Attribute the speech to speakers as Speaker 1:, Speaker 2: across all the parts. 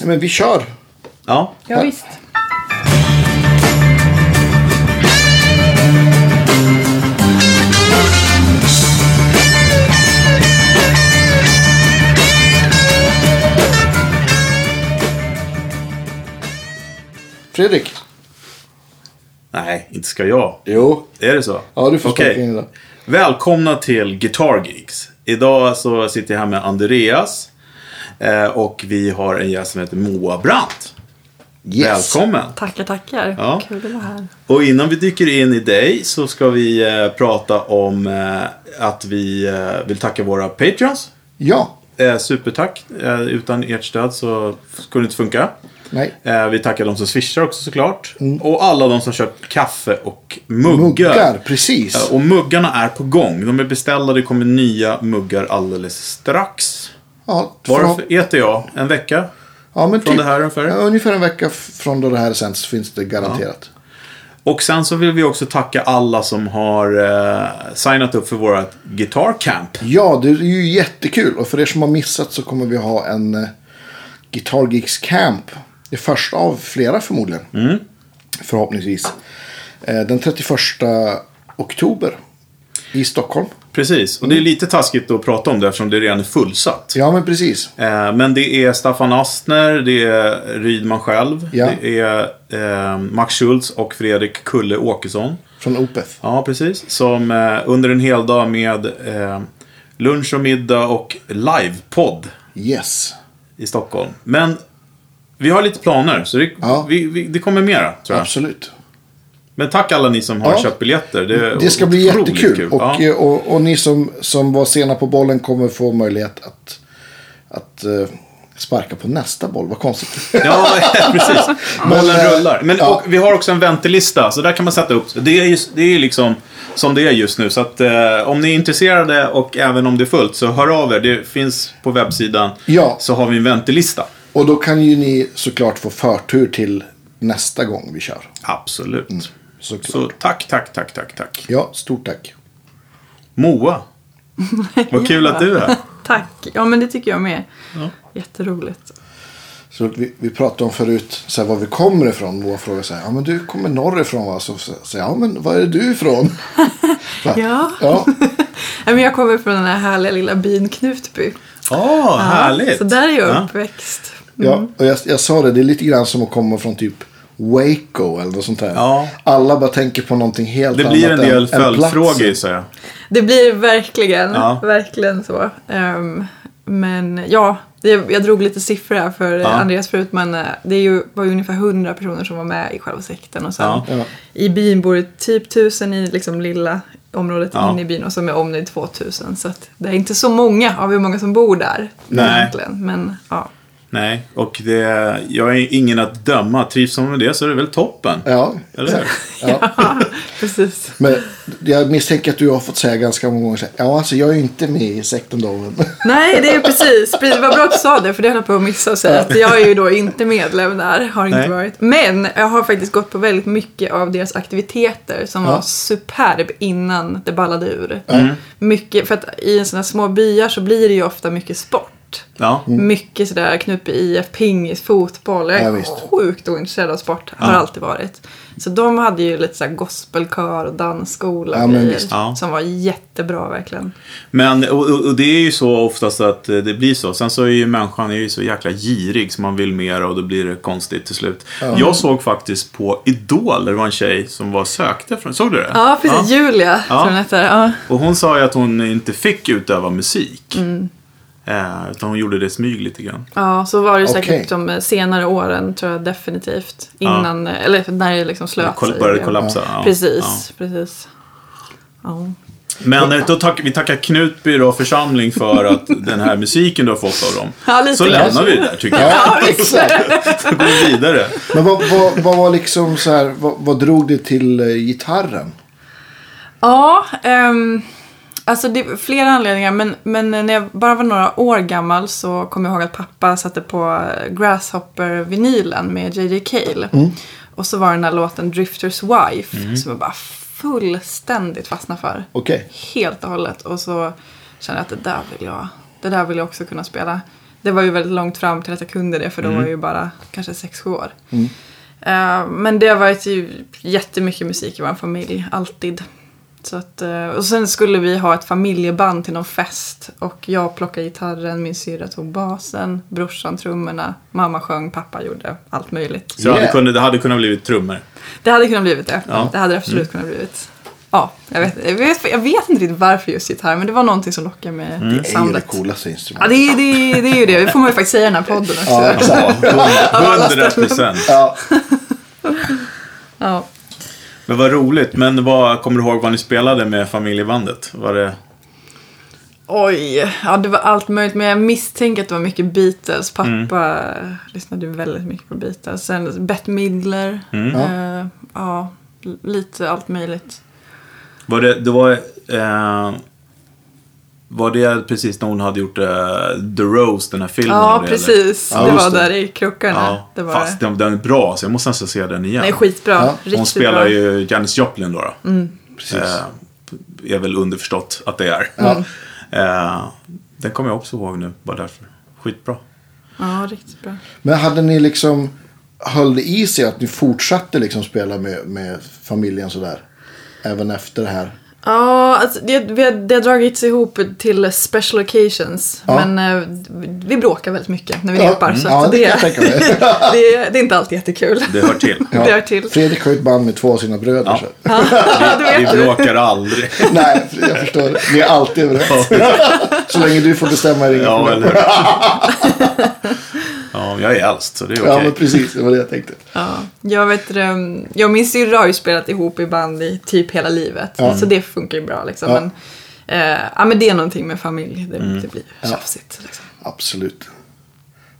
Speaker 1: Nej, men vi kör.
Speaker 2: Ja.
Speaker 3: Ja, visst.
Speaker 1: Fredrik.
Speaker 2: Nej, inte ska jag.
Speaker 1: Jo.
Speaker 2: Är det så?
Speaker 1: Ja, du får
Speaker 2: Okej.
Speaker 1: stoppa in det.
Speaker 2: Välkomna till Guitar Gigs. Idag så sitter jag här med Andreas. eh, Och vi har en gäst som heter Moa Brandt.
Speaker 1: Yes.
Speaker 2: Välkommen!
Speaker 4: Tackar, tackar.
Speaker 2: Ja.
Speaker 4: Kul att vara här.
Speaker 2: Och innan vi dyker in i dig så ska vi eh, prata om eh, att vi eh, vill tacka våra Patreons.
Speaker 1: Ja.
Speaker 2: Eh, supertack. Eh, utan ert stöd så skulle det inte funka.
Speaker 1: Nej.
Speaker 2: Eh, vi tackar de som swishar också såklart. Och alla de som köpt kaffe och
Speaker 1: Mm. Muggar, precis.
Speaker 2: Ja, Eh, Och muggarna är på gång. De är beställda. Det kommer nya muggar alldeles strax.
Speaker 1: Ja,
Speaker 2: Varför
Speaker 1: från-
Speaker 2: äter jag? En vecka?
Speaker 1: ja, men typ-
Speaker 2: från det här ungefär?
Speaker 1: Ja, ungefär en vecka f- från då det här sänds finns det garanterat.
Speaker 2: Och sen så vill vi också tacka alla som har eh, signat upp för vårt Guitar Camp.
Speaker 1: Ja, det är ju jättekul. Och för er som har missat så kommer vi ha en eh, Guitar Geeks Camp. Det första av flera förmodligen.
Speaker 2: Mm.
Speaker 1: Förhoppningsvis. Eh, den 31 oktober i Stockholm.
Speaker 2: Precis, och det är lite taskigt att prata om det eftersom det redan är fullsatt.
Speaker 1: Mm. Ja, men precis.
Speaker 2: Eh, men det är Staffan Astner, det är Rydman själv,
Speaker 1: Ja.
Speaker 2: det är eh, Max Schultz och Fredrik Kulle Åkesson.
Speaker 1: Från Opeth.
Speaker 2: Ja, precis. Som eh, under en hel dag med eh, lunch och middag och livepodd
Speaker 1: Yes.
Speaker 2: i Stockholm. Men vi har lite planer, så det,
Speaker 1: Ja.
Speaker 2: vi, vi, det kommer mera tror jag.
Speaker 1: Absolut.
Speaker 2: Men tack alla ni som har
Speaker 1: Ja.
Speaker 2: köpt biljetter. Det, är
Speaker 1: Det ska bli
Speaker 2: otroligt
Speaker 1: jättekul.
Speaker 2: Ja.
Speaker 1: Och, eh, och, och ni som, som var sena på bollen kommer få möjlighet att, att eh, sparka på nästa boll. Vad konstigt.
Speaker 2: Ja, precis. Bollen
Speaker 1: Men, eh,
Speaker 2: rullar. Men
Speaker 1: ja.
Speaker 2: och, vi har också en väntelista, så där kan man sätta upp. Det är ju det är liksom som det är just nu. Så att, eh, om ni är intresserade och även om det är fullt, så hör av er. Det finns på webbsidan.
Speaker 1: Ja.
Speaker 2: Så har vi en väntelista.
Speaker 1: och då kan ju ni såklart få förtur till nästa gång vi kör.
Speaker 2: Absolut.
Speaker 1: såklart.
Speaker 2: så tack, tack, tack, tack, tack.
Speaker 1: Ja, stort tack.
Speaker 2: Moa. Vad kul att du är här.
Speaker 4: Tack. Ja, men det tycker jag med. Jätteroligt.
Speaker 1: Så vi, vi pratade om förut så här, var vi kommer ifrån. Moa frågade så här, ja men du kommer norrifrån va? Så så- så jag, ja men var är du ifrån? Så här,
Speaker 4: Ja.
Speaker 1: ja.
Speaker 4: Nej, men jag kommer från den här härliga lilla byn Knutby.
Speaker 2: Åh, Ah, härligt.
Speaker 4: Ah, Så där är jag
Speaker 2: Ja.
Speaker 4: uppväxt.
Speaker 1: Ja, och jag, jag sa det, det är lite grann som att komma från typ Waco eller något sånt där.
Speaker 2: Ja.
Speaker 1: Alla bara tänker på någonting helt
Speaker 2: Det
Speaker 1: annat
Speaker 2: blir en
Speaker 1: än-
Speaker 2: del
Speaker 1: än platsen.
Speaker 2: följdfrågor, säger jag.
Speaker 4: Det blir verkligen,
Speaker 2: Ja.
Speaker 4: verkligen så. Ehm, men ja, det, jag drog lite siffror här för eh, Andreas förut, men eh, det är ju, var ju ungefär 100 personer som var med i själva sekten. Och sen
Speaker 2: Ja.
Speaker 1: Ja.
Speaker 4: i byn bor det typ 1000 i liksom lilla området
Speaker 2: Ja.
Speaker 4: inne i byn och som är omnejd 2000. Så att det är inte så många av hur många som bor där
Speaker 2: Nej.
Speaker 4: egentligen. Men ja,
Speaker 2: Nej, och det, jag är ingen att döma. Trivs man med det så är det väl toppen.
Speaker 1: Ja,
Speaker 2: Eller hur?
Speaker 4: precis.
Speaker 1: men jag misstänker att du har fått säga ganska många gånger så här, ja alltså jag är ju inte med i sekten då. Men...
Speaker 4: Nej, det är precis. precis. Vad bra att du sa det, för det höll jag på att missa och säga. Att jag är ju då inte medlem där, har inte
Speaker 2: Nej.
Speaker 4: varit. Men jag har faktiskt gått på väldigt mycket av deras aktiviteter som
Speaker 1: Ja. Mm.
Speaker 4: var superb innan det ballade ur. Mycket, för att i sådana små byar så blir det ju ofta mycket sport.
Speaker 2: Ja.
Speaker 4: Mycket sådär Knutby IF, pingis, fotboll. Jag
Speaker 1: Mm. Ja,
Speaker 4: är
Speaker 1: visst.
Speaker 4: sjukt ointresserad av sport. Har alltid varit. Så de hade ju lite såhär gospelkör och dansskola
Speaker 1: Ja,
Speaker 4: och
Speaker 1: men
Speaker 4: grejer.
Speaker 1: visst.
Speaker 2: Ja.
Speaker 4: Som var jättebra verkligen.
Speaker 2: Men och, och och det är ju så oftast att eh, det blir så. Sen så är ju människan är ju så jäkla girig så man vill mer och då blir det konstigt till slut. Jag såg faktiskt på Idol, det var en tjej som var sökte från, såg du det?
Speaker 4: Ja, precis. Julia
Speaker 2: Ja.
Speaker 4: tror hon heter. Ja.
Speaker 2: Och hon sa ju att hon inte fick utöva musik. Eh, utan hon gjorde det i smyg lite grann.
Speaker 4: ja, så var det säkert
Speaker 1: Okej.
Speaker 4: de senare åren tror jag definitivt. Innan, eller när det liksom slöt
Speaker 2: Koll-
Speaker 4: sig.
Speaker 2: började
Speaker 4: Ja.
Speaker 2: kollapsa, ja.
Speaker 4: Precis, precis. Ja.
Speaker 2: Men eh, då tack, vi tackar Knutby då församling för att den här musiken du har fått av dem.
Speaker 4: Ja, lite
Speaker 2: så
Speaker 4: grann.
Speaker 2: lämnar vi det där tycker jag.
Speaker 1: Ja, exakt.
Speaker 2: Så går vi vidare.
Speaker 1: Men vad, vad, vad var liksom så här, vad, vad drog det till eh, gitarren?
Speaker 4: Ja, ehm, alltså det är flera anledningar. Men, men när jag bara var några år gammal så kom jag ihåg att pappa satte på Grasshopper-vinylen med J.J. Cale. Och så var det den här låten Drifters Wife som jag bara fullständigt fastnade för.
Speaker 1: Okej.
Speaker 4: Helt och hållet. Och så kände jag att det där vill jag, det där vill jag också kunna spela. Det var ju väldigt långt fram till att jag kunde det för då var jag ju bara kanske 6-7 år. Eh, men det har varit ju jättemycket musik i vår familj, alltid. Så att, eh, och sen skulle vi ha ett familjeband till någon fest och jag plockade gitarren, min syrra tog basen, brorsan trummorna, mamma sjöng, pappa gjorde allt möjligt.
Speaker 2: Så det hade
Speaker 1: Yeah.
Speaker 2: kunnat, det hade kunnat blivit trummor.
Speaker 4: Det hade kunnat blivit det.
Speaker 2: Ja.
Speaker 4: Det hade det
Speaker 1: Mm.
Speaker 4: absolut kunnat blivit. Ja, jag vet, jag, vet, jag vet inte riktigt varför just gitarr, men det var någonting som lockade med
Speaker 1: Det
Speaker 4: mm.
Speaker 1: är ju det
Speaker 4: soundet.
Speaker 1: coolaste
Speaker 4: Ja,
Speaker 1: instrumentet.
Speaker 4: det, är- det, är- det är ju det. Det får man ju faktiskt säga i den här podden också. Ja.
Speaker 2: Ja,
Speaker 4: alla
Speaker 2: 100 procent.
Speaker 1: Ja,
Speaker 2: Men vad roligt. Men vad, kommer du ihåg vad ni spelade med familjebandet? Var det...
Speaker 4: Oj, ja, det var allt möjligt. Men jag misstänker att det var mycket Beatles. Pappa
Speaker 2: Mm.
Speaker 4: lyssnade ju väldigt mycket på Beatles. Sen Bette Midler.
Speaker 2: Mm.
Speaker 4: Eh, ja, lite allt möjligt.
Speaker 2: Var det, det var, eh, var det precis när hon hade gjort eh, The Rose, den här filmen?
Speaker 4: Ja,
Speaker 2: eller?
Speaker 4: precis.
Speaker 2: Ja,
Speaker 4: det
Speaker 2: just
Speaker 4: var
Speaker 2: det.
Speaker 4: där i krockarna.
Speaker 2: Ja,
Speaker 4: det var
Speaker 2: fast
Speaker 4: det.
Speaker 2: den, den är bra, så jag måste nästan se den igen.
Speaker 4: Nej, skitbra.
Speaker 1: Ja. Hon
Speaker 4: Riktigt
Speaker 2: hon spelar
Speaker 4: bra. Mm.
Speaker 2: ju Janis Joplin då. då.
Speaker 1: precis.
Speaker 2: Eh, är väl underförstått att det är. Eh, den kommer jag också ihåg nu, bara därför. Skitbra.
Speaker 4: Ja, riktigt bra.
Speaker 1: Men hade ni liksom, höll det i sig att ni fortsatte liksom spela med, med familjen sådär? Även efter det här?
Speaker 4: Ja, alltså det, vi har, det har dragits ihop till special occasions.
Speaker 1: Ja.
Speaker 4: Men eh, vi bråkar väldigt mycket när vi
Speaker 1: Ja,
Speaker 4: repar. Så
Speaker 1: mm, ja,
Speaker 4: att
Speaker 1: det
Speaker 4: det,
Speaker 1: kan jag tänka mig.
Speaker 4: det, det är inte alltid jättekul.
Speaker 2: Det hör till.
Speaker 4: Det hör till.
Speaker 1: Fredrik har ju ett band med två av sina bröder.
Speaker 2: Ja.
Speaker 1: Så.
Speaker 4: Ja, du
Speaker 2: Vi
Speaker 4: vet du.
Speaker 2: bråkar aldrig.
Speaker 1: Nej, jag förstår. Ni är alltid överens. så länge du får bestämma är det inga
Speaker 2: Ja,
Speaker 1: problem.
Speaker 2: eller hur? Ja, jag är äldst, så det är okej.
Speaker 1: Ja, men precis. Det var det jag tänkte.
Speaker 4: Ja, jag, vet, ehm, jag och min syrra har ju spelat ihop i band i typ hela livet. Så det funkar ju bra liksom.
Speaker 1: Ja. Mm.
Speaker 4: Men, eh, ja, men det är någonting med familj. Det, det blir tjafsigt. Liksom.
Speaker 1: Absolut.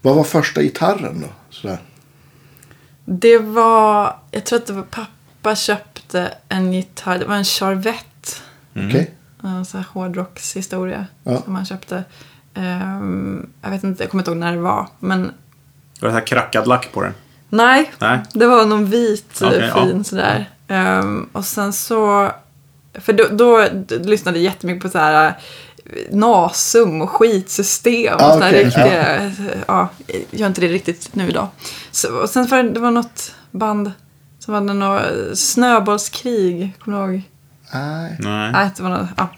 Speaker 1: Vad var första gitarren då? Sådär.
Speaker 4: Det var, jag tror att det var pappa köpte en gitarr. Det var en Charvette.
Speaker 2: Mm.
Speaker 4: eh,
Speaker 1: Okej?
Speaker 4: En sån här hårdrockshistoria
Speaker 1: Ja.
Speaker 4: som han köpte. Ehm, jag vet inte, jag kommer inte ihåg när det var. Men
Speaker 2: Var det här krackad lack på den?
Speaker 4: nej,
Speaker 2: Nej.
Speaker 4: det var någon vit eh,
Speaker 2: Okej, ja.
Speaker 4: fin sådär. Ehm, och sen så, för då, då d- lyssnade jag jättemycket på så här eh, Nasum och skitsystem.
Speaker 1: Ah,
Speaker 4: och såna här
Speaker 1: okej,
Speaker 4: riktiga, eh, ja. gör inte det riktigt nu idag. Så, och sen var det, det var något band som hade något snöbollskrig, kommer du ihåg?
Speaker 1: Nej.
Speaker 2: Nej.
Speaker 4: Nej, det var något, ja.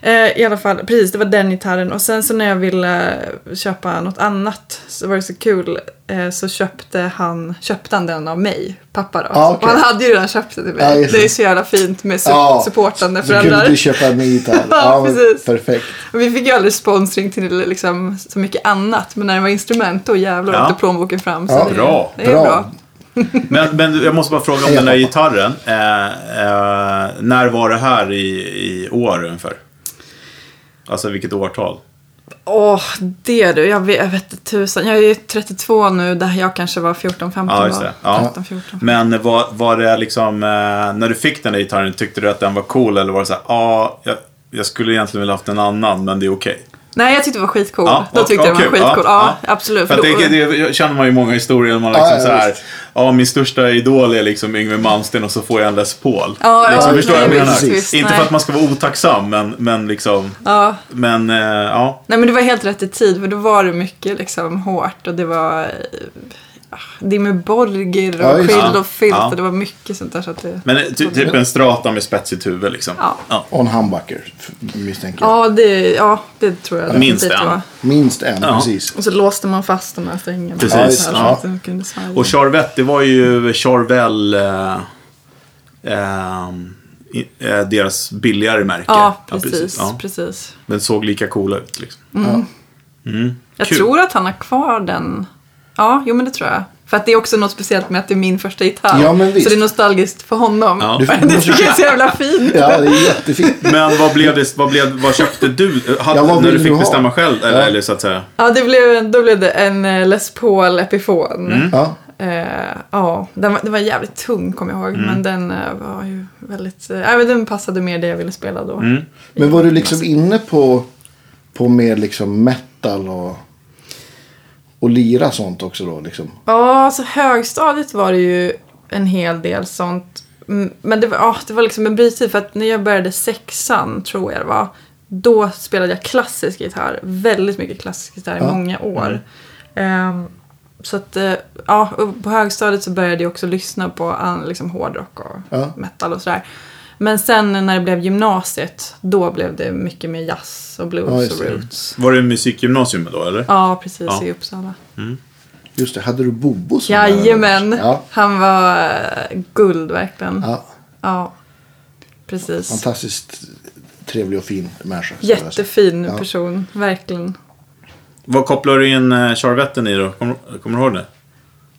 Speaker 4: Eh, I alla fall, precis, det var den gitarren. Och sen så när jag ville köpa något annat så var det så kul. Eh, så köpte han, köpte han den av mig, pappa då.
Speaker 1: Ah, okej.
Speaker 4: Och han hade ju redan köpt den till mig.
Speaker 1: Ja, just
Speaker 4: det
Speaker 1: det.
Speaker 4: är så jävla fint med su-
Speaker 1: Ja,
Speaker 4: typ supportande
Speaker 1: Så kunde
Speaker 4: föräldrar.
Speaker 1: du köpa en ny gitarr.
Speaker 4: Ja,
Speaker 1: men
Speaker 4: precis.
Speaker 1: Perfekt.
Speaker 4: Och Vi fick ju aldrig sponsring till liksom, så mycket annat. Men när det var instrument, då jävlar
Speaker 2: Ja.
Speaker 4: åkte plånboken fram. Så
Speaker 1: Ja,
Speaker 4: det,
Speaker 2: bra,
Speaker 4: Det är bra.
Speaker 1: bra.
Speaker 2: Men, men jag måste bara fråga om den där gitarren. Eh, eh, när var det här i, i år ungefär? Alltså vilket årtal?
Speaker 4: Åh, det du. Jag vet, jag vet inte tusan. Jag är ju 32 nu, där jag kanske var 14-15
Speaker 2: Ja, just
Speaker 4: då.
Speaker 2: det. Ja.
Speaker 4: 13-14.
Speaker 2: Men var, var det liksom, eh, när du fick den där gitarren, tyckte du att den var cool eller var det så här, ja, jag, jag skulle egentligen vilja haft en annan, men det är okej.
Speaker 4: Nej, jag tyckte det var skitcool.
Speaker 2: Ja,
Speaker 4: Då
Speaker 2: och-
Speaker 4: tyckte jag det
Speaker 2: och
Speaker 4: var
Speaker 2: kul.
Speaker 4: skitcool. Ja, absolut.
Speaker 2: För att
Speaker 4: För då-
Speaker 2: det, det, det känner man ju många historier där man liksom
Speaker 1: ja,
Speaker 2: så här,
Speaker 1: visst.
Speaker 2: ja min största idol är liksom Yngwie Malmsteen och så får jag en Les Paul.
Speaker 4: Ja,
Speaker 2: liksom,
Speaker 1: ja,
Speaker 2: förstår
Speaker 1: nej,
Speaker 2: jag vad jag
Speaker 1: visst,
Speaker 2: menar?
Speaker 4: visst,
Speaker 2: Inte
Speaker 4: nej.
Speaker 2: för att man ska vara otacksam, men, men liksom,
Speaker 4: ja.
Speaker 2: men eh, ja.
Speaker 4: Nej, men det var helt rätt i tid. För då var det mycket liksom hårt och det var eh, ah, Dimmy Borgir
Speaker 1: Ja,
Speaker 4: och
Speaker 1: just det.
Speaker 4: Cradle of Filth
Speaker 2: Ja.
Speaker 4: och det var mycket sånt där. Så att det...
Speaker 2: Men eh, ty, typ en strata med spetsigt huvud liksom.
Speaker 4: Ja.
Speaker 1: Och en humbucker, f- misstänker jag.
Speaker 4: Ja, det, ja, det tror jag.
Speaker 2: Minst
Speaker 4: definitivt
Speaker 2: en.
Speaker 4: var.
Speaker 1: Minst en,
Speaker 2: Ja.
Speaker 1: precis.
Speaker 4: Och så låste man fast de här strängarna.
Speaker 2: Precis,
Speaker 4: så här, så
Speaker 1: ja.
Speaker 4: att de kunde svaja.
Speaker 2: Och Charvette, det var ju Charvel, eh, ehm, i- eh, deras billigare märke.
Speaker 4: Ja, precis.
Speaker 2: Ja.
Speaker 4: precis.
Speaker 2: Men såg lika coola ut liksom.
Speaker 4: Jag
Speaker 2: Kul.
Speaker 4: tror att han har kvar den. Ja, jo men det tror jag. För att det är också något speciellt med att det är min första gitarr.
Speaker 1: Ja, men visst.
Speaker 4: Så det är nostalgiskt för honom.
Speaker 2: Ja.
Speaker 4: Det tycker jag är så jävla fint.
Speaker 1: Ja, det är jättefint.
Speaker 2: Men vad blev det, vad, blev, vad köpte du? Hade,
Speaker 1: Ja, vad
Speaker 2: när
Speaker 1: vill
Speaker 2: du fick
Speaker 1: du ha?
Speaker 2: bestämma själv? Eller,
Speaker 1: Ja.
Speaker 2: eller så att säga.
Speaker 4: Ja, det blev, en- då blev det en eh, Les Paul Epiphone.
Speaker 1: Ja.
Speaker 4: Eh, ja, den var, den var jävligt tung kommer jag ihåg.
Speaker 1: Mm.
Speaker 4: Men den eh, var ju väldigt... eh, ja, men den passade mer det jag ville spela då.
Speaker 1: Mm. Men var du liksom inne på, på mer liksom metal och, och lira sånt också då? Liksom?
Speaker 4: Ja, alltså högstadiet var det ju en hel del sånt. Mm, Men det var, ah, det var liksom en brytid för att när jag började sexan, tror jag det var, Då spelade jag klassisk gitarr. Väldigt mycket klassisk gitarr i
Speaker 1: Ja. Mm.
Speaker 4: många år. Ehm, så att, eh, ja, och på högstadiet så började jag också lyssna på an- liksom, hårdrock och
Speaker 1: Ja.
Speaker 4: metal och sådär. Men sen när det blev gymnasiet, då blev det mycket mer jazz och
Speaker 1: Ja,
Speaker 4: blues
Speaker 1: just
Speaker 4: och
Speaker 1: det.
Speaker 4: roots.
Speaker 2: Var det musikgymnasium då eller?
Speaker 4: Ja, precis.
Speaker 2: Ja.
Speaker 4: I Uppsala.
Speaker 1: Just det, hade du Bobo som lärare?
Speaker 4: Jajamän.
Speaker 1: Ja,
Speaker 4: Han var eh, guld verkligen. Ja,
Speaker 1: ja.
Speaker 4: precis.
Speaker 1: Fantastiskt trevlig och fin människa. skulle jag säga.
Speaker 4: Jättefin
Speaker 1: Ja.
Speaker 4: person, verkligen.
Speaker 2: Vad kopplar du in eh, charvetten i då? Kommer, kommer du ihåg det?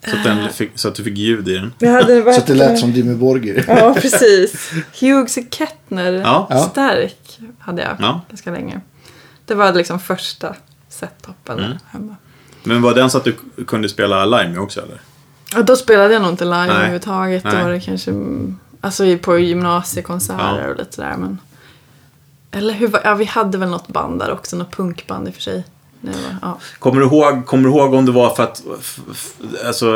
Speaker 2: Så att,
Speaker 4: Eh.
Speaker 2: den fick, så att du fick ljud i den?
Speaker 4: Jag hade
Speaker 1: Så att det lät som Jimmy Borger.
Speaker 4: Ja, precis. Hughes och Kettner,
Speaker 2: Ja. Ja.
Speaker 4: Stark, hade jag
Speaker 2: Ja.
Speaker 4: ganska länge. Det var liksom första setupen
Speaker 2: Mm.
Speaker 4: hemma.
Speaker 2: Men var den så att du k- kunde spela live med också eller?
Speaker 4: Ja, då spelade jag nog inte live
Speaker 2: Nej.
Speaker 4: överhuvudtaget. Då
Speaker 2: Nej.
Speaker 4: var det kanske mm, alltså, i- på gymnasiekonserter
Speaker 2: Ja.
Speaker 4: och lite sådär. Men... Eller hur var... Ja, vi hade väl något band där också. Något punkband i och för sig. Nu, ja.
Speaker 2: Kommer du ihåg, kommer du ihåg om det var för att, f, f, alltså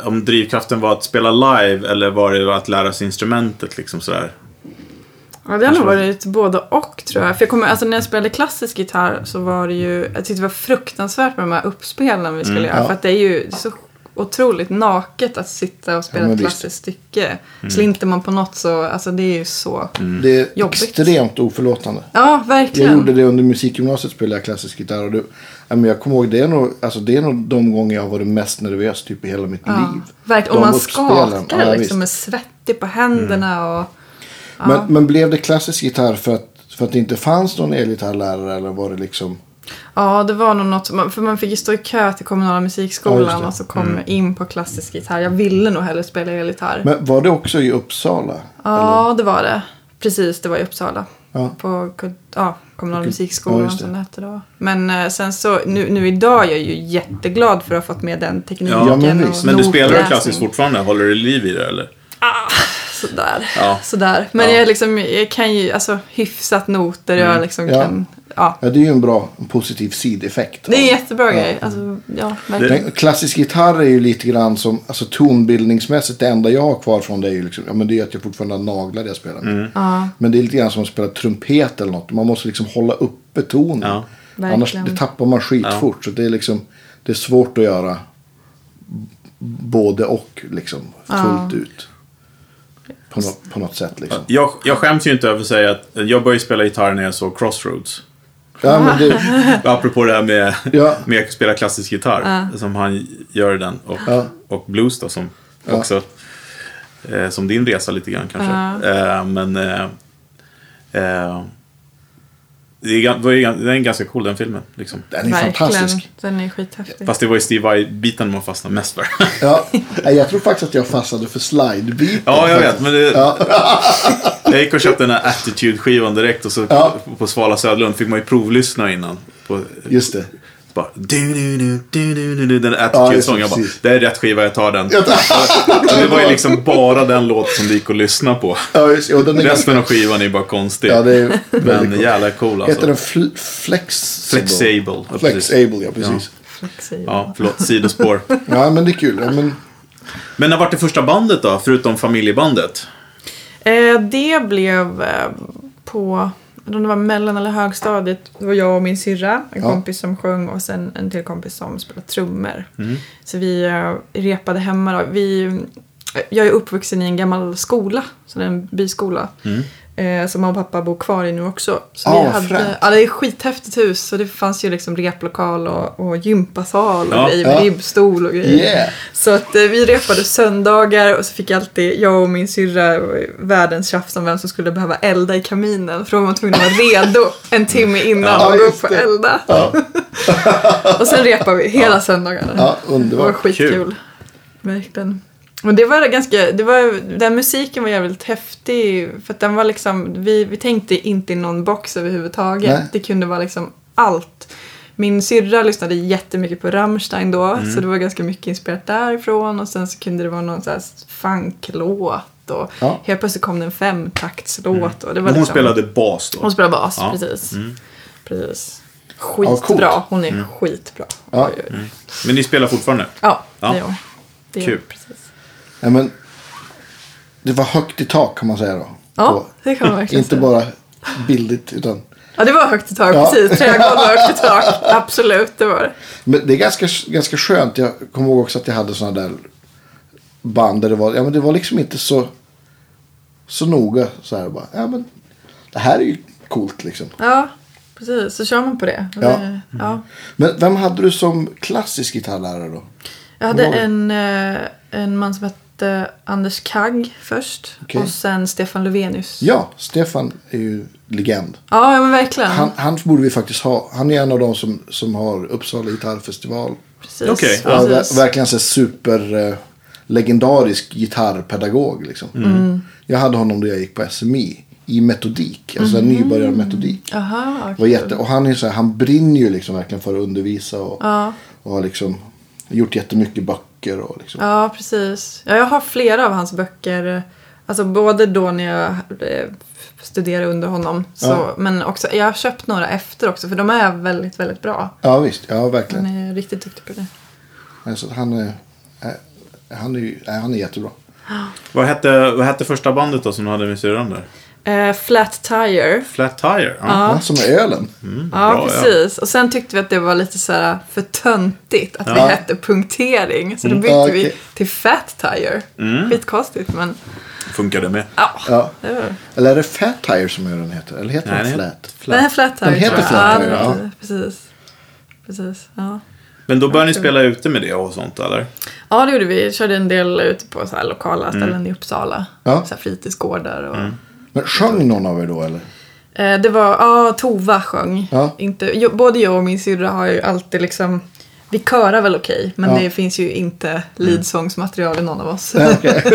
Speaker 2: eh, om drivkraften var att spela live eller var det att lära sig instrumentet liksom sådär?
Speaker 4: Ja, det har nog varit både och tror jag. För jag kommer, alltså, när jag spelade klassisk gitarr så var det ju, jag tyckte det var fruktansvärt med de här uppspelen vi skulle göra.
Speaker 1: Mm, ja.
Speaker 4: För att det är ju det är så otroligt naket att sitta och spela
Speaker 1: men
Speaker 4: ett
Speaker 1: visst. Mm.
Speaker 4: klassiskt stycke. Slinter man på något så, alltså det är ju så.
Speaker 1: Det är
Speaker 4: Jobbigt.
Speaker 1: extremt oförlåtande.
Speaker 4: Ja,
Speaker 1: Mm. Jag
Speaker 4: verkligen.
Speaker 1: gjorde det under musikgymnasiet, spelade jag klassisk gitarr. Och det, ja, men jag kommer ihåg, det är, nog, alltså, det är nog de gånger jag har varit mest nervös typ i hela mitt liv.
Speaker 4: Verkligen.
Speaker 1: De
Speaker 4: Och man
Speaker 1: uppspelen. Ja,
Speaker 4: skakar
Speaker 1: visst. Mm.
Speaker 4: liksom, är svettig på händerna och...
Speaker 1: Men, men blev det klassisk gitarr för att, för att det inte fanns någon elgitarrlärare eller var det liksom?
Speaker 4: Ja, det var nog något. man- För man fick ju stå i kö till kommunala
Speaker 1: Ja,
Speaker 4: musikskolan
Speaker 1: just det. Mm.
Speaker 4: och så kom jag in på klassisk gitarr. Jag ville nog hellre spela elgitarr.
Speaker 1: Men var det också i Uppsala?
Speaker 4: Ja, det var det. Precis, det var i Uppsala.
Speaker 1: Ja.
Speaker 4: På kud- ja, kommunala
Speaker 1: Okej.
Speaker 4: musikskolan
Speaker 1: Ja, just det.
Speaker 4: som det hette då. Men eh, sen så, nu, nu idag är jag ju jätteglad för att ha fått med den tekniken.
Speaker 2: Ja,
Speaker 1: men
Speaker 4: och
Speaker 1: visst.
Speaker 2: Men du spelar
Speaker 4: notläsning.
Speaker 2: klassiskt fortfarande? Håller du liv i det eller?
Speaker 4: Ah, Sådär.
Speaker 2: Ja.
Speaker 4: Sådär. Men
Speaker 2: Ja. Mm.
Speaker 4: jag, liksom, jag kan ju alltså, hyfsat noter. Jag liksom
Speaker 1: Ja.
Speaker 4: kan, ja.
Speaker 1: Ja, det är ju en bra en positiv sideffekt.
Speaker 4: Det är en jättebra grej. Alltså, ja, verkligen.
Speaker 1: Men klassisk gitarr är ju lite grann som, alltså tonbildningsmässigt, det enda jag har kvar från det är ju liksom, ja men det är att jag fortfarande har naglar det jag spelar med. Men det är lite grann som att spela trumpet eller något, man måste liksom hålla uppe tonen.
Speaker 2: Ja.
Speaker 1: Annars
Speaker 4: Verkligen.
Speaker 1: det tappar man skitfort, så det är liksom, det är svårt att göra b- både och liksom, fullt ut. På, nå- på något sätt liksom.
Speaker 2: Jag, jag skäms ju inte över att säga att jag började spela gitarr när jag såg Crossroads.
Speaker 1: Ja, men det,
Speaker 2: Apropå det här med,
Speaker 1: Ja.
Speaker 2: med att spela klassisk gitarr. Som han gör i den. Och,
Speaker 1: Ja.
Speaker 2: och blues då som också. Eh, som din resa lite grann kanske. Eh, men eh, eh, det, är, gan- det var ju gan- den är ganska cool den filmen. Liksom.
Speaker 1: den är
Speaker 4: verkligen.
Speaker 1: fantastisk.
Speaker 4: Den är skithäftig.
Speaker 2: Fast det var ju Steve Vai-biten man fastnade mest för.
Speaker 1: Ja, nej, jag tror faktiskt att jag fastnade för slide-biten.
Speaker 2: ja, jag vet.
Speaker 1: faktiskt.
Speaker 2: Men det, jag gick och köpte den här Attitude-skivan direkt. Och så
Speaker 1: Ja.
Speaker 2: på Svala Söderlund fick man ju provlyssna innan. På,
Speaker 1: Just det.
Speaker 2: Bara, du, du, du, du, du, du, du, den
Speaker 1: Ja, just
Speaker 2: attitude-sången.
Speaker 1: det,
Speaker 2: jag bara,
Speaker 1: precis.
Speaker 2: det är rätt skiva, jag tar den. Och det var ju liksom bara den låt som det gick att lyssna på.
Speaker 1: Ja, just, och den är
Speaker 2: Resten av skivan är bara konstig.
Speaker 1: Ja, det är väldigt
Speaker 2: Men
Speaker 1: coolt.
Speaker 2: jävla cool
Speaker 1: Heter
Speaker 2: alltså.
Speaker 1: den fl- Flexable?
Speaker 2: Flexable. Ja, precis.
Speaker 1: Flexable, ja precis.
Speaker 4: Flexibel.
Speaker 2: Ja, förlåt. Sidospår.
Speaker 1: Ja. men det är kul. Ja, men,
Speaker 2: Men när vart det första bandet då? Förutom familjebandet?
Speaker 4: Eh, det blev eh, på, jag vet inte om det var mellan eller högstadiet, det var jag och min syrra, en
Speaker 1: Ja.
Speaker 4: kompis som sjöng och sen en till kompis som spelade trummor.
Speaker 1: Mm.
Speaker 4: Så vi eh, repade hemma då. Vi, jag är uppvuxen i en gammal skola, så det är en byskola. Eh, som mamma och pappa bor kvar i nu också. Så
Speaker 1: Mm. Ah,
Speaker 4: vi
Speaker 1: vad
Speaker 4: hade,
Speaker 1: fränt.
Speaker 4: ja, det är ett skithäftigt hus. Så det fanns ju liksom replokal och, och gympasal och
Speaker 2: Ja.
Speaker 4: grejer med
Speaker 1: Ja.
Speaker 4: ribbstol och grejer.
Speaker 1: yeah!
Speaker 4: Så att eh, vi repade söndagar och så fick alltid jag och min syrra eh, världens tjafs om vem som skulle behöva elda i kaminen. För de var tvungna att vara redo en timme innan
Speaker 1: Ja,
Speaker 4: och gå upp
Speaker 1: just
Speaker 4: och
Speaker 1: det.
Speaker 4: elda.
Speaker 1: Ja,
Speaker 4: Och sen repade vi hela söndagarna.
Speaker 1: ja
Speaker 4: det var
Speaker 1: underbart.
Speaker 4: skitkul.
Speaker 2: Kul.
Speaker 4: Verkligen. Och det var ganska, det var, den musiken var jävligt häftig. För att den var liksom, vi, vi tänkte inte i någon box överhuvudtaget.
Speaker 1: Nej.
Speaker 4: Det kunde vara liksom allt. Min syrra lyssnade jättemycket på Rammstein då.
Speaker 1: Mm.
Speaker 4: Så det var ganska mycket inspirerat därifrån. Och sen så kunde det vara någon så här funklåt. Och
Speaker 1: Ja. Mm.
Speaker 4: helt plötsligt kom det en femtaktslåt. Och det
Speaker 2: Men
Speaker 4: var
Speaker 2: hon
Speaker 4: liksom,
Speaker 2: spelade bas då?
Speaker 4: hon spelade bas,
Speaker 2: Ja. Mm.
Speaker 4: precis. Precis.
Speaker 1: coolt. Mm.
Speaker 4: Skitbra. hon är skitbra.
Speaker 1: Ja.
Speaker 4: Oj, oj, oj.
Speaker 2: Men ni spelar fortfarande?
Speaker 4: Ja,
Speaker 2: Ja.
Speaker 4: det gör hon. Det gör
Speaker 2: Kul.
Speaker 4: hon, Precis.
Speaker 1: Ja, men, det var högt i tak kan man säga då.
Speaker 4: Ja,
Speaker 1: Och
Speaker 4: det kan man verkligen
Speaker 1: inte
Speaker 4: säga.
Speaker 1: bara billigt utan
Speaker 4: Ja, det var högt i tak,
Speaker 1: Ja.
Speaker 4: precis. Trägolv var högt i tak. Absolut, det var det.
Speaker 1: Men det är ganska, ganska skönt. Jag kommer ihåg också att jag hade sådana där band där det var, ja, men det var liksom inte så, så noga. Så här, bara, ja, men, det här är ju coolt liksom.
Speaker 4: Ja, precis. Så kör man på det. Och
Speaker 1: Ja.
Speaker 4: det- ja.
Speaker 1: Men vem hade du som klassisk gitarrlärare då?
Speaker 4: Jag hade
Speaker 1: Kommer du ihåg
Speaker 4: en, eh, en man som hette Anders Kagg först.
Speaker 1: Okej.
Speaker 4: Och sen Stefan Löfvenius.
Speaker 1: Ja, Stefan är ju legend.
Speaker 4: Ja, ja, men verkligen.
Speaker 1: Han, han borde vi faktiskt ha. Han är en av de som, som har Uppsala gitarrfestival.
Speaker 4: Precis.
Speaker 2: Okej,
Speaker 1: Ja,
Speaker 4: precis.
Speaker 1: ver- verkligen så super eh, legendarisk gitarrpedagog. Liksom. Jag hade honom då jag gick på SMI. I metodik. Alltså nybörjarmetodik.
Speaker 4: Aha,
Speaker 1: Var jätte, och han, är så här, han brinner ju liksom verkligen för att undervisa. Och,
Speaker 4: Ja.
Speaker 1: och har liksom gjort jättemycket böcker. Och liksom.
Speaker 4: Ja, precis. Ja, jag har flera av hans böcker. Alltså både då när jag eh, studerade under honom. Så,
Speaker 1: Ja.
Speaker 4: Men också, jag har köpt några efter också. För de är väldigt, väldigt bra.
Speaker 1: Ja visst, ja verkligen.
Speaker 4: Han är riktigt duktig på det.
Speaker 1: Alltså, han, är, eh, han, är, ju- nej, han är jättebra.
Speaker 2: Vad hette, vad hette första bandet då som du hade med syrran där?
Speaker 4: Eh, Flat Tire.
Speaker 2: Flat Tire? Ja.
Speaker 1: Ja, som är ölen.
Speaker 4: Ja,
Speaker 2: Bra, ja.
Speaker 4: precis. Och sen tyckte vi att det var lite så här för töntigt att vi
Speaker 1: Ja. Mm.
Speaker 4: hette punktering. Så då bytte
Speaker 1: Ja,
Speaker 4: vi
Speaker 1: okej.
Speaker 4: till Fat Tire.
Speaker 2: Mm.
Speaker 4: Skitkonstigt, men
Speaker 2: Funkade med.
Speaker 4: ja.
Speaker 1: Ja.
Speaker 4: Det var...
Speaker 1: Eller är det Fat Tire som ölen heter? Eller heter
Speaker 2: Nej,
Speaker 1: den
Speaker 2: den
Speaker 1: Flat?
Speaker 4: Nej, Flat Tire.
Speaker 1: Den heter
Speaker 4: tror
Speaker 1: Flat
Speaker 4: jag.
Speaker 1: Tire,
Speaker 4: den
Speaker 1: ja.
Speaker 4: heter- Precis. Precis, ja.
Speaker 2: Men då började ni spela ute med det och sånt eller?
Speaker 4: Ja, det gjorde vi. Körde en del ute på så här lokala ställen i Uppsala.
Speaker 1: Mm. Ja. Mm.
Speaker 4: Så här fritidsgårdar och...
Speaker 1: Men sjöng någon av er då eller?
Speaker 4: Eh, det var, ja, Tova sjöng.
Speaker 1: Ja.
Speaker 4: Inte, jo, både jag och min syrra har ju alltid liksom... Vi körar väl okej, men
Speaker 1: Ja.
Speaker 4: det finns ju inte leadsångsmaterial i någon av oss.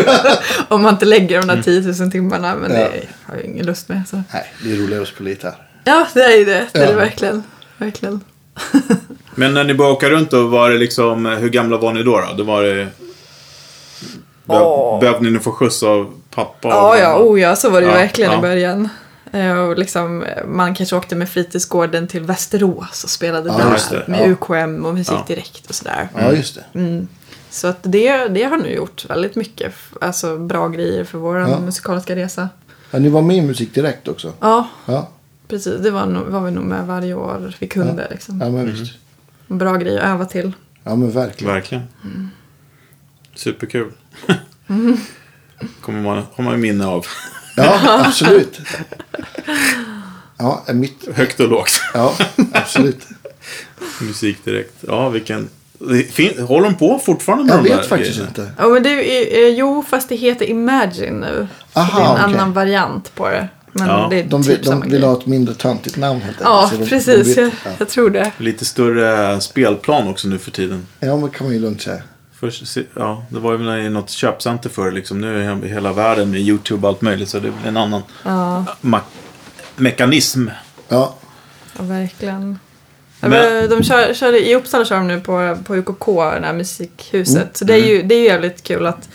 Speaker 4: Om man inte lägger de där 10 000 timmarna, men
Speaker 1: Mm. Ja.
Speaker 4: det har jag ju ingen lust med. Så.
Speaker 1: Nej, det är roligare att spela gitarr.
Speaker 4: Ja, det är ju det. Det är det
Speaker 1: Ja.
Speaker 4: verkligen. Verkligen.
Speaker 2: Men när ni började åka runt då, var det liksom, hur gamla var ni då? Då, då var det... Be-
Speaker 4: Åh.
Speaker 2: Behövde ni få skjuts av pappa? och
Speaker 4: Ja, ja,
Speaker 2: mamma?
Speaker 4: oh, ja, så var det ju
Speaker 2: Ja,
Speaker 4: verkligen
Speaker 2: ja.
Speaker 4: i början. Eh, Och liksom, eh, man kanske åkte med fritidsgården till Västerås och spelade
Speaker 1: Ja,
Speaker 2: just
Speaker 4: där
Speaker 2: det.
Speaker 4: med
Speaker 1: Ja.
Speaker 4: UKM och Musik
Speaker 2: Ja.
Speaker 4: Direkt och sådär.
Speaker 1: Ja, just det.
Speaker 4: Så att det, det har nu gjort väldigt mycket f- alltså, bra grejer för vår
Speaker 1: Ja.
Speaker 4: musikaliska resa.
Speaker 1: Ja, ni var med i Musik Direkt också.
Speaker 4: Ja,
Speaker 1: Ja,
Speaker 4: precis. Det var, nog- var vi nog med varje år vi kunde. Liksom.
Speaker 1: ja men visst.
Speaker 4: Bra grej att öva till.
Speaker 1: Ja, men verkligen.
Speaker 2: Verkligen.
Speaker 4: Mm.
Speaker 2: Superkul. Kommer man, har man ju minne av.
Speaker 1: Ja, absolut. Ja, mitt...
Speaker 2: Högt och lågt.
Speaker 1: Ja, absolut.
Speaker 2: Musik direkt. Ja, vilken... det Fin... Håller de på fortfarande med
Speaker 1: Jag
Speaker 2: de där
Speaker 1: vet faktiskt
Speaker 2: grejerna?
Speaker 1: inte.
Speaker 4: Ja, men det är, eh, jo, fast det heter Imagine nu. Så
Speaker 1: Aha,
Speaker 4: det är en
Speaker 1: okej.
Speaker 4: annan variant på det. Men
Speaker 2: Ja,
Speaker 4: det är
Speaker 1: De,
Speaker 4: typ
Speaker 1: vill-
Speaker 4: samma
Speaker 1: de
Speaker 4: grej.
Speaker 1: vill ha ett mindre töntigt namn helt enkelt.
Speaker 4: Ja,
Speaker 1: så de- de
Speaker 4: precis.
Speaker 1: vet-
Speaker 4: jag,
Speaker 1: ja.
Speaker 4: jag tror det.
Speaker 2: Lite större spelplan också nu för tiden.
Speaker 1: Ja, men kan man ju lugnt säga.
Speaker 2: Först, se- ja, det var ju när- i något köpcenter förr liksom. Nu är he- hela världen med YouTube och allt möjligt. Så det är en annan ma- mekanism.
Speaker 1: Ja,
Speaker 4: Ja, verkligen. Ja,
Speaker 2: Men-
Speaker 4: Men... De kör, kör, I Uppsala kör de nu på, på UKK, det här musikhuset.
Speaker 1: Mm.
Speaker 4: Så det är, ju, det är ju jävligt kul att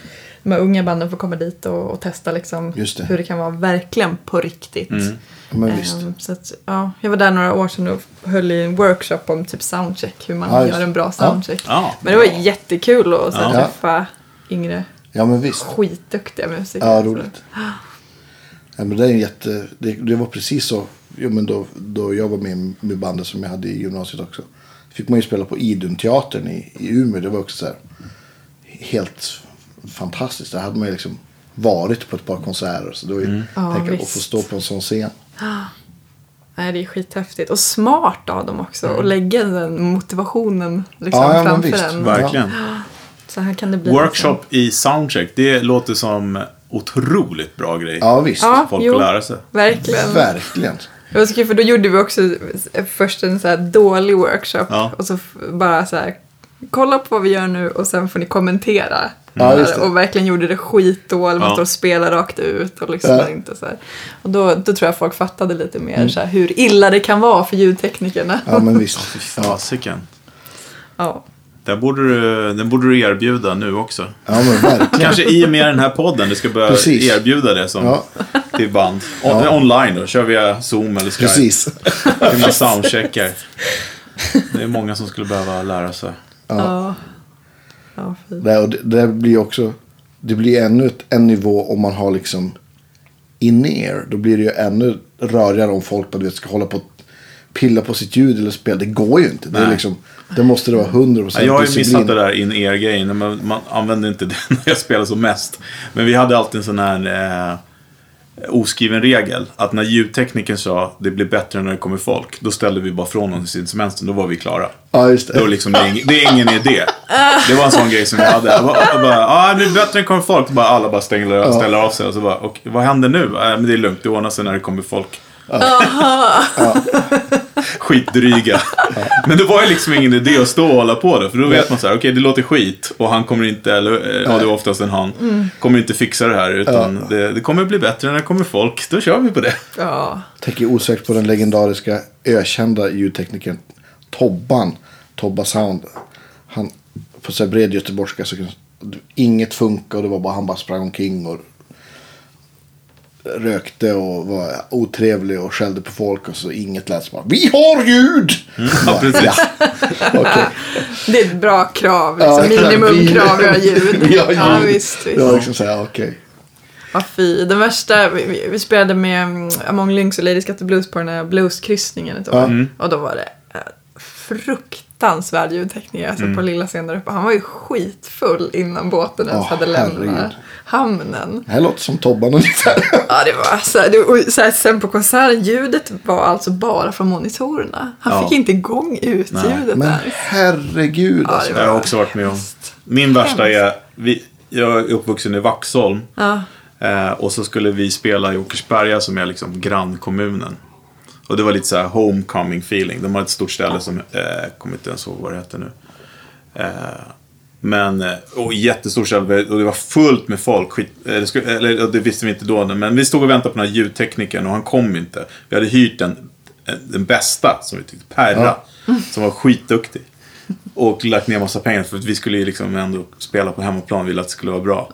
Speaker 4: de här unga banden får komma dit och, och testa liksom
Speaker 1: Just det. Mm.
Speaker 4: hur det kan vara verkligen på riktigt.
Speaker 1: men visst.
Speaker 4: Ehm, så att, ja, jag var där några år sedan och höll i en workshop om typ soundcheck, hur man
Speaker 1: Ja, just
Speaker 4: gör
Speaker 1: det.
Speaker 4: en bra
Speaker 1: Ja.
Speaker 4: soundcheck.
Speaker 2: Ja.
Speaker 4: Men det var jättekul att så,
Speaker 2: Ja.
Speaker 4: träffa yngre
Speaker 1: Ja, men visst.
Speaker 4: skitduktiga musiker.
Speaker 1: Ja, roligt. Ja, men det, är en jätte, det, det var precis så. Jo, men då, då jag var med med bandet som jag hade i gymnasiet också. Fick man ju spela på Idunteatern i, i Umeå. Det var också så här, helt fantastiskt. Där hade man ju liksom varit på ett par konserter. Så det var ju,
Speaker 4: Ja,
Speaker 1: tänka, att
Speaker 4: visst.
Speaker 1: få stå på en sån scen.
Speaker 4: Nej, det är skithäftigt. Och smart av dem också. Och lägga den motivationen liksom,
Speaker 1: Mm. Ja, ja, men
Speaker 4: framför
Speaker 1: visst.
Speaker 4: en.
Speaker 2: Verkligen.
Speaker 4: Så här kan det bli. liksom.
Speaker 2: Workshop i soundcheck. Det låter som otroligt bra grej.
Speaker 1: Ja, visst.
Speaker 4: Ja.
Speaker 2: Folk
Speaker 4: jo.
Speaker 2: att lära sig.
Speaker 4: Verkligen.
Speaker 1: Verkligen.
Speaker 4: Det var så kul för då gjorde vi också först en så här dålig workshop.
Speaker 2: Ja.
Speaker 4: Och så f- bara så här, kolla på vad vi gör nu och sen får ni kommentera.
Speaker 1: Ja,
Speaker 4: Så
Speaker 1: just
Speaker 4: här,
Speaker 1: det.
Speaker 4: Och verkligen gjorde det skitdåligt. Man
Speaker 2: Ja.
Speaker 4: står och spelar rakt ut och liksom
Speaker 1: Ja. Mm.
Speaker 4: inte så här. Och då, då tror jag folk fattade lite mer så här, hur illa det kan vara för ljudteknikerna.
Speaker 1: Ja, men visst.
Speaker 2: Fy
Speaker 1: Ja,
Speaker 2: fasiken.
Speaker 4: Ja.
Speaker 2: Där borde du, den borde du erbjuda nu också.
Speaker 1: ja men verkligen.
Speaker 2: Kanske i och med den här podden, du ska börja
Speaker 1: Precis.
Speaker 2: erbjuda det som,
Speaker 1: Ja.
Speaker 2: till band. O-
Speaker 1: Ja.
Speaker 2: Online då, kör via Zoom eller Skype.
Speaker 1: Precis.
Speaker 2: Hur man soundcheckar. Det är många som skulle behöva lära sig.
Speaker 4: Ja. Ja. fy.
Speaker 1: Det, och det, det blir också, det blir ännu ett, en nivå om man har liksom in-ear. Då blir det ju ännu rörigare om folk bara, du vet, ska hålla på och pilla på sitt ljud eller spel. Det går ju inte. Det, är
Speaker 2: Nej.
Speaker 1: liksom, det måste det vara 100%
Speaker 2: Jag har ju
Speaker 1: disciplin.
Speaker 2: missat det där in er grejen men man använde inte det när jag spelade som mest. Men vi hade alltid en sån här eh, oskriven regel. Att när ljudteknikern sa det blir bättre när det kommer folk, då ställde vi bara från oss instrumenten, då var vi klara.
Speaker 1: Ja, just
Speaker 2: Det, var
Speaker 1: det.
Speaker 2: liksom, det, är ing- det är ingen idé. Det var en sån grej som jag hade. Jag bara, jag bara, ah, det blir bättre när det kommer folk. Då Bara, alla bara stänger, ställer av sig. Och så bara, och, vad händer nu? Äh, men det är lugnt, det ordnar sig när det kommer folk. Skitdryga. Men det var ju liksom ingen idé att stå och hålla på det. För då vet man så här, okej det låter skit. Och han kommer inte, eller eh, ja, det är oftast en han, kommer inte fixa det här. Utan det, det kommer bli bättre när det kommer folk. Då kör vi på det.
Speaker 4: Ja.
Speaker 1: Tänker osökt på den legendariska ökända ljudteknikern Tobban. Tobba Sound. Han på så här bred göteborgska. Så kunde, inget funkade och det var bara han bara sprang omkring och rökte och var otrevlig och skällde på folk och så inget lät så bara Vi har ljud!
Speaker 2: Ja, precis.
Speaker 1: Okej.
Speaker 4: Det är ett bra krav. Liksom.
Speaker 1: exakt.
Speaker 4: Minimumkrav,
Speaker 1: Vi-
Speaker 4: göra ljud.
Speaker 1: vi har ljud.
Speaker 4: Ja, visst, visst.
Speaker 1: Ja, liksom så här, okej.
Speaker 4: Vad fy. Den värsta, vi- vi, vi spelade med mm, Among Lynx och Ladies Got the Blues på den här blueskryssningen ett år.
Speaker 2: Mm.
Speaker 4: Och då var det eh, fruktansvärd ljudtekniker alltså,
Speaker 2: Mm.
Speaker 4: på lilla scenen där uppe. Han var ju skitfull innan båten ens
Speaker 1: Åh,
Speaker 4: hade lämnat
Speaker 1: herregud.
Speaker 4: hamnen.
Speaker 1: Det här låter som Tobban ungefär.
Speaker 4: Ja, det var så här, det, och så här, sen på konserten, ljudet var alltså bara från monitorerna. Han
Speaker 2: Ja.
Speaker 4: fick inte igång ut ljudet
Speaker 1: Men
Speaker 4: där.
Speaker 1: herregud alltså.
Speaker 4: det
Speaker 2: Jag har också varit med om. Min värsta är, vi, jag är uppvuxen i Vaxholm. Eh, och så skulle vi spela i Åkersberga som är liksom grannkommunen. Och det var lite så här homecoming feeling. De har ett stort ställe som, eh, jag kommer inte ens ihåg vad det heter nu. Eh, men, eh, och jättestort ställe och det var fullt med folk. Skit, eh, det, skulle, eller, ja, det visste vi inte då, men vi stod och väntade på den här ljudteknikern och han kom inte. Vi hade hyrt den, den bästa, som vi tyckte, Perra, som var skitduktig. Och lagt ner massa pengar för att vi skulle ju liksom ändå spela på hemmaplan, vi ville att det skulle vara bra.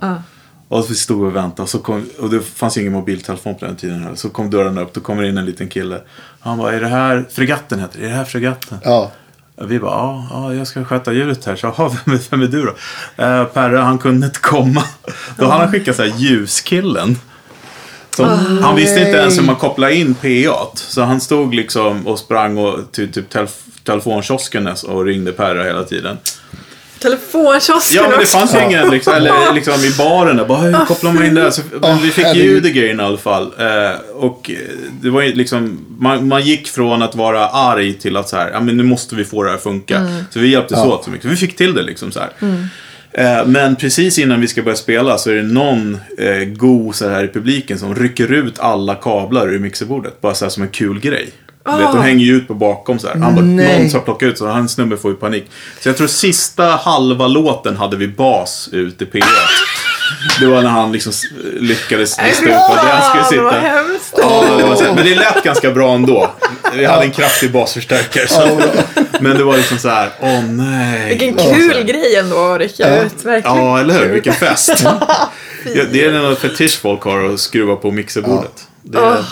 Speaker 2: Och vi stod och väntade och, så kom, och det fanns ju ingen mobiltelefon på den tiden heller. Så kom dörren upp, då kommer in en liten kille. Han bara, är det här fregatten heter det? Är det här fregatten?
Speaker 1: Ja.
Speaker 2: Och Vi bara, ja, ja, jag ska sköta djuret här. Så, jaha, vem, är- vem är du då? Eh, Perra, han kunde inte komma. Då hade han skickat så här ljuskillen. Så han visste inte ens hur man kopplar in PA't. Så han stod liksom och sprang och till typ telef- telefonkiosken och ringde Perra hela tiden.
Speaker 4: Telefonkiosken
Speaker 2: Ja, men det
Speaker 4: också.
Speaker 2: fanns ju ingen liksom, eller liksom i baren där. Bara, hur kopplar man in det? här?" Så, men vi fick
Speaker 1: herregud.
Speaker 2: ljud i grejen i alla fall. Eh, och eh, det var ju liksom, man, man gick från att vara arg till att så här, ja men nu måste vi få det här att funka. Så vi hjälptes åt så mycket. Så vi fick till det liksom så här. Eh, Men precis innan vi ska börja spela så är det någon eh, go så här i publiken som rycker ut alla kablar ur mixerbordet. Bara så här som en kul grej. Du vet, de hänger ju ut på bakom så här. Han bara,
Speaker 1: Nej.
Speaker 2: någon ska plocka ut så han snubben får ju panik. Så jag tror sista halva låten hade vi bas ut i P1. Det var när han liksom s- lyckades lista ut var det han skulle
Speaker 4: Fan, vad
Speaker 2: sitta.
Speaker 4: hemskt.
Speaker 2: Ja, det var så här- Men det lät ganska bra ändå. Vi hade en kraftig basförstärkare. Så. Men det var liksom så här, åh nej.
Speaker 4: Vilken kul grej ändå att rycka ut. Verkligen.
Speaker 2: Ja, eller hur? Vilken fest. Ja, det är en fetisch folk har att skruva på mixerbordet. Det,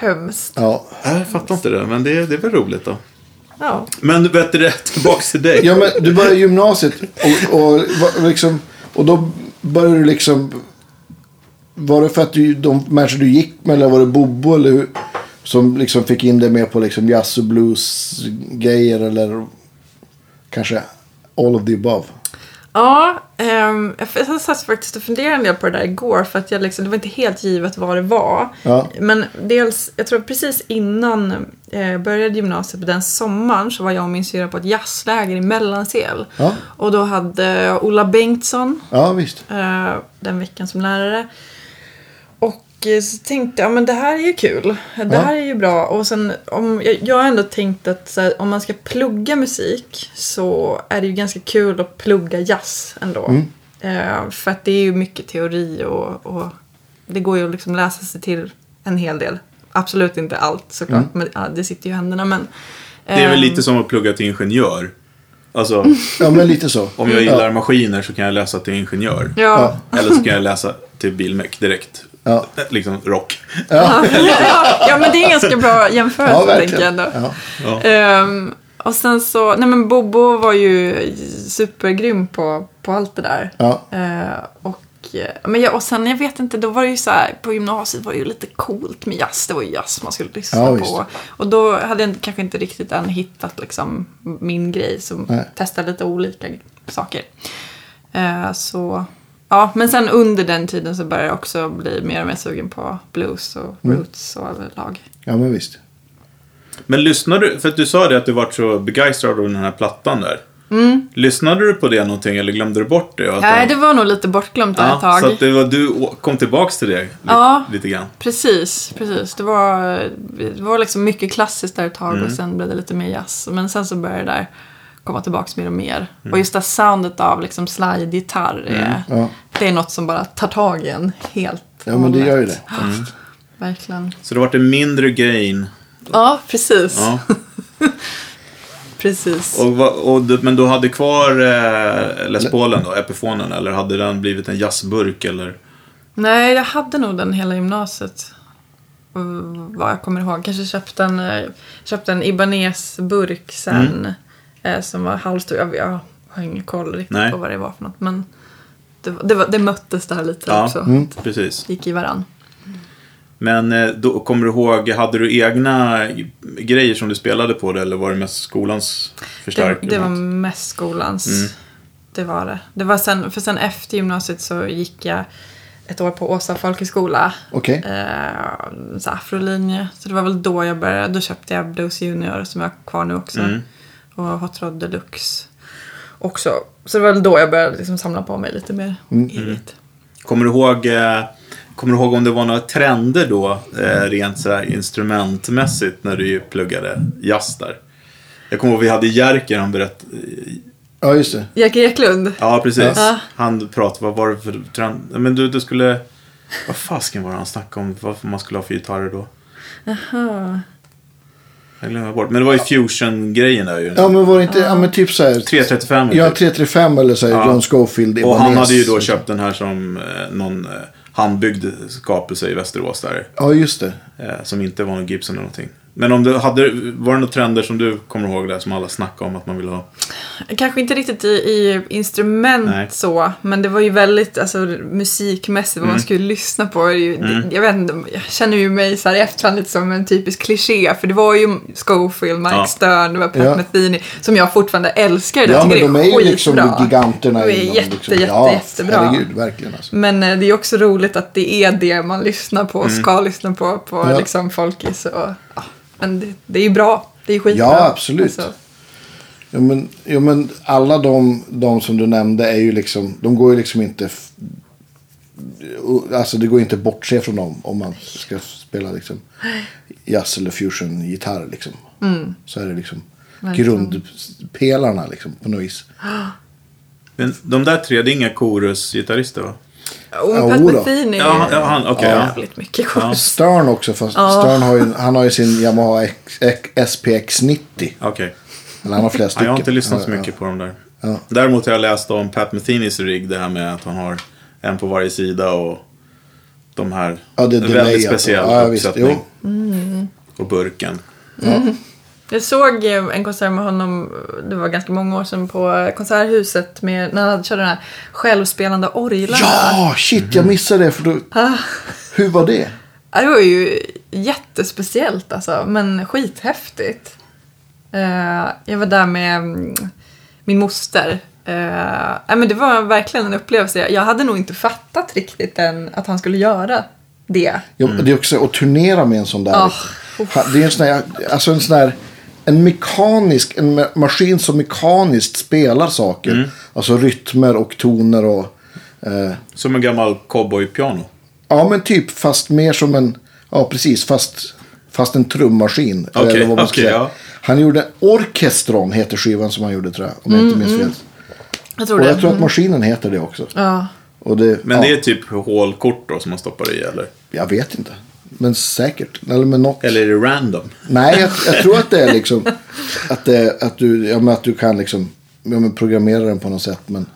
Speaker 4: Hemskt.
Speaker 1: Ja.
Speaker 2: Jag fattar inte det, men det, det är väl roligt då.
Speaker 4: Ja.
Speaker 2: Men vet du det, tillbaks till dig.
Speaker 1: ja, men du började gymnasiet och, och, var- liksom, och då började du liksom... Var det för att du, de människor du gick med eller var det Bobo eller hur, som liksom fick in dig mer på liksom jazz och blues-grejer eller kanske all of the above?
Speaker 4: Ja, ehm, jag jag satt faktiskt och funderade en del på det där igår för att jag liksom, det var inte helt givet vad det var.
Speaker 1: Ja.
Speaker 4: Men dels, jag tror precis innan eh, jag började gymnasiet på den sommaren så var jag och min syra på ett jazzläger i Mellansel.
Speaker 1: Ja.
Speaker 4: Och då hade jag Ola Bengtsson,
Speaker 1: Ja, visst.
Speaker 4: eh, den veckan som lärare. Och eh, så tänkte jag, "Ja, men det här är ju kul. Det
Speaker 1: Ja.
Speaker 4: här är ju bra. Och sen, om, jag, jag har ändå tänkt att så här, om man ska plugga musik så är det ju ganska kul att plugga jazz ändå.
Speaker 1: Mm.
Speaker 4: Eh, för att det är ju mycket teori och, och det går ju att liksom läsa sig till en hel del. Absolut inte allt såklart,
Speaker 1: Mm.
Speaker 4: men ja, det sitter ju i händerna. Men,
Speaker 2: Det är väl
Speaker 4: ehm,
Speaker 2: lite som att plugga till ingenjör. Alltså,
Speaker 1: Ja, men lite så.
Speaker 2: om jag gillar maskiner så kan jag läsa till ingenjör.
Speaker 4: ehm, Ja,
Speaker 2: Eller så kan jag läsa till bilmek direkt.
Speaker 1: Ja.
Speaker 2: Liksom rock.
Speaker 4: ja. ja, men det är en ganska bra
Speaker 1: Ja,
Speaker 4: jämförelse tänker jag
Speaker 1: verkligen.
Speaker 4: ändå.
Speaker 1: Ja.
Speaker 2: Ja.
Speaker 4: Ehm, och sen så, nej men Bobo var ju supergrym på, på allt det där.
Speaker 1: Ja.
Speaker 4: Eh, och Och, eh, men jag, och sen, jag vet inte, då var det ju så här, på gymnasiet var det ju lite coolt med jazz. Det var ju jazz man skulle lyssna
Speaker 1: Ja, visst.
Speaker 4: på. Och då hade jag inte- kanske inte riktigt än hittat liksom, min grej. Som
Speaker 1: Nej.
Speaker 4: testade lite olika saker. Eh, så, ja, men sen under den tiden så började jag också bli mer och mer sugen på blues och
Speaker 1: Mm.
Speaker 4: roots och överlag.
Speaker 1: Ja, men visst.
Speaker 2: Men lyssnade du, för att du sa det att du vart så begeistrad av den här plattan där. Lyssnade du på det någonting eller glömde du bort det? Och att
Speaker 4: Mm. Nej, det var nog lite bortglömt där
Speaker 2: ja,
Speaker 4: ett tag.
Speaker 2: Så att det var, du å- kom tillbaks till det lite,
Speaker 4: Ja.
Speaker 2: lite grann.
Speaker 4: Precis, precis. Det var, det var liksom mycket klassiskt där ett tag
Speaker 2: Mm.
Speaker 4: och sen blev det lite mer jazz. Men sen så började det där komma tillbaks mer och mer.
Speaker 2: Mm.
Speaker 4: Och just det här soundet av liksom slide-gitarr, är-
Speaker 1: ja.
Speaker 4: det är något som bara tar tag i en helt
Speaker 1: Ja,
Speaker 4: och
Speaker 1: men det
Speaker 4: hållet.
Speaker 1: gör ju det. faktiskt.
Speaker 2: Mm.
Speaker 4: Verkligen.
Speaker 2: Så det vart en mindre gain.
Speaker 4: Ja, precis.
Speaker 2: Ja.
Speaker 4: precis.
Speaker 2: Och, va- och, du- men du hade kvar eh, Les Paulen då, Epifonen, eller hade den blivit en jazzburk eller?
Speaker 4: Nej, jag hade nog den hela gymnasiet. Mm, Vad jag kommer ihåg. Kanske köpte en, eh, köpte en Ibanez-burk sen.
Speaker 2: Mm.
Speaker 4: eh, Som var halvstor. Jag, jag har ingen koll riktigt
Speaker 2: Nej.
Speaker 4: på vad det var för något. Men det, var- det, var, det möttes där lite
Speaker 2: Ja,
Speaker 4: också.
Speaker 2: precis.
Speaker 4: Gick i varann.
Speaker 2: Men eh, då, kommer du ihåg, hade du egna g- grejer som du spelade på det eller var det mest skolans
Speaker 4: Det,
Speaker 2: förstärkning?
Speaker 4: det var mest skolans.
Speaker 2: Mm.
Speaker 4: Det var det. det var sen, för sen efter gymnasiet så gick jag ett år på Åsa folkhögskola.
Speaker 1: Okej.
Speaker 4: eh, så afrolinje. Så det var väl då jag började. Då köpte jag Blues Junior som jag har kvar nu också. Och Hot Rod Deluxe också. Så det var väl då jag började liksom samla på mig lite mer eget.
Speaker 2: Kommer du ihåg, eh, kommer du ihåg om det var några trender då eh, rent så här instrumentmässigt när du ju pluggade jazz där? Jag kommer ihåg vi hade Jerker, han berättade,
Speaker 1: Ja, just det.
Speaker 4: Jerker Eklund.
Speaker 2: ja precis,
Speaker 4: Ja.
Speaker 2: han pratade, vad var det för trend? Nej, Men du, du skulle, vad fasken var det han snackade om, varför man skulle ha för gitarrer då?
Speaker 4: Ja.
Speaker 2: Jag glömmer bort, men det var ju fusion-grejen där ju.
Speaker 1: Ja, men var det inte... Ja, men typ så här...
Speaker 2: 335
Speaker 1: Ja,
Speaker 2: typ.
Speaker 1: 335 eller så här
Speaker 2: Ja.
Speaker 1: John Scofield.
Speaker 2: Och han
Speaker 1: Ibanez.
Speaker 2: hade ju då köpt den här som eh, någon eh, handbyggd skapelse i Västerås där.
Speaker 1: Ja, just det.
Speaker 2: Eh, som inte var någon Gibson eller någonting. Men om du hade, var det några trender som du kommer ihåg där som alla snackade om att man ville ha?
Speaker 4: Kanske inte riktigt i, i instrument
Speaker 2: Nej.
Speaker 4: så, men det var ju väldigt alltså, musikmässigt, vad man
Speaker 2: Mm.
Speaker 4: skulle lyssna på. är Ju, det, jag, vet inte, jag känner ju mig så här i efterhand lite som en typisk kliché, för det var ju Scofield, Mike
Speaker 2: Ja.
Speaker 4: Stern, det var Pat
Speaker 1: Ja.
Speaker 4: Metheny, som jag fortfarande älskar. Jag
Speaker 1: Ja, men
Speaker 4: tycker
Speaker 1: de
Speaker 4: det
Speaker 1: är ju liksom
Speaker 4: skitbra.
Speaker 1: giganterna.
Speaker 4: De är
Speaker 1: inom
Speaker 4: jätte,
Speaker 1: liksom-
Speaker 4: jätte,
Speaker 1: ja,
Speaker 4: jättebra.
Speaker 1: Herregud, verkligen alltså.
Speaker 4: Men eh, det är också roligt att det är det man lyssnar på och
Speaker 2: Mm.
Speaker 4: ska lyssna på, på
Speaker 1: Ja.
Speaker 4: liksom folkis. Och, ja. Men det, det är ju bra. Det är ju skitbra. Alltså,
Speaker 1: Ja, absolut. Ja, men, ja, men alla de, de som du nämnde är ju liksom, de går ju liksom inte, f- alltså det går inte att bortse från dem om man ska spela liksom jazz eller fusion-gitarr liksom. Så är det liksom
Speaker 4: Mm. Verkligen.
Speaker 1: grundpelarna liksom på något vis.
Speaker 2: Men de där tre, det är inga chorusgitarrister va?
Speaker 4: Och
Speaker 1: Ja,
Speaker 4: Pat
Speaker 1: jo då.
Speaker 4: Metheny
Speaker 2: Ja, ja, han- okej, ja.
Speaker 4: jävligt mycket skit.
Speaker 1: Stern också, fast Stern har ju, han har ju sin Yamaha X, X, SPX 90.
Speaker 2: Ah, Okej.
Speaker 1: Eller han har flera
Speaker 2: Ja,
Speaker 1: stycken.
Speaker 2: jag har inte lyssnat så
Speaker 1: Ja, ja.
Speaker 2: mycket på dem där.
Speaker 1: Ja.
Speaker 2: Däremot har jag läst om Pat Methenys rigg, det här med att han har en på varje sida och de här.
Speaker 1: Ja, det är
Speaker 2: en
Speaker 1: delay,
Speaker 2: väldigt
Speaker 1: alltså.
Speaker 2: speciell
Speaker 1: Ja, visst.
Speaker 2: uppsättning. Och burken.
Speaker 4: Jag såg eh, en konsert med honom, det var ganska många år sedan, på eh, Konserthuset med, när han hade- körde den här självspelande orgeln.
Speaker 1: Ja, shit, jag missade det. För då,
Speaker 4: Ah.
Speaker 1: hur var det?
Speaker 4: Ja, Det var ju jättespeciellt alltså, men skithäftigt. Eh, jag var där med mm, min moster. Eh, nej, men det var verkligen en upplevelse. Jag- Jag hade nog inte fattat riktigt än att han skulle göra det.
Speaker 1: Ja,
Speaker 2: Mm.
Speaker 1: Det är också att turnera med en sån där.
Speaker 4: Ah,
Speaker 1: Ha- Det är en sån här, alltså en sån här, en mekanisk, en ma- maskin som mekaniskt spelar saker.
Speaker 2: Mm.
Speaker 1: Alltså rytmer och toner och, eh,
Speaker 2: Som en gammal cowboypiano.
Speaker 1: ja men typ fast mer som en, ja precis, fast, fast en trummaskin.
Speaker 2: Okej,
Speaker 1: eller vad man ska
Speaker 2: okej,
Speaker 1: säga.
Speaker 2: ja.
Speaker 1: Han gjorde, Orkestron heter skivan som han gjorde tror jag, om jag
Speaker 4: Mm,
Speaker 1: inte minns fel.
Speaker 4: Jag tror
Speaker 1: Och
Speaker 4: det. Mm.
Speaker 1: jag tror att maskinen heter det också.
Speaker 4: Ja.
Speaker 1: Och det,
Speaker 2: Men
Speaker 1: ja,
Speaker 2: det är typ hålkort då som man stoppar i eller?
Speaker 1: Jag vet inte. Men säkert. Eller med något.
Speaker 2: Eller är det random?
Speaker 1: Nej, jag, jag tror att det är liksom att, det, att, du, ja, men att du kan liksom ja, men programmera den på något sätt. Men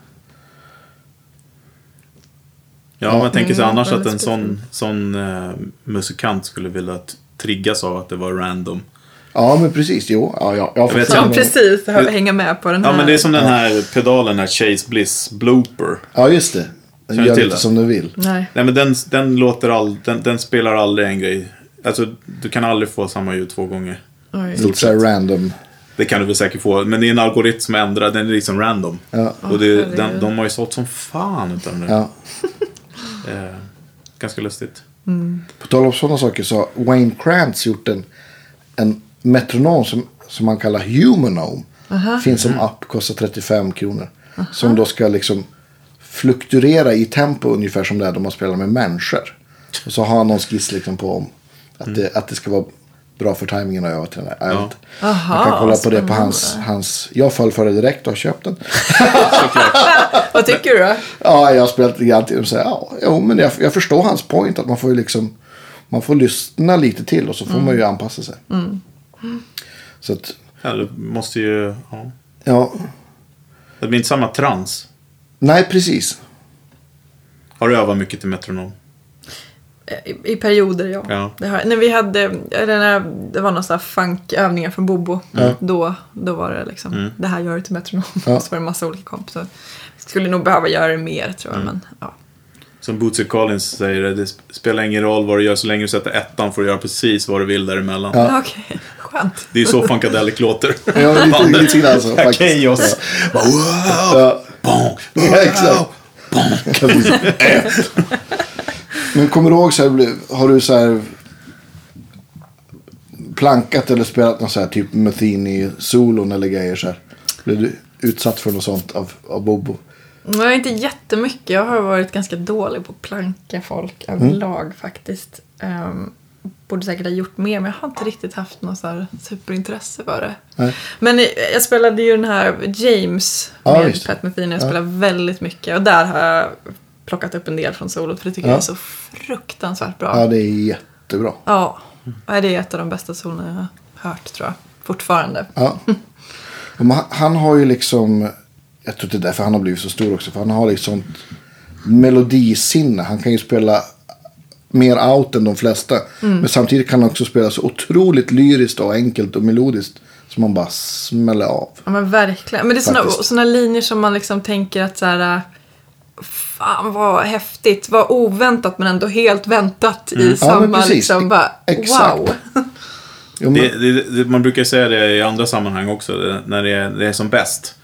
Speaker 2: Ja, man tänker sig
Speaker 4: Mm,
Speaker 2: annars att
Speaker 4: väldigt
Speaker 2: en sån, sån eh, musikant skulle vilja t- triggas av att det var random.
Speaker 1: ja, men precis. Jo, ja, ja, jag,
Speaker 2: vet
Speaker 4: Ja,
Speaker 2: inte.
Speaker 4: precis. Hänga med på den här.
Speaker 2: Ja, men det är som den här pedalen, här Chase Bliss Blooper.
Speaker 1: Ja, just det. Den
Speaker 2: Känner
Speaker 1: gör
Speaker 2: till
Speaker 1: lite
Speaker 2: den?
Speaker 1: som den vill.
Speaker 4: Nej.
Speaker 2: Nej men den, den låter all, den, den spelar aldrig en grej. Alltså du kan aldrig få samma ljud två gånger.
Speaker 4: Oj.
Speaker 1: Lite så här random.
Speaker 2: Det kan du väl säkert få, men det är en algoritm som ändrar, den är liksom random.
Speaker 1: Ja.
Speaker 2: Och det,
Speaker 4: Åh,
Speaker 2: den,
Speaker 4: herregud.
Speaker 2: de har ju sålt som fan utan den.
Speaker 1: Ja.
Speaker 2: Eh, ganska lustigt.
Speaker 1: På tal om sådana saker så har Wayne Krantz gjort en, en metronom som, som han kallar Humanome. Finns som app, kostar 35 kronor. Som då ska liksom fluktuera i tempo ungefär som det är när man spelar med människor. Och så har han någon skiss liksom på om att, det, att det ska vara bra för tajmingen och öva till den här. Ja.
Speaker 4: Aha,
Speaker 1: Man kan kolla på det på hans, hans... Jag föll för det direkt och har köpt den.
Speaker 4: Vad tycker du då?
Speaker 1: Ja, jag har spelat lite grann till och säger ja, jo, men jag, jag förstår hans point att man får ju liksom man får lyssna lite till och så får man ju anpassa sig. Så att,
Speaker 2: Ja, du måste ju, ja.
Speaker 1: ja,
Speaker 2: Det blir inte samma trans.
Speaker 1: nej precis.
Speaker 2: Har du övat mycket till metronom?
Speaker 4: I, i perioder, ja.
Speaker 2: Ja.
Speaker 4: Det har, när vi hade, eller när det var några sådana funkövningar från Bobo, då, då var det liksom, det här gör du till metronom.
Speaker 1: Ja.
Speaker 4: Så var det en massa olika kompisar. Skulle nog behöva göra det mer, tror jag, men ja.
Speaker 2: Som Bootsy Collins säger, det sp- spelar ingen roll vad du gör så länge du sätter ettan får du göra precis vad du vill däremellan.
Speaker 4: ja. Okej, skönt.
Speaker 2: Det är ju så funkadelic låter.
Speaker 1: Ja, men lite, lite grann så
Speaker 2: Ja,
Speaker 1: Alltså, faktiskt.
Speaker 2: Chaos. Bara, wow!
Speaker 1: Ja,
Speaker 2: Bonk!
Speaker 1: ja, exakt. Ja, precis. men kommer du ihåg så här, har du så här plankat eller spelat någon så här typ Matheny-solon eller grejer så här? Blev du utsatt för något sånt av, av Bobo?
Speaker 4: Men jag är inte jättemycket. Jag har varit ganska dålig på att planka folk
Speaker 1: Mm.
Speaker 4: överlag faktiskt. Ehm, borde säkert ha gjort mer, men jag har inte riktigt haft något så här superintresse för det.
Speaker 1: Nej.
Speaker 4: Men eh, jag spelade ju den här James
Speaker 1: Ja,
Speaker 4: med
Speaker 1: visst.
Speaker 4: Pat Metheny. Jag spelade väldigt mycket och där har jag plockat upp en del från solot för det tycker
Speaker 1: Ja.
Speaker 4: jag är så fruktansvärt bra.
Speaker 1: Ja, det är jättebra.
Speaker 4: Ja, Nej, det är ett av de bästa solorna jag har hört tror jag. Fortfarande.
Speaker 1: Ja. Men han- han har ju liksom, jag tror inte det är därför han har blivit så stor också, för han har liksom melodisinne. Han kan ju spela mer out än de flesta. Men samtidigt kan han också spela så otroligt lyriskt och enkelt och melodiskt. Så man bara smäller av.
Speaker 4: Ja men verkligen. Men det är såna,
Speaker 1: Faktiskt.
Speaker 4: såna linjer som man liksom tänker att så här. äh, Fan vad häftigt. Vad oväntat men ändå helt väntat i samma
Speaker 1: Mm. men precis. E-
Speaker 4: liksom bara
Speaker 1: Exakt.
Speaker 4: wow.
Speaker 1: Jo, men,
Speaker 2: Det, det, det, man brukar säga det i andra sammanhang också, det, när det är, det är som bäst.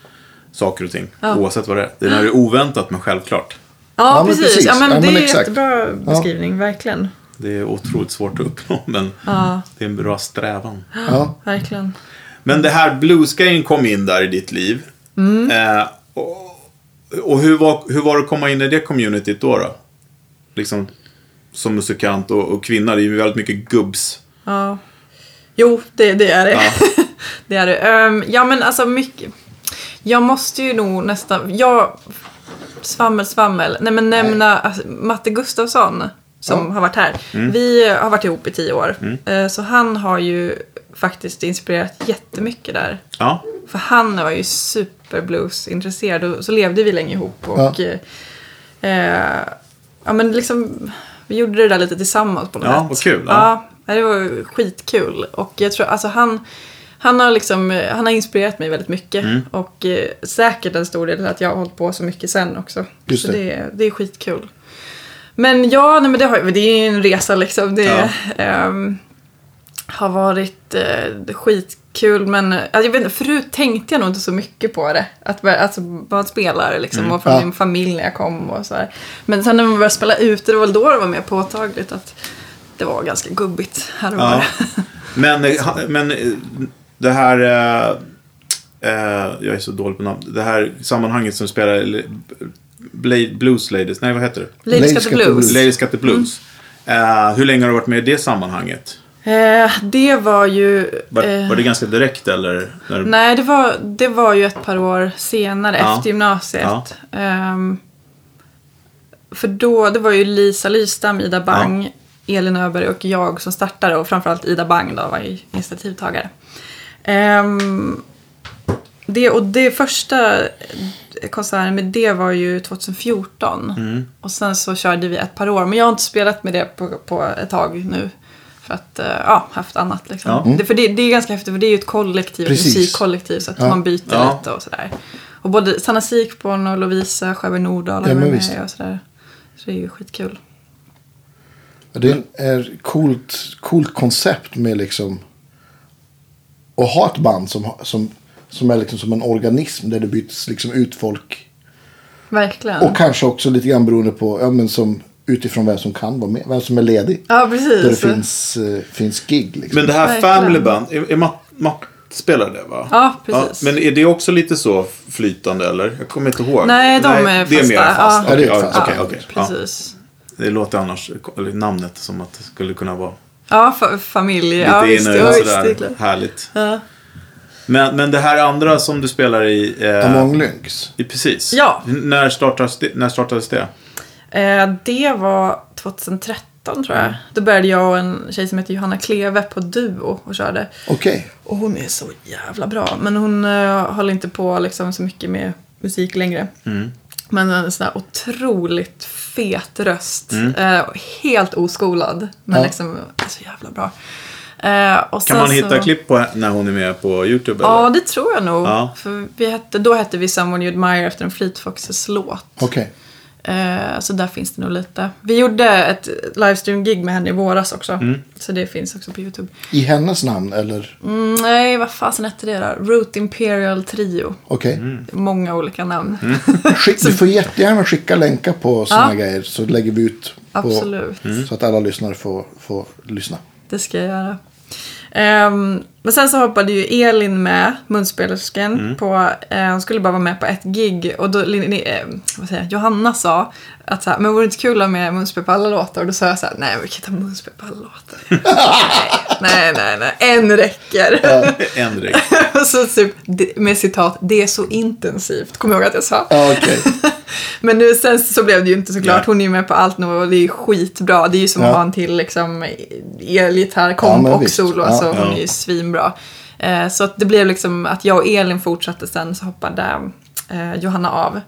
Speaker 2: Saker och ting, oavsett vad det är. Det är när det är oväntat men självklart.
Speaker 4: Ja,
Speaker 1: men
Speaker 4: precis.
Speaker 1: precis.
Speaker 4: Ja men
Speaker 1: Ja,
Speaker 4: det
Speaker 1: men
Speaker 4: är en
Speaker 1: exakt.
Speaker 4: jättebra beskrivning. Verkligen.
Speaker 2: Det är otroligt svårt att uppnå men
Speaker 4: Ja,
Speaker 2: det är en bra strävan.
Speaker 1: ja.
Speaker 4: verkligen.
Speaker 2: Men det här bluesgrejen kom in där i ditt liv.
Speaker 4: Mm.
Speaker 2: Eh, och och hur, var, hur var det att komma in i det communityt då? då? Liksom som musikant och, och kvinna, det är ju väldigt mycket gubbs.
Speaker 4: Ja. Jo, det, det är det.
Speaker 2: Ja.
Speaker 4: det är det. Ehm, ja, men alltså mycket. Jag måste ju nog nästan... Jag... Svammel, svammel. Nej, men nämna alltså, Matte Gustafsson som
Speaker 1: Ja.
Speaker 4: har varit här. Vi har varit ihop i tio år. Eh, Så han har ju faktiskt inspirerat jättemycket där.
Speaker 2: Ja,
Speaker 4: För han var ju superbluesintresserad och så levde vi länge ihop. Och, eh, ja, men liksom, vi gjorde det där lite tillsammans på något
Speaker 2: Ja,
Speaker 4: sätt.
Speaker 2: vad kul, ja.
Speaker 4: Ja. det var ju skitkul. Och jag tror, alltså han, han, har liksom, eh, han har inspirerat mig väldigt mycket.
Speaker 2: Mm.
Speaker 4: Och eh, säkert en stor del till att jag har hållit på så mycket sen också.
Speaker 1: Just
Speaker 4: så
Speaker 1: det.
Speaker 4: det, är- det är skitkul. Men ja, nej, men det, har, det är ju en resa liksom. Det, ehm, har varit eh, skitkul men eh, jag vet, inte, förut tänkte jag nog inte så mycket på det. Att bara- alltså, vad spelar liksom
Speaker 2: Mm.
Speaker 4: och från
Speaker 1: Ja.
Speaker 4: min familj när jag kom och så här. Men sen när man började spela ute det var väl då det var mer påtagligt att det var ganska gubbigt här och
Speaker 2: ja.
Speaker 4: var.
Speaker 2: Men, eh, ha- men eh, det här... Eh, eh, jag är så dålig på namn. Det här sammanhanget som spelar eller, Bla- Blues Ladies, nej vad heter det?
Speaker 4: Ladies
Speaker 1: Ladies
Speaker 4: Got
Speaker 1: Got
Speaker 4: the
Speaker 1: the
Speaker 4: Blues. Mm.
Speaker 1: Blues.
Speaker 2: Ladies Got the Blues. Eh, hur länge har du varit med i det sammanhanget?
Speaker 4: Eh, det var ju...
Speaker 2: Var,
Speaker 4: eh,
Speaker 2: var det ganska direkt eller? När du-
Speaker 4: Nej, det var, det var ju ett par år senare,
Speaker 2: Ja.
Speaker 4: efter gymnasiet. Ehm, för då, det var ju Lisa Lystam, Ida Bang, Elin Öberg och jag som startade. Och framförallt Ida Bang då var ju initiativtagare. Ehm, det, och det första konserten med det var ju 2014.
Speaker 1: Mm.
Speaker 4: Och sen så körde vi ett par år. Men jag har inte spelat med det på, på ett tag nu. För att, eh, ja, haft annat liksom.
Speaker 2: Ja.
Speaker 4: Det, för det, det är ganska häftigt för det är ju ett kollektiv, ett
Speaker 1: Precis.
Speaker 4: musikkollektiv. Så att man byter
Speaker 2: Ja.
Speaker 4: lite och sådär. Och både Sanna Sikborn och Lovisa Sjöberg Nordahl har
Speaker 1: Ja, men
Speaker 4: varit
Speaker 1: visst.
Speaker 4: med och sådär. Så det är ju skitkul.
Speaker 1: Ja, Det är ett coolt, coolt koncept med liksom att ha ett band som, ha- som, som är liksom som en organism där det byts liksom ut folk.
Speaker 4: Verkligen.
Speaker 1: Och kanske också lite grann beroende på ja, men som, utifrån vem som kan vara med, vem som är ledig.
Speaker 4: ja,
Speaker 1: Där det
Speaker 4: precis.
Speaker 1: finns, eh, finns gig. Liksom.
Speaker 2: Men det här
Speaker 4: Verkligen.
Speaker 2: Family Band, är, är Matt, Matt spelar det va?
Speaker 4: Ja, precis.
Speaker 2: men är det också lite så flytande eller? Jag kommer inte ihåg.
Speaker 4: Nej, de är
Speaker 2: Det är mer
Speaker 4: fasta,
Speaker 2: fast.
Speaker 4: ja.
Speaker 1: Ja, det är
Speaker 2: Okej,
Speaker 1: fast.
Speaker 2: okej,
Speaker 4: ja,
Speaker 2: okej. Ja.
Speaker 4: precis.
Speaker 2: Det låter annars, eller namnet, som att det skulle kunna vara
Speaker 4: Ja, fa- familj.
Speaker 2: lite
Speaker 4: Ja, visst.
Speaker 2: inne
Speaker 4: Ja,
Speaker 2: och
Speaker 4: visst, det är klart.
Speaker 2: sådär härligt.
Speaker 4: Ja.
Speaker 2: Men, men det här andra som du spelar i... Eh,
Speaker 1: Among Lynx.
Speaker 2: i- Precis.
Speaker 4: Ja.
Speaker 2: N- När, startades det, när startades det?
Speaker 4: Eh, det var 2013 tror jag.
Speaker 2: Mm.
Speaker 4: Då började jag och en tjej som heter Johanna Kleve på Duo och körde.
Speaker 1: Okej.
Speaker 4: Och hon är så jävla bra. Men hon eh, håller inte på liksom, så mycket med musik längre.
Speaker 2: Mm.
Speaker 4: Men en sån här otroligt fet röst.
Speaker 2: Mm.
Speaker 4: Eh, helt oskolad. Men
Speaker 1: Ja.
Speaker 4: liksom så jävla bra. Eh, och
Speaker 2: Kan
Speaker 4: sen
Speaker 2: man hitta
Speaker 4: så...
Speaker 2: klipp på när hon är med på YouTube?
Speaker 4: Ja,
Speaker 2: eller?
Speaker 4: det tror jag nog.
Speaker 2: Ja.
Speaker 4: För vi hette, då hette vi Someone You Admire efter en Fleet Foxes låt.
Speaker 1: Okej.
Speaker 4: Eh, så där finns det nog lite. Vi gjorde ett livestream-gig med henne i våras också. Så det finns också på YouTube.
Speaker 1: I hennes namn eller?
Speaker 4: Mm, nej, vad fasen hette det då? Root Imperial Trio.
Speaker 1: Okej.
Speaker 2: Mm.
Speaker 4: Många olika namn.
Speaker 1: Skick- Du får jättegärna skicka länkar på sådana grejer så lägger vi ut på,
Speaker 4: Absolut.
Speaker 2: Mm.
Speaker 1: så att alla lyssnare får, får lyssna.
Speaker 4: Det ska jag göra. Ehm, men sen så hoppade ju Elin med, munspelerskan, på, eh, hon skulle bara vara med på ett gig och då, Lin- ni- eh, vad säger jag, Johanna sa att så här, men vore det inte kul att ha med munspel på alla låtar? Och då sa jag så här, nej vi kan inte ha munspel på alla låtar. nej, nej, nej, nej, en räcker.
Speaker 2: En regel.
Speaker 4: Och så typ, det- med citat, det är så intensivt, kommer jag ihåg att jag sa.
Speaker 1: Ja, okej.
Speaker 4: Men nu, sen så blev det ju inte såklart.
Speaker 2: Nej.
Speaker 4: Hon är ju med på allt nu och det är ju skitbra. Det är ju som
Speaker 1: Ja.
Speaker 4: att ha en till liksom, elgitarr,
Speaker 1: Ja,
Speaker 4: komp
Speaker 1: men
Speaker 4: och
Speaker 1: visst.
Speaker 4: solo.
Speaker 1: Ja.
Speaker 4: så hon
Speaker 2: Ja.
Speaker 4: är ju svinbra. Eh, så att det blev liksom att jag och Elin fortsatte sen så hoppade eh, Johanna av.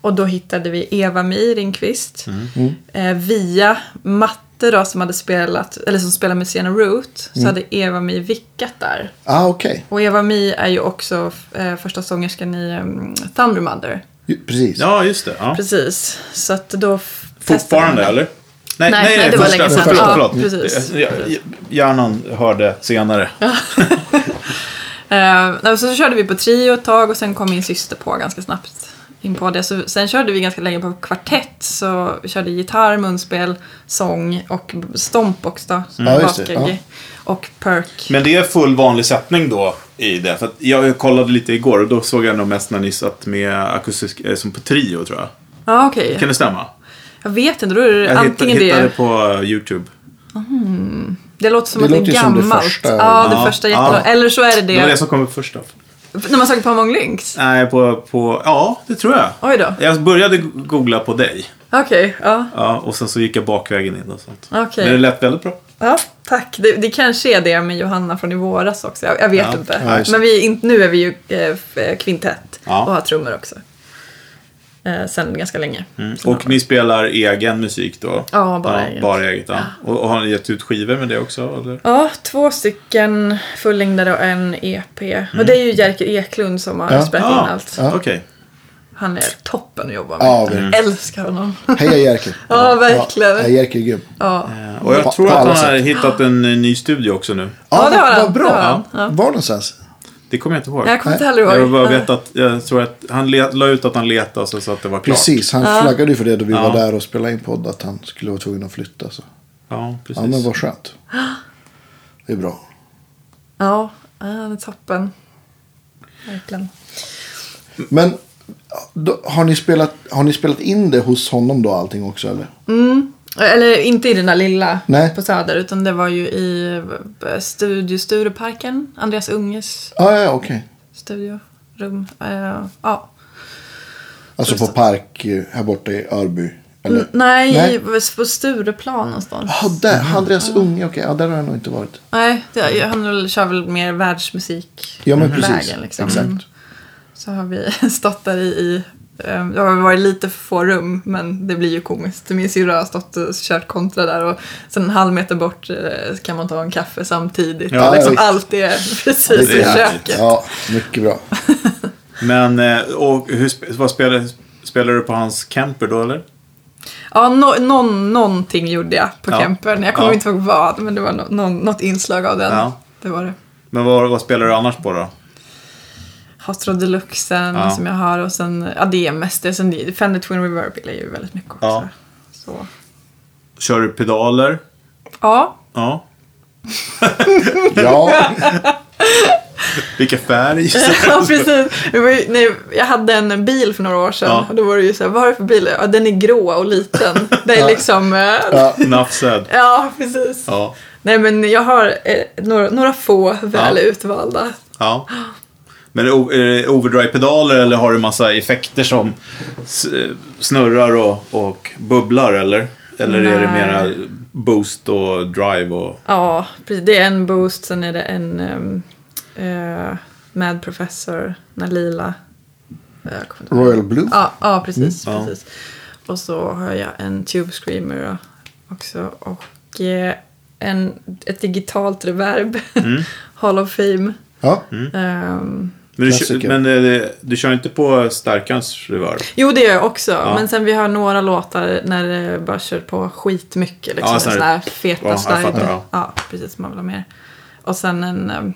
Speaker 4: Och då hittade vi Eva-Mi Ringqvist.
Speaker 1: Mm.
Speaker 4: Eh, via Matte då som hade spelat, eller som spelar med Sienna Root.
Speaker 1: Mm.
Speaker 4: Så hade Eva-Mi vickat där.
Speaker 1: Ah, okej.
Speaker 4: Och Eva-Mi är ju också eh, första sångerskan i um, Thunder Mother.
Speaker 1: Ju- Precis.
Speaker 2: Ja, just det. Ja.
Speaker 4: Precis, så att då... f- testade jag
Speaker 2: Fortfarande,
Speaker 4: det.
Speaker 2: eller?
Speaker 4: Nej, nej, det var
Speaker 2: första,
Speaker 4: länge sedan.
Speaker 2: Förlåt,
Speaker 4: Ja,
Speaker 2: förlåt.
Speaker 4: precis.
Speaker 2: Det- jag- Hjärnan hörde senare.
Speaker 4: Eh, nej, så körde vi på trio ett tag och sen kom min syster på ganska snabbt in på det. Så sen körde vi ganska länge på kvartett. Så vi körde gitarr, munspel, sång och b- stomp också då, som
Speaker 1: Mm. Ja,
Speaker 4: var
Speaker 1: just det,
Speaker 4: basgig.
Speaker 1: ja.
Speaker 4: Och perk.
Speaker 2: Men det är full vanlig sättning då i det. För att jag kollade lite igår och då såg jag nog mest när ni satt med akustisk, eh, som på trio tror jag.
Speaker 4: Ja, okej.
Speaker 2: Kan det stämma?
Speaker 4: Jag vet inte, då är det
Speaker 2: Jag
Speaker 4: antingen
Speaker 2: hittade, hittade
Speaker 4: det...
Speaker 2: på eh, YouTube.
Speaker 4: Det låter som
Speaker 1: Det
Speaker 4: att det
Speaker 1: låter
Speaker 4: är
Speaker 1: ju som det
Speaker 4: gammalt.
Speaker 1: första.
Speaker 4: ja, det
Speaker 2: Ja,
Speaker 4: första
Speaker 2: ja.
Speaker 4: jättelångt. Eller så är det det,
Speaker 2: Det var det som kom upp först då.
Speaker 4: när man söker på Among Lynx.
Speaker 2: Nej, på, på... Ja, det tror jag.
Speaker 4: Oj då.
Speaker 2: Jag började googla på dig.
Speaker 4: Okej, ja.
Speaker 2: Ja, och sen så gick jag bakvägen in och sånt.
Speaker 4: Okej.
Speaker 2: Men det lät väldigt bra.
Speaker 4: Ja, tack. Det, det kanske är det med Johanna från i våras också. Jag, jag vet
Speaker 2: Ja,
Speaker 4: inte.
Speaker 2: ja, just det.
Speaker 4: Men vi, är inte- nu är vi ju eh, f- eh, kvintett
Speaker 2: Ja.
Speaker 4: och har trummor också. Eh, sen ganska länge. Sen
Speaker 2: Och ni spelar egen musik då?
Speaker 4: Ja, bara eget.
Speaker 2: Bara eget ja. och, och har ni gett ut skivor med det också? Eller?
Speaker 4: Ja, två stycken fullängdare och en EP. Och det är ju Jerker Eklund som har
Speaker 1: Ja.
Speaker 4: spelat in allt.
Speaker 2: Mm. Ja, okej.
Speaker 4: Han är toppen att jobba med.
Speaker 1: Ja, verkligen.
Speaker 4: Jag älskar honom.
Speaker 1: Heja Jerker.
Speaker 4: Ja, verkligen.
Speaker 1: Ja, Jerker är grym.
Speaker 4: Ja.
Speaker 2: Eh, Och jag
Speaker 1: På-
Speaker 2: tror
Speaker 1: på
Speaker 2: att han
Speaker 1: alla
Speaker 2: har
Speaker 1: sätt.
Speaker 2: hittat en eh, ny studio också nu.
Speaker 4: Ja, det har
Speaker 1: vad-
Speaker 4: han.
Speaker 1: Vad bra.
Speaker 4: Det har han. Ja.
Speaker 1: Var någonstans?
Speaker 2: Det kommer jag inte ihåg.
Speaker 4: Jag kommer inte heller ihåg.
Speaker 2: Jag har bara
Speaker 4: Nej.
Speaker 2: vet att, jag tror att han le- la ut att han letade och så sa att det var klart.
Speaker 1: Precis, han flaggade ju för det då vi
Speaker 2: Ja.
Speaker 1: var där och spelade in podd att han skulle vara tvungen att flytta. Så.
Speaker 2: Ja,
Speaker 1: Ja, men
Speaker 2: precis.
Speaker 1: vad skönt. Det är bra.
Speaker 4: Ja, han är toppen. Verkligen.
Speaker 1: Men då, har, ni spelat, har ni spelat in det hos honom då allting också eller?
Speaker 4: Mm. Eller inte i den där lilla
Speaker 1: Nej.
Speaker 4: på Söder, utan det var ju i eh, studio Stureparken. Andreas Unges
Speaker 1: Ja, ja, okej.
Speaker 4: studiorum. Eh, ja.
Speaker 1: Alltså på park eh, här borta i Örby. Eller?
Speaker 4: N- Mm, Nej,
Speaker 1: Mm. Nej.
Speaker 4: på Stureplan någonstans.
Speaker 1: Ja, där. Andreas Unge, okej. Ja, där har jag nog inte varit.
Speaker 4: Nej, det, han kör väl mer världsmusik.
Speaker 1: Ja, men precis.
Speaker 4: vägen, liksom. Mm.
Speaker 1: Exakt.
Speaker 4: Så har vi stått där i... i eh, det har varit lite för få rum, men det blir ju komiskt. Min syrra har stått och kört kontra där och sen en halv meter bort eh, kan man ta en kaffe samtidigt.
Speaker 2: Ja,
Speaker 4: och liksom
Speaker 1: visst.
Speaker 4: allt är precis
Speaker 2: Det
Speaker 4: i
Speaker 2: är härligt.
Speaker 4: köket.
Speaker 1: Ja, mycket bra.
Speaker 2: Men, eh, och hur, sp- vad spelar, spelar du på hans camper då eller?
Speaker 4: Ja, no, någon, någonting gjorde jag på
Speaker 2: Ja.
Speaker 4: Kempen. Jag kommer
Speaker 2: Ja.
Speaker 4: inte ihåg vad, men det var no, no, något inslag av den.
Speaker 2: Ja.
Speaker 4: Det var det.
Speaker 2: Men vad, vad spelar du annars på då?
Speaker 4: Hotro Deluxen
Speaker 2: Ja.
Speaker 4: som jag har och sen, ja det är mest det. Sen Fender Twin Reverb gillar jag ju väldigt mycket också.
Speaker 2: Ja.
Speaker 4: Så.
Speaker 2: Kör du pedaler?
Speaker 4: Ja,
Speaker 2: Ja.
Speaker 1: Ja,
Speaker 2: Vilka färg?
Speaker 4: ja precis. Det var ju, nej, jag hade en bil för några år sedan
Speaker 2: Ja.
Speaker 4: och då var det ju så här, vad har du för bil? Ja, den är grå och liten. Det är liksom, eh,
Speaker 2: Enough said.
Speaker 4: ja precis.
Speaker 2: Ja.
Speaker 4: Nej men jag har eh, några, några få väl utvalda.
Speaker 2: ja. Men är det o- är det overdrive-pedaler eller har du massa effekter som s- snurrar och, och bubblar eller? Eller är det
Speaker 4: Nej.
Speaker 2: mera boost och drive och...
Speaker 4: Ja, precis. Det är en boost, sen är det en ehm, eh, Mad Professor, Nalila. Eh, jag kommer inte ihåg.
Speaker 1: Royal Blue.
Speaker 4: Ja, ja precis.
Speaker 2: Mm. Ja.
Speaker 4: precis. Och så har jag en Tube Screamer också. Och eh, en, ett digitalt reverb.
Speaker 2: Mm.
Speaker 4: Hall of Fame.
Speaker 1: Ja.
Speaker 4: Ehm,
Speaker 2: Men, du, kö-
Speaker 1: Klassiker.
Speaker 2: men eh, det- du kör inte på starkans reverb?
Speaker 4: jo, det gör jag också. Men sen vi har några låtar när det bara kör på skitmycket. Liksom,
Speaker 2: Ja,
Speaker 4: ja,
Speaker 2: sån här-
Speaker 4: sådana här feta
Speaker 2: Ja, jag
Speaker 4: slide.
Speaker 2: fattar, ja.
Speaker 4: precis. Man vill ha mer. Och sen en um,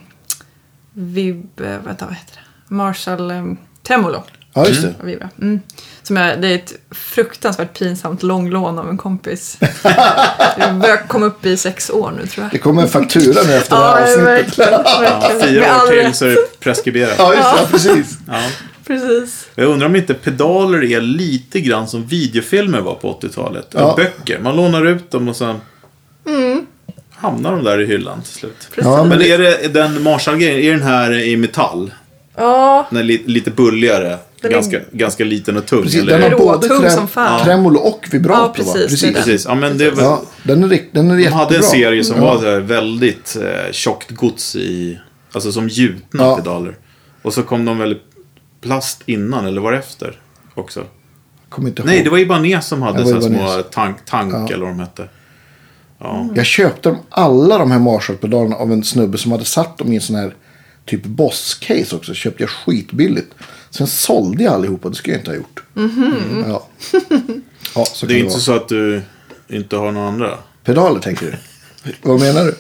Speaker 4: vib... eh, Vänta, vad heter det? Marshall um, Tremolo.
Speaker 1: ja, just det.
Speaker 4: av Vibra. Mm. Som jag, det är ett fruktansvärt pinsamt långlån av en kompis. Det börjar komma upp i sex år nu tror
Speaker 1: Det
Speaker 4: jag.
Speaker 1: kommer en faktura nu efter det här avsnittet.
Speaker 4: verkligen.
Speaker 2: Ja,
Speaker 4: verkligen. Med
Speaker 2: fyra
Speaker 4: all
Speaker 2: år till
Speaker 4: rätt.
Speaker 2: så är det preskriberat.
Speaker 1: Ja, just det. Ja, precis.
Speaker 2: Ja.
Speaker 4: Precis.
Speaker 2: Jag undrar om inte pedaler är lite grann som videofilmer var på 80-talet.
Speaker 1: Ja.
Speaker 2: Böcker. Man lånar ut dem och sen hamnar de där i hyllan till slut.
Speaker 4: Mm. Precis.
Speaker 1: Ja,
Speaker 4: Ja,
Speaker 2: Men är det den Marshall-grejen, är den här i metall? Den är li- lite bulligare,
Speaker 4: Den är-
Speaker 2: ganska, ganska liten och tung.
Speaker 1: Precis,
Speaker 2: eller?
Speaker 1: den har
Speaker 4: Råtung
Speaker 1: både trem-
Speaker 4: som fan.
Speaker 1: tremolo och vibrato.
Speaker 4: Ja, precis,
Speaker 1: va?
Speaker 4: det är den.
Speaker 2: Precis, ja Mm. men det var...
Speaker 1: Ja, den är, rikt- den är
Speaker 2: De
Speaker 1: jättebra.
Speaker 2: hade en serie som var så här väldigt eh, tjockt gods i... Alltså som gjutna
Speaker 1: Ja.
Speaker 2: pedaler. Och så kom de väl plast innan eller var det efter också?
Speaker 1: Kommer inte ihåg.
Speaker 2: Nej, det var Ibanez som hade
Speaker 1: Det
Speaker 2: så här
Speaker 1: var
Speaker 2: små
Speaker 1: Ibanez.
Speaker 2: tank, tank eller vad de hette.
Speaker 1: Jag köpte dem, alla de här Marshall-pedalerna av en snubbe som hade satt dem i en sån här typ Boss-case också. Köpte jag skitbilligt. Sen sålde jag allihopa. Det skulle jag inte ha gjort. Ja. ja, så kan
Speaker 2: Det
Speaker 1: det,
Speaker 2: är
Speaker 1: vara.
Speaker 2: inte så att du inte har några andra?
Speaker 1: Pedaler tänker du? Vad menar du?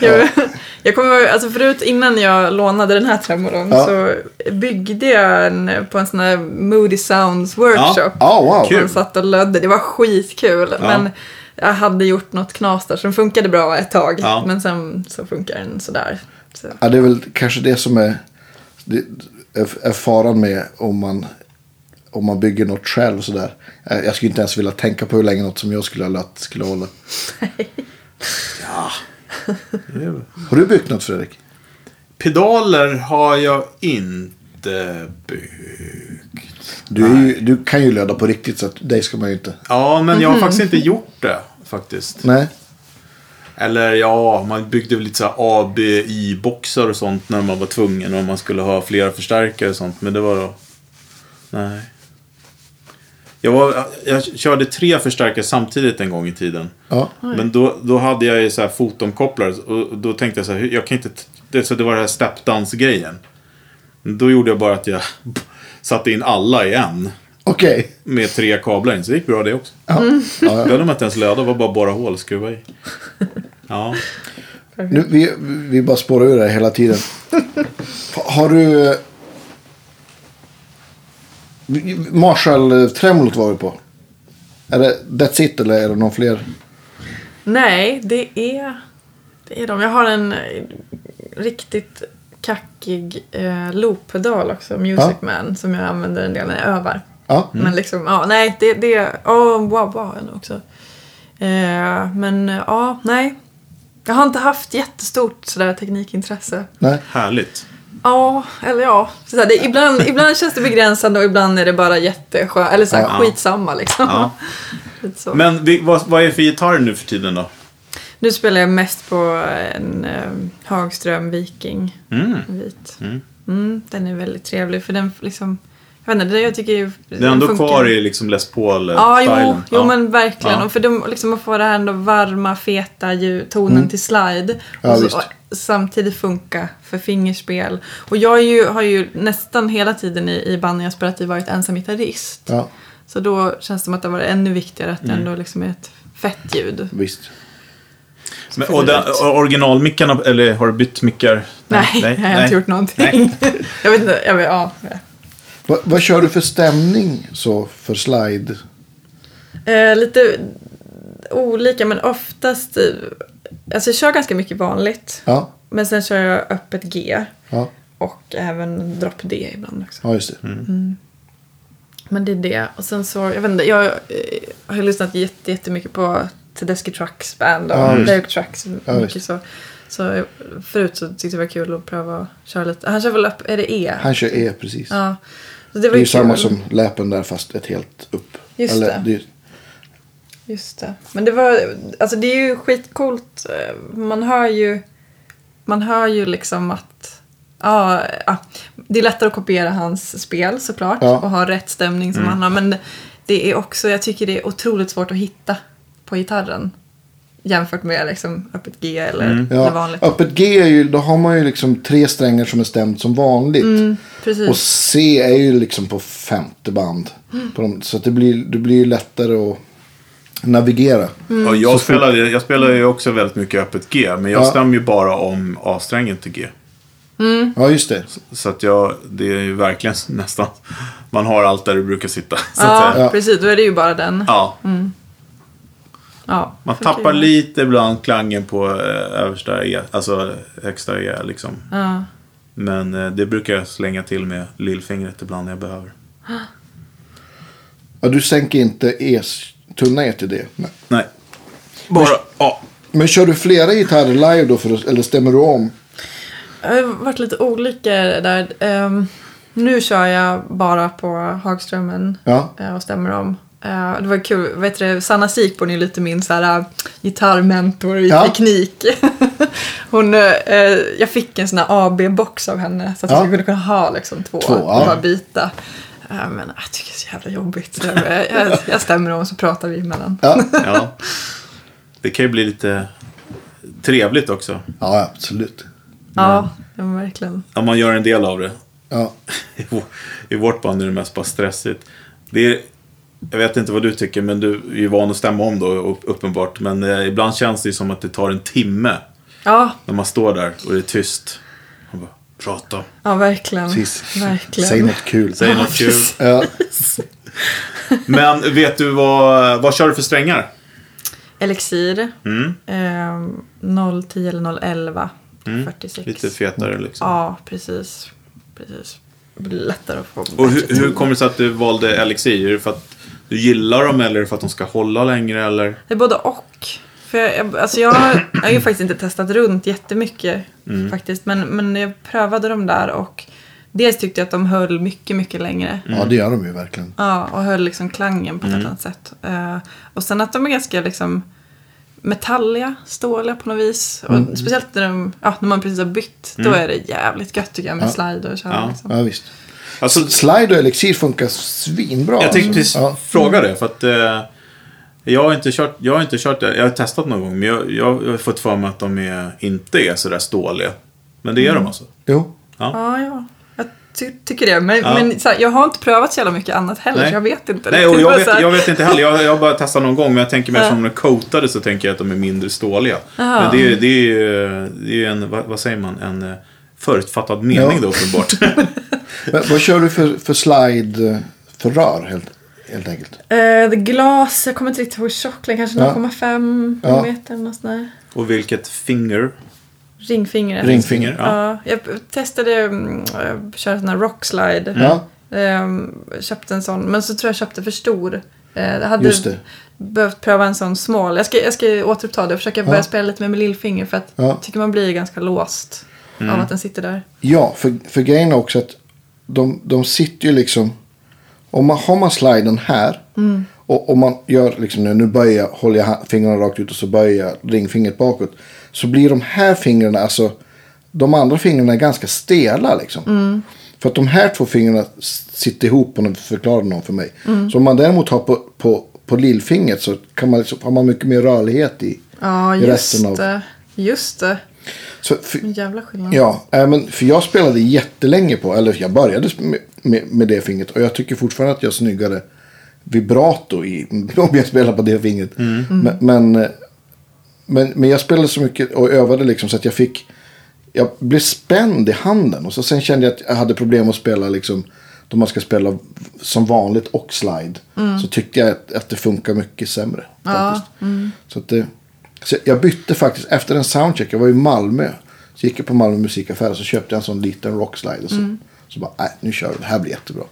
Speaker 4: Jag, jag kommer ihåg, alltså förut innan jag lånade den här tremolon
Speaker 1: Ja.
Speaker 4: så byggde jag en på en sån här Moody Sounds workshop.
Speaker 1: Ja, wow.
Speaker 2: Kul.
Speaker 4: Man satt och lödde, det var skitkul. Men jag hade gjort något knas där som funkade bra ett tag.
Speaker 2: Ja.
Speaker 4: Men sen så funkar den sådär. Så.
Speaker 1: Ja, det är väl kanske det som är, det är, är faran med om man, om man bygger något själv. Sådär. Eh, Jag skulle inte ens vilja tänka på hur länge något som jag skulle ha lagt skulle hålla. Har du byggt något Fredrik?
Speaker 2: Pedaler har jag inte byggt.
Speaker 1: Du, är ju, du kan ju löda på riktigt så att dig ska man ju inte.
Speaker 2: Ja, men jag har faktiskt inte gjort det. Faktiskt.
Speaker 1: Nej.
Speaker 2: Eller ja, man byggde väl lite så här ABI-boxar och sånt när man var tvungen om man skulle ha flera förstärkare och sånt. Men det var då... Nej. Jag, var, jag körde tre förstärkare samtidigt en gång i tiden.
Speaker 1: Ja.
Speaker 2: Men då, då hade jag ju så här fotomkopplare och då tänkte jag så här, hur- jag kan inte... t- Det, så det var det här stepdance-grejen. Då gjorde jag bara att jag satte in alla i en.
Speaker 1: Okej.
Speaker 2: Med tre kablar in, så det gick bra det också.
Speaker 1: Ja.
Speaker 2: Då hade man inte ens löda, det var bara bara hål att skruva i. Ja.
Speaker 1: Nu, vi, vi bara spårar ur det här hela tiden. Ha- Har du... eh, Marshall-tremolot var vi på. Är det That's It eller är det någon fler?
Speaker 4: Nej, det är, det är de. Jag har en eh, riktigt kackig eh, looppedal också, Music
Speaker 1: Ja.
Speaker 4: Man, som jag använder en del när jag övar.
Speaker 1: Ja.
Speaker 4: Men
Speaker 2: Mm.
Speaker 4: liksom, ja, nej, det, det, åh, wow, wow jag nog också. Eh, men eh, ja, nej. Jag har inte haft jättestort sådär teknikintresse.
Speaker 1: Nej.
Speaker 2: Härligt.
Speaker 4: Ja, eller ja. Så här, det, ibland, ibland känns det begränsande och ibland är det bara jätteskönt. Eller så här,
Speaker 2: Ja.
Speaker 4: skitsamma liksom.
Speaker 2: Ja.
Speaker 4: Lite så.
Speaker 2: Men vi, vad, vad är det för gitarr nu för tiden då?
Speaker 4: Nu spelar jag mest på en eh, Hagström Viking.
Speaker 2: Mm.
Speaker 4: Vit. Mm. den är väldigt trevlig för den liksom... Jag vet inte, det jag tycker ju...
Speaker 2: Det är ändå kvar i liksom Les Paul
Speaker 4: Ja, jo,
Speaker 2: stylen.
Speaker 4: jo men verkligen.
Speaker 2: Ja.
Speaker 4: Och för de, liksom, att få det här ändå varma, feta ljud, tonen
Speaker 2: Mm.
Speaker 4: till slide.
Speaker 1: Ja,
Speaker 4: och,
Speaker 1: visst.
Speaker 4: så, och samtidigt funka för fingerspel. Och jag är ju, har ju nästan hela tiden i, i band när jag spelat i varit ensam gitarrist.
Speaker 1: Ja.
Speaker 4: Så då känns det som att det var ännu viktigare att det
Speaker 2: Mm.
Speaker 4: ändå liksom är ett fett ljud.
Speaker 1: Visst.
Speaker 2: Men, och den, och originalmickarna, eller har du bytt mickar?
Speaker 4: Nej, jag har inte gjort någonting. jag vet inte, jag vet, ja.
Speaker 1: Va, vad kör du för stämning så för slide?
Speaker 4: Eh, lite olika men oftast, eh, alltså jag kör ganska mycket vanligt.
Speaker 1: Ja,
Speaker 4: Men sen kör jag öppet G
Speaker 1: ja,
Speaker 4: och även dropp D ibland också.
Speaker 1: ja just
Speaker 4: Mm.
Speaker 1: det.
Speaker 4: Men det är det. Och sen så, jag vet inte, jag eh, har ju lyssnat jätte- jättemycket på Tedeschi Trucks band och
Speaker 1: Ja, visst.
Speaker 4: Derek Trucks.
Speaker 1: Ja,
Speaker 4: mycket
Speaker 1: visst.
Speaker 4: så. Så förut så tyckte jag det var kul att pröva att köra lite. Han kör väl upp, är det E?
Speaker 1: Han kör E precis.
Speaker 4: Ja. Så det var
Speaker 1: Det är
Speaker 4: ju
Speaker 1: ju samma
Speaker 4: kul.
Speaker 1: som läpen där fast ett helt upp.
Speaker 4: Just det.
Speaker 1: är-
Speaker 4: Just det. Men det var, alltså det är ju skitcoolt. eh, Man hör ju, man hör ju liksom att, ja, ja, det är lättare att kopiera hans spel såklart
Speaker 1: Ja.
Speaker 4: och ha rätt stämning
Speaker 2: Mm.
Speaker 4: som han har. Men det är också, jag tycker det är otroligt svårt att hitta på gitarren. Jämfört med liksom öppet G eller
Speaker 2: Mm.
Speaker 4: Mm. det
Speaker 1: ja.
Speaker 4: vanligt.
Speaker 1: Öppet G är ju, då har man ju liksom tre strängar som är stämt som vanligt.
Speaker 4: Mm. Precis.
Speaker 1: Och C är ju liksom på femte band. På de, så att det blir, det blir ju lättare att navigera.
Speaker 2: Och jag, spelade, jag spelar ju också väldigt mycket öppet G, men jag
Speaker 1: Ja.
Speaker 2: stämmer ju bara om A-strängen till G.
Speaker 4: Mm.
Speaker 1: Ja, just det.
Speaker 2: Så att jag, det är ju verkligen nästan, man har allt där det brukar sitta. Så att
Speaker 4: ja, Mm,
Speaker 2: säga.
Speaker 4: precis. Då är det ju bara den.
Speaker 2: Ja.
Speaker 4: Ja.
Speaker 2: Man
Speaker 4: Funkar
Speaker 2: tappar
Speaker 4: ju.
Speaker 2: lite ibland klangen på eh, översta E, alltså högsta E liksom.
Speaker 4: Ja.
Speaker 2: Men eh, det brukar jag slänga till med lillfingret ibland när jag behöver.
Speaker 1: Ja, du sänker inte E, tunna E till det. Nej.
Speaker 2: Nej. Bara A.
Speaker 1: Men kör du flera gitarrer live då? För, att- eller stämmer du om?
Speaker 4: Jag har varit lite olika där. Ehm, nu kör jag bara på Hagströmmen
Speaker 1: Ja.
Speaker 4: eh, och stämmer om. Eh, det var kul, vet du, Sanna Sikborn är lite min så här, eh, gitarrmentor i
Speaker 1: Ja.
Speaker 4: teknik. Hon, eh, jag fick en sån här AB-box av henne så att
Speaker 1: Ja.
Speaker 4: jag skulle kunna ha liksom, två,
Speaker 1: Två,
Speaker 4: två
Speaker 1: ja.
Speaker 4: bara byta. Eh, men jag tycker det är så jävla jobbigt. Så jag, jag, jag stämmer om så pratar vi emellan.
Speaker 1: Ja,
Speaker 2: Ja. Det kan ju bli lite trevligt också.
Speaker 1: ja absolut.
Speaker 4: Ja, ja verkligen.
Speaker 2: Om man gör en del av det.
Speaker 1: Ja.
Speaker 2: I vår- I vårt band är det mest bara stressigt. Det är, jag vet inte vad du tycker, men du är ju van att stämma om då upp- uppenbart. Men eh, ibland känns det ju som att det tar en timme
Speaker 4: Ja,
Speaker 2: när man står där och det är tyst. Man bara, prata,
Speaker 4: ja verkligen.
Speaker 1: Precis.
Speaker 4: verkligen.
Speaker 1: Säg något kul.
Speaker 2: säg något kul.
Speaker 1: Ja.
Speaker 2: Men vet du vad, vad kör du för strängar?
Speaker 4: Elixir.
Speaker 2: Mm.
Speaker 4: Ehm, 010 eller 011. 46.
Speaker 2: Mm. Lite fetare liksom.
Speaker 4: Ja, precis. precis. Det blir lättare att få
Speaker 2: Och
Speaker 4: bättre
Speaker 2: hur, hur
Speaker 4: tid.
Speaker 2: kommer det sig att du valde Elixir? Är det för att du gillar dem eller är det för att de ska hålla längre? Eller?
Speaker 4: Det är både och. För jag, jag, alltså jag, har- jag har ju faktiskt inte testat runt jättemycket
Speaker 2: Mm.
Speaker 4: faktiskt. Men, men jag prövade dem där och dels tyckte jag att de höll mycket, mycket längre.
Speaker 1: ja, det gör de ju verkligen.
Speaker 4: Ja, och höll liksom klangen på ett
Speaker 2: Mm.
Speaker 4: annat sätt. Eh, och sen att de är ganska liksom metalliga, ståliga på något vis.
Speaker 2: Mm.
Speaker 4: Och speciellt när, de, ja, när man precis har bytt, då är det jävligt gött tycker jag med slide och köra.
Speaker 2: Ja.
Speaker 4: Liksom.
Speaker 1: Ja, visst.
Speaker 2: Alltså,
Speaker 1: Slide och Elixir funkar svinbra.
Speaker 2: jag tänkte precis
Speaker 1: alltså. ja.
Speaker 2: fråga det. För att, eh, jag, har inte kört, jag har inte kört det. Jag har testat någon gång men jag, jag har fått för mig att de är, inte är sådär ståliga. Men det är
Speaker 1: Mm.
Speaker 2: de alltså.
Speaker 1: Jo.
Speaker 4: Ja, ja. Jag ty tycker det. Men,
Speaker 2: Ja.
Speaker 4: men så här, jag har inte prövat så jävla mycket annat heller,
Speaker 2: Nej.
Speaker 4: så jag vet inte.
Speaker 2: Nej,
Speaker 4: riktigt.
Speaker 2: och jag,
Speaker 4: Men
Speaker 2: vet,
Speaker 4: så här-
Speaker 2: jag vet inte heller. Jag, jag har bara testat någon gång, men jag tänker mig eftersom de är coatade så tänker jag att de är mindre ståliga. Men det är ju det är, ju- det är ju en, vad, vad säger man, en eh, förutfattad mening
Speaker 1: Ja.
Speaker 2: då uppenbart.
Speaker 1: Men, vad kör du för, för slide eh, för rör helt, helt enkelt?
Speaker 4: Eh, det glas, jag kommer inte riktigt ihåg hur tjock den är, kanske
Speaker 1: Ja.
Speaker 4: 0,5
Speaker 1: Ja.
Speaker 4: meter något sånt där.
Speaker 2: och vilket finger.
Speaker 4: Ringfingret.
Speaker 1: Ringfinger.
Speaker 2: Ja.
Speaker 4: Ja, jag testade mm, att köra sån här rockslide.
Speaker 1: Ja,
Speaker 4: Ehm, köpte en sån, men så tror jag köpte för stor. Eh, jag hade
Speaker 1: Just det.
Speaker 4: behövt pröva en sån small. Jag ska, jag ska återuppta det och försöka börja spela lite med min lillfinger för att
Speaker 1: Ja.
Speaker 4: jag tycker man blir ganska låst av att den sitter där.
Speaker 1: ja för, för grejen är också att de, de sitter ju liksom... Om man har man sliden här
Speaker 4: Mm.
Speaker 1: och om man gör liksom nu, nu böjer jag, håller jag ha- fingrarna rakt ut och så böjer jag ringfingret bakåt. Så blir de här fingrarna, alltså de andra fingrarna är ganska stela liksom.
Speaker 4: Mm.
Speaker 1: För att de här två fingrarna s- sitter ihop på något, förklarade någon för mig.
Speaker 4: Mm.
Speaker 1: Så om man däremot har på, på, på lillfingret så kan man liksom, har man mycket mer rörlighet i,
Speaker 4: Ja,
Speaker 1: i resten
Speaker 4: just
Speaker 1: av...
Speaker 4: det. Just det.
Speaker 1: Så, för,
Speaker 4: En jävla skillnad.
Speaker 1: Ja, äh, men för jag spelade jättelänge på, eller jag började sp- med, med, med det fingret och jag tycker fortfarande att jag är snyggare vibrato i, om jag spelar på det fingret. Men, men, eh, men, men jag spelade så mycket och övade liksom så att jag fick, jag blev spänd i handen. Och så sen kände jag att jag hade problem att spela liksom, då man ska spela som vanligt och slide. Så tyckte jag att, att det funkar mycket sämre. Faktiskt. Så att det, så jag bytte faktiskt, efter en soundcheck, jag var i Malmö. Så gick jag på Malmö musikaffär och så köpte jag en sån liten rockslide. Och så, så bara, nej nu kör vi, det här blir jättebra.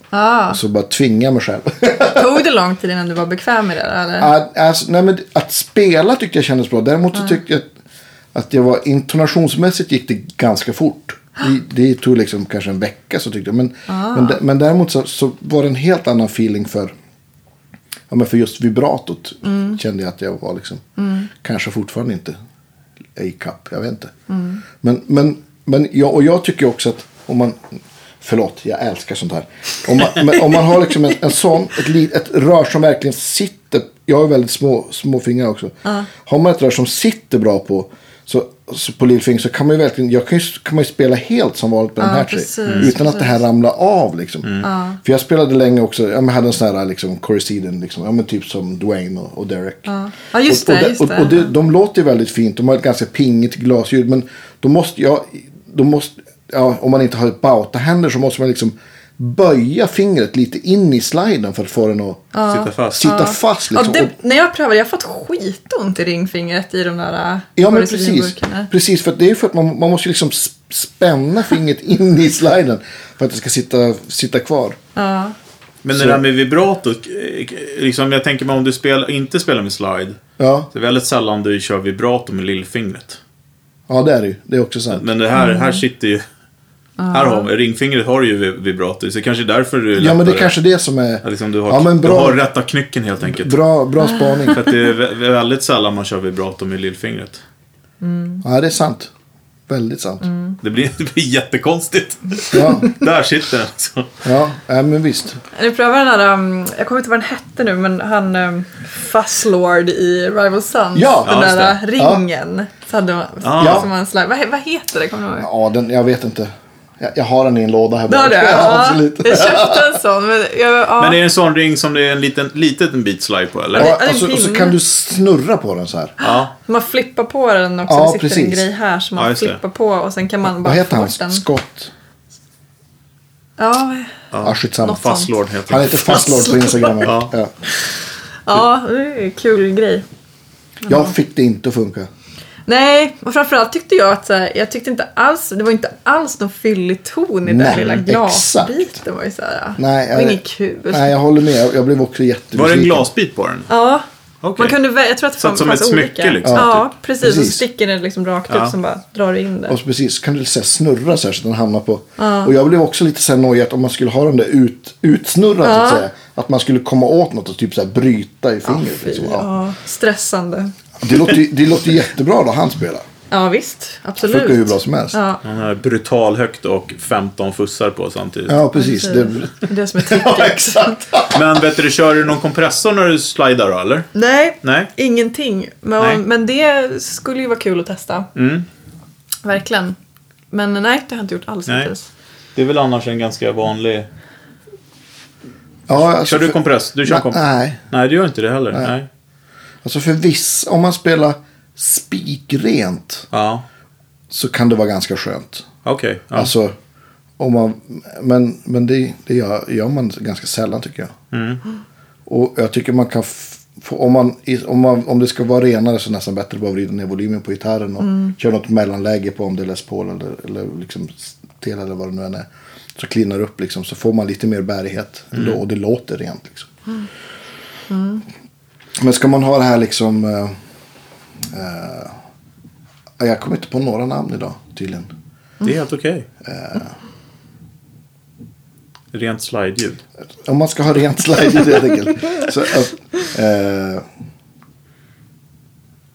Speaker 1: Och så bara tvinga mig själv.
Speaker 4: Tog det lång tid innan du var bekväm med det? Eller?
Speaker 1: Att, alltså, nej, men att spela tyckte jag kändes bra. Däremot så tyckte jag att, att jag var intonationsmässigt gick det ganska fort. Det, det tog liksom kanske en vecka så tyckte jag. Men, men, dä- men däremot så, så var det en helt annan feeling för, ja, men för just vibratot. Kände jag att jag var liksom, kanske fortfarande inte i kapp. Jag vet inte. Men, men, men jag, och jag tycker också att om man, förlåt jag älskar sånt här. Om man, men, om man har liksom en, en sån, ett, li- ett rör som verkligen sitter. Jag har väldigt små, små fingrar också. Har man ett rör som sitter bra på så, så på lillfingret så kan man ju verkligen, jag kan ju, kan man ju spela helt som vanligt på de här tre.
Speaker 4: precis,
Speaker 1: utan att
Speaker 4: precis.
Speaker 1: det här ramlar av liksom. För jag spelade länge också, jag men hade en sån här liksom, Corusiden, liksom, ja, men typ som Dwayne och, och Derek.
Speaker 4: Ja. Ja, just
Speaker 1: Och- och
Speaker 4: det,
Speaker 1: de-
Speaker 4: just
Speaker 1: och,
Speaker 4: det.
Speaker 1: och det, de låter ju väldigt fint. De har ett ganska pingigt glasljud. Men då måste jag... Då måste, ja, om man inte har bautahänder så måste man liksom böja fingret lite in i sliden för att få den att
Speaker 2: Sitta fast.
Speaker 1: sitta fast.
Speaker 4: Ja,
Speaker 1: Liksom.
Speaker 4: det,
Speaker 1: Och-
Speaker 4: när jag prövade, jag har fått skitont i ringfingret i de där
Speaker 1: Ja, men precis.
Speaker 4: polystyrenburkarna.
Speaker 1: precis för att det är ju för att man, man måste ju liksom sp- spänna fingret in i sliden för att det ska sitta, sitta kvar.
Speaker 2: Men
Speaker 1: Så-
Speaker 2: det där med vibrato, eh, liksom, jag tänker mig om du spel, inte spelar med slide.
Speaker 1: Ja,
Speaker 2: Det är väldigt sällan du kör vibrato med lillfingret.
Speaker 1: ja det är det ju. Det är också sant.
Speaker 2: Men det
Speaker 1: Mm.
Speaker 2: här, här sitter ju... Här har vi, ringfingret har ju vi- vibrato, så det kanske är därför du är
Speaker 1: ja, men det
Speaker 2: lättare.
Speaker 1: kanske är det som är...
Speaker 2: Ja, liksom du, har,
Speaker 1: ja, men
Speaker 2: du har
Speaker 1: bra,
Speaker 2: rätta knycken helt enkelt.
Speaker 1: bra, bra spaning.
Speaker 2: För att det är vä- väldigt sällan man kör vibrato med lillfingret.
Speaker 1: Ja, det är sant. Väldigt sant.
Speaker 4: Mm.
Speaker 2: Det blir, det blir jättekonstigt.
Speaker 1: Ja.
Speaker 2: Där sitter den alltså.
Speaker 1: Ja, äh, men visst.
Speaker 4: Nu prövar den här, um, jag kommer inte ihåg vad den hette nu, men han um, Fusslord i Rival Sons.
Speaker 1: Ja,
Speaker 4: den
Speaker 2: ja, just
Speaker 4: där
Speaker 2: det.
Speaker 4: uh, ringen. Så hade man,
Speaker 2: Ja.
Speaker 4: som man slide. Vad, he- vad heter det? Kommer du ihåg?
Speaker 1: Ja, den, jag vet inte. Jag, jag har den i en låda här
Speaker 4: Det har du?
Speaker 1: Ja, absolut.
Speaker 4: jag köpte en sån. Men, jag, ja.
Speaker 2: Men är det en sån ring som det är en liten, liten bit slide på eller?
Speaker 1: Ja, alltså,
Speaker 4: det är
Speaker 1: och, så, och så
Speaker 4: pinne.
Speaker 1: kan du snurra på den så här.
Speaker 2: Ja.
Speaker 4: Man flippar på den också.
Speaker 1: Ja,
Speaker 4: det sitter en
Speaker 1: precis.
Speaker 4: grej här som
Speaker 2: Ja,
Speaker 4: man
Speaker 2: just det.
Speaker 4: flippar på och sen kan man bara
Speaker 1: Vad heter
Speaker 4: få
Speaker 1: han?
Speaker 4: bort den.
Speaker 1: Scott?
Speaker 4: Ja,
Speaker 1: Ja, skitsamma.
Speaker 4: Något sånt.
Speaker 2: Fastlord heter
Speaker 1: Han
Speaker 2: den.
Speaker 1: heter Fastlord på Instagram.
Speaker 2: Ja.
Speaker 1: Ja.
Speaker 4: ja, det är en kul grej.
Speaker 1: Jag fick det inte att funka.
Speaker 4: Nej, och framförallt tyckte jag att så här, jag tyckte inte alls, det var inte alls någon fyllig ton i den
Speaker 1: Nej,
Speaker 4: där lilla
Speaker 1: exakt.
Speaker 4: glasbiten. Var ju så här,
Speaker 1: Nej,
Speaker 4: det var
Speaker 1: jag-
Speaker 4: inget kul.
Speaker 1: Nej, jag håller med. Jag, jag blev också jättebesviken.
Speaker 2: Var det en glasbit på den?
Speaker 4: Ja,
Speaker 2: Okej.
Speaker 4: man kunde vä- jag tror att det
Speaker 2: Så att
Speaker 4: fanns
Speaker 2: som ett
Speaker 4: fanns
Speaker 2: smycke
Speaker 4: olika.
Speaker 2: liksom,
Speaker 4: Ja, precis. Och så
Speaker 1: typ. Precis.
Speaker 4: sticker den liksom rakt
Speaker 2: Ja.
Speaker 4: ut som bara drar du in den.
Speaker 1: Och så precis, kan du så här snurra så här så att den hamnar på. Och jag blev också lite så här nojig att om man skulle ha den där ut, utsnurrad så att säga. Att man skulle komma åt något och typ så här bryta i fingret. liksom. ja.
Speaker 4: Ja, stressande.
Speaker 1: Det, låter, ju- det låter jättebra då han spelar.
Speaker 4: Ja, visst.
Speaker 1: Det
Speaker 4: Absolut.
Speaker 1: funkar hur bra som helst.
Speaker 4: Ja,
Speaker 2: Han har brutal högt och 15 fussar på samtidigt.
Speaker 1: Ja, precis. Det...
Speaker 4: precis. Det är det som är
Speaker 1: Ja,
Speaker 4: tricket.
Speaker 1: exakt.
Speaker 2: Men vet du, kör du någon kompressor när du slidar då eller?
Speaker 4: Nej,
Speaker 2: Nej.
Speaker 4: ingenting. Men,
Speaker 2: Nej. Mm.
Speaker 4: men det skulle ju vara kul att testa. Verkligen. Men nej, det har jag inte gjort alls
Speaker 2: Nej.
Speaker 4: hittills.
Speaker 2: Det är väl annars en ganska vanlig...
Speaker 1: Ja, alltså
Speaker 2: Kör du
Speaker 1: för-
Speaker 2: kompress? Du kör
Speaker 1: Nej,
Speaker 2: kompress?
Speaker 1: Nej,
Speaker 2: Nej, du gör inte det heller. Nej.
Speaker 1: alltså för vissa, om man spelar spikrent
Speaker 2: Ja,
Speaker 1: så kan det vara ganska skönt.
Speaker 2: okej. Ja.
Speaker 1: Alltså, om man, men men det, det gör, gör man ganska sällan tycker jag. Och jag tycker man kan, f- få, om, man, i- om, man, om det ska vara renare så är det nästan bättre att bara vrida ner volymen på gitarren och köra något mellanläge på om det är Les Paul eller, eller liksom Stela eller vad det nu än är. Så klinar upp liksom, så får man lite mer bärighet ändå, och det låter rent. Liksom. Men ska man ha det här liksom... eh, eh, jag kommer inte på några namn idag tydligen.
Speaker 2: Det är helt okej. Rent slide-ljud.
Speaker 1: Om man ska ha rent slide helt enkelt. Så, eh, eh,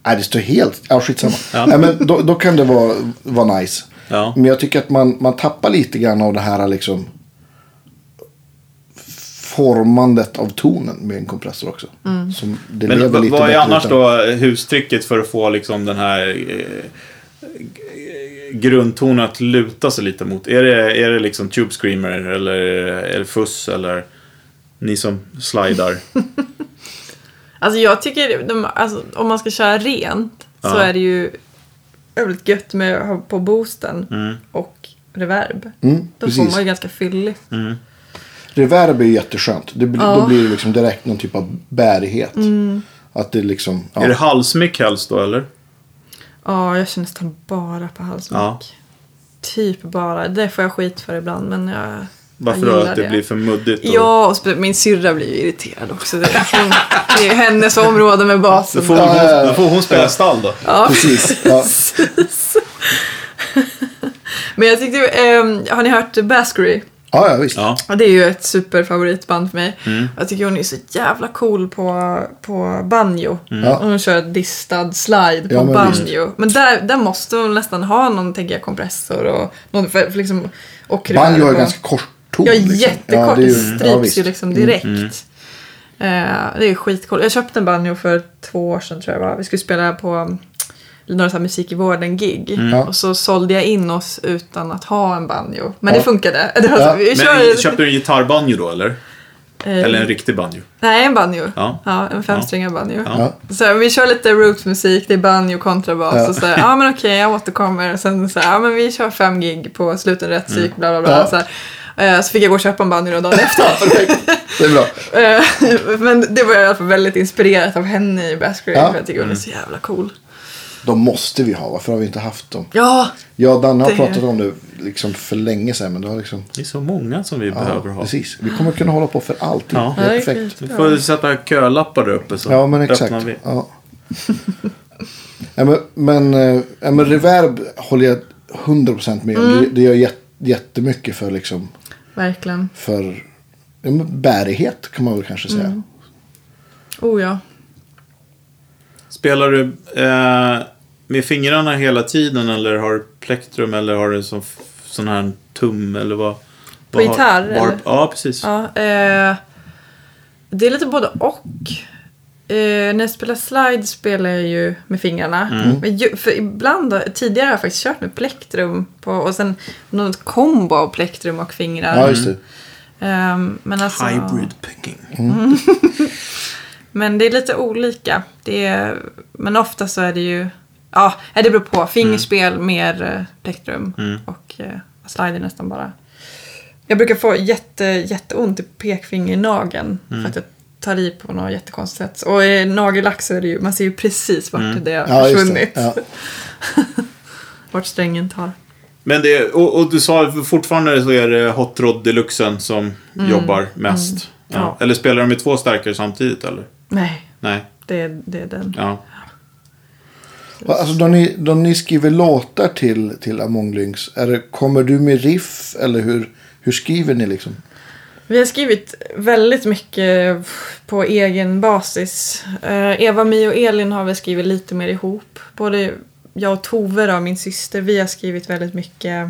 Speaker 1: nej, det står helt... Ja, skitsamma.
Speaker 2: Ja.
Speaker 1: Nej, men då, då kan det vara, vara nice.
Speaker 2: Ja.
Speaker 1: Men jag tycker att man, man tappar lite grann av det här liksom formandet av tonen med en kompressor också. Som det
Speaker 2: Men
Speaker 1: lever
Speaker 2: vad-
Speaker 1: lite
Speaker 2: vad är
Speaker 1: bättre
Speaker 2: annars
Speaker 1: utan.
Speaker 2: då hustricket för att få liksom den här eh, g- grundtonen att luta sig lite mot? Är det, är det liksom Tube Screamer eller, eller Fuss eller Ni som slidar.
Speaker 4: Alltså jag tycker, de, alltså, om man ska köra rent så
Speaker 2: Ja.
Speaker 4: är det ju jävligt gött med att ha på boosten
Speaker 2: Mm.
Speaker 4: och reverb. Då får
Speaker 1: Mm, precis.
Speaker 4: man ju ganska fyllig.
Speaker 2: Mm.
Speaker 1: Reverb är ju jätteskönt. Det, bli-
Speaker 4: Ja.
Speaker 1: Då blir det liksom direkt någon typ av bärighet. Att det liksom... Ja.
Speaker 2: Är det halsmick helst då, eller?
Speaker 4: Ja, jag kör nästan bara på halsmick.
Speaker 2: Ja.
Speaker 4: Typ bara. Det får jag skit för ibland men jag
Speaker 2: Varför
Speaker 4: jag
Speaker 2: då?
Speaker 4: gillar
Speaker 2: Att det, blir för muddigt? Och...
Speaker 4: Ja, och spe- min syrra blir ju irriterad också. Det är, hon, det är hennes område med
Speaker 2: Då
Speaker 4: basen.
Speaker 2: får,
Speaker 1: Ja, ja, ja.
Speaker 2: hon, då får hon spela stall då.
Speaker 1: Precis. Ja.
Speaker 4: Men jag tyckte, ehm, har ni hört Baskery?
Speaker 1: ja, ja visst.
Speaker 2: Ja.
Speaker 4: Ja, det är ju ett superfavoritband för mig. Jag tycker hon är så jävla cool på, på banjo.
Speaker 1: Ja.
Speaker 4: Hon kör ett distad slide på
Speaker 1: Ja, men
Speaker 4: banjo. Men där, där måste hon nästan ha någon, tänker jag, kompressor och någon för, för liksom, och
Speaker 1: Banjo
Speaker 4: reverb
Speaker 1: är
Speaker 4: och-
Speaker 1: ganska kort ton.
Speaker 4: Ja,
Speaker 1: liksom.
Speaker 4: jättekort.
Speaker 1: det är
Speaker 4: det,
Speaker 1: ju- ja,
Speaker 4: stryps
Speaker 1: visst. Mm.
Speaker 4: ju liksom direkt. Eh, det är skitcoolt. Jag köpte en banjo för två år sedan tror jag det var. Vi skulle spela på mm, några så här musik i vården-gig.
Speaker 1: Ja.
Speaker 4: Och så sålde jag in oss utan att ha en banjo. Men det
Speaker 1: Ja.
Speaker 4: funkade. Det var så,
Speaker 1: Ja.
Speaker 4: vi
Speaker 2: Men
Speaker 4: kör,
Speaker 2: köpte du en gitarrbanjo då, eller?
Speaker 4: eh,
Speaker 2: Eller en riktig banjo?
Speaker 4: Nej, en banjo.
Speaker 2: Ja.
Speaker 4: en femsträngad banjo.
Speaker 2: Ja.
Speaker 4: Så vi kör lite rootsmusik, det är banjo, kontrabas och så här, ja men okej, jag återkommer. Och Sen så här, ja men vi kör fem gig på sluten rätt
Speaker 2: Mm.
Speaker 4: psyk, bla bla bla.
Speaker 1: Ja.
Speaker 4: Så, här, eh, så fick jag gå och köpa en banjo då dagen efter.
Speaker 1: Det är bra.
Speaker 4: Eh, Men det var jag i alla fall väldigt inspirerat av henne i Baskery.
Speaker 1: Ja.
Speaker 4: För jag tycker hon är så
Speaker 2: Mm.
Speaker 4: jävla cool.
Speaker 1: De måste vi ha. Varför har vi inte haft dem?
Speaker 4: Ja,
Speaker 1: Jag och Danne har
Speaker 4: Det-
Speaker 1: pratat om det liksom för länge sedan. Men det har liksom...
Speaker 2: Det är så många som vi
Speaker 1: Ja,
Speaker 2: behöver ha.
Speaker 1: precis. Vi kommer kunna hålla på för alltid.
Speaker 2: Ja.
Speaker 1: Det är
Speaker 4: Ja, det är
Speaker 1: perfekt.
Speaker 4: kul.
Speaker 2: Du får sätta kölappar där uppe så
Speaker 1: Ja, men exakt.
Speaker 2: öppnar vi.
Speaker 1: Ja. ja, men, men, eh, ja, men reverb håller jag 100% med om.
Speaker 4: Mm.
Speaker 1: Det, det gör jätt, jättemycket för, liksom,
Speaker 4: verkligen.
Speaker 1: för ja, men bärighet kan man väl kanske säga.
Speaker 4: Mm. Oh ja.
Speaker 2: Spelar du eh, med fingrarna hela tiden eller har du plektrum eller har du sån, sån här tum eller vad? vad har-
Speaker 4: gitarr,
Speaker 2: vad har-
Speaker 4: eller?
Speaker 2: Ja, precis.
Speaker 4: ja eh, det är lite både och. Eh, när jag spelar slide spelar jag ju med fingrarna.
Speaker 1: Mm.
Speaker 4: Men ju, för ibland, har- tidigare har jag faktiskt kört med plektrum på, och sen något kombo av plektrum och fingrar.
Speaker 1: Ja, just det.
Speaker 4: Ehm, men alltså,
Speaker 2: Hybrid picking.
Speaker 4: Men det är lite olika. Det är, men ofta så är det ju... Ja, nej, det beror på. Fingerspel,
Speaker 1: Mm.
Speaker 4: mer eh, plektrum och eh, slider nästan bara. Jag brukar få jätte, jätteont i pekfingernageln
Speaker 1: Mm.
Speaker 4: för att jag tar i på något jättekonstigt sätt. Och i nagellack så är det ju, man ser ju precis vart det har
Speaker 1: Mm. Ja, just det.
Speaker 4: försvunnit.
Speaker 1: Ja.
Speaker 4: Vart strängen tar.
Speaker 2: Men det, och, och du sa fortfarande så är det Hot Rod Deluxen som jobbar mest. Ja.
Speaker 4: Mm. Ja.
Speaker 2: Eller spelar de med två stärkare samtidigt eller?
Speaker 4: Nej,
Speaker 2: Nej.
Speaker 4: det är, det är den.
Speaker 2: Ja.
Speaker 1: Alltså, då, ni, då ni skriver låtar till, till Among Lynx, är det, kommer du med riff eller hur, hur skriver ni? liksom?
Speaker 4: Vi har skrivit väldigt mycket på egen basis. Eh, Eva, Mi och Elin har vi skrivit lite mer ihop. Både jag och Tove, då, min syster, vi har skrivit väldigt mycket.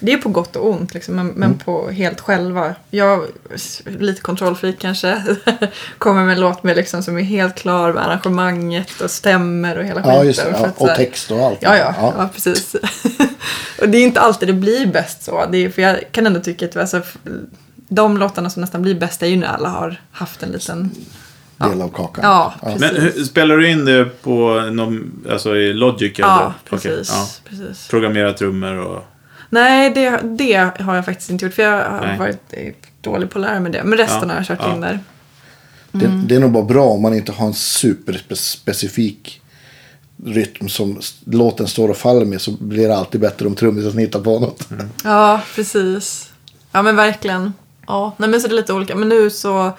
Speaker 4: Det är på gott och ont, liksom, men,
Speaker 1: Mm.
Speaker 4: men på helt själva. Jag, s- lite kontrollfreak kanske, kommer med en låt med liksom, som är helt klar med arrangemanget och stämmer och hela skiten.
Speaker 1: Ja, just det.
Speaker 4: för
Speaker 1: Ja,
Speaker 4: att eh, så
Speaker 1: och
Speaker 4: här-
Speaker 1: text och allt.
Speaker 4: Ja, ja, ja. precis. och det är inte alltid det blir bäst så. Det är, för jag kan ändå tycka att alltså, f- de låtarna som nästan blir bäst är ju när alla har haft en liten...
Speaker 1: Del av kakan.
Speaker 4: Ja, precis.
Speaker 2: Men hur, spelar du in det på någon, alltså i Logic? eller?
Speaker 4: ja,
Speaker 2: Okej,
Speaker 4: precis,
Speaker 2: ja.
Speaker 4: precis.
Speaker 2: Programmera trummor och...
Speaker 4: Nej, det, det har jag faktiskt inte gjort. För jag har
Speaker 2: Nej.
Speaker 4: varit eh, dålig på att lära mig det. Men resten
Speaker 2: Ja,
Speaker 4: har jag kört
Speaker 2: ja.
Speaker 4: in där.
Speaker 1: Det,
Speaker 4: Mm.
Speaker 1: det är nog bara bra om man inte har en superspecifik rytm som s- låten står och faller med så blir det alltid bättre om trummisen hittar på något.
Speaker 4: Mm. Ja, precis. Ja, men verkligen. Ja, nej, men så det är lite olika. Men nu så...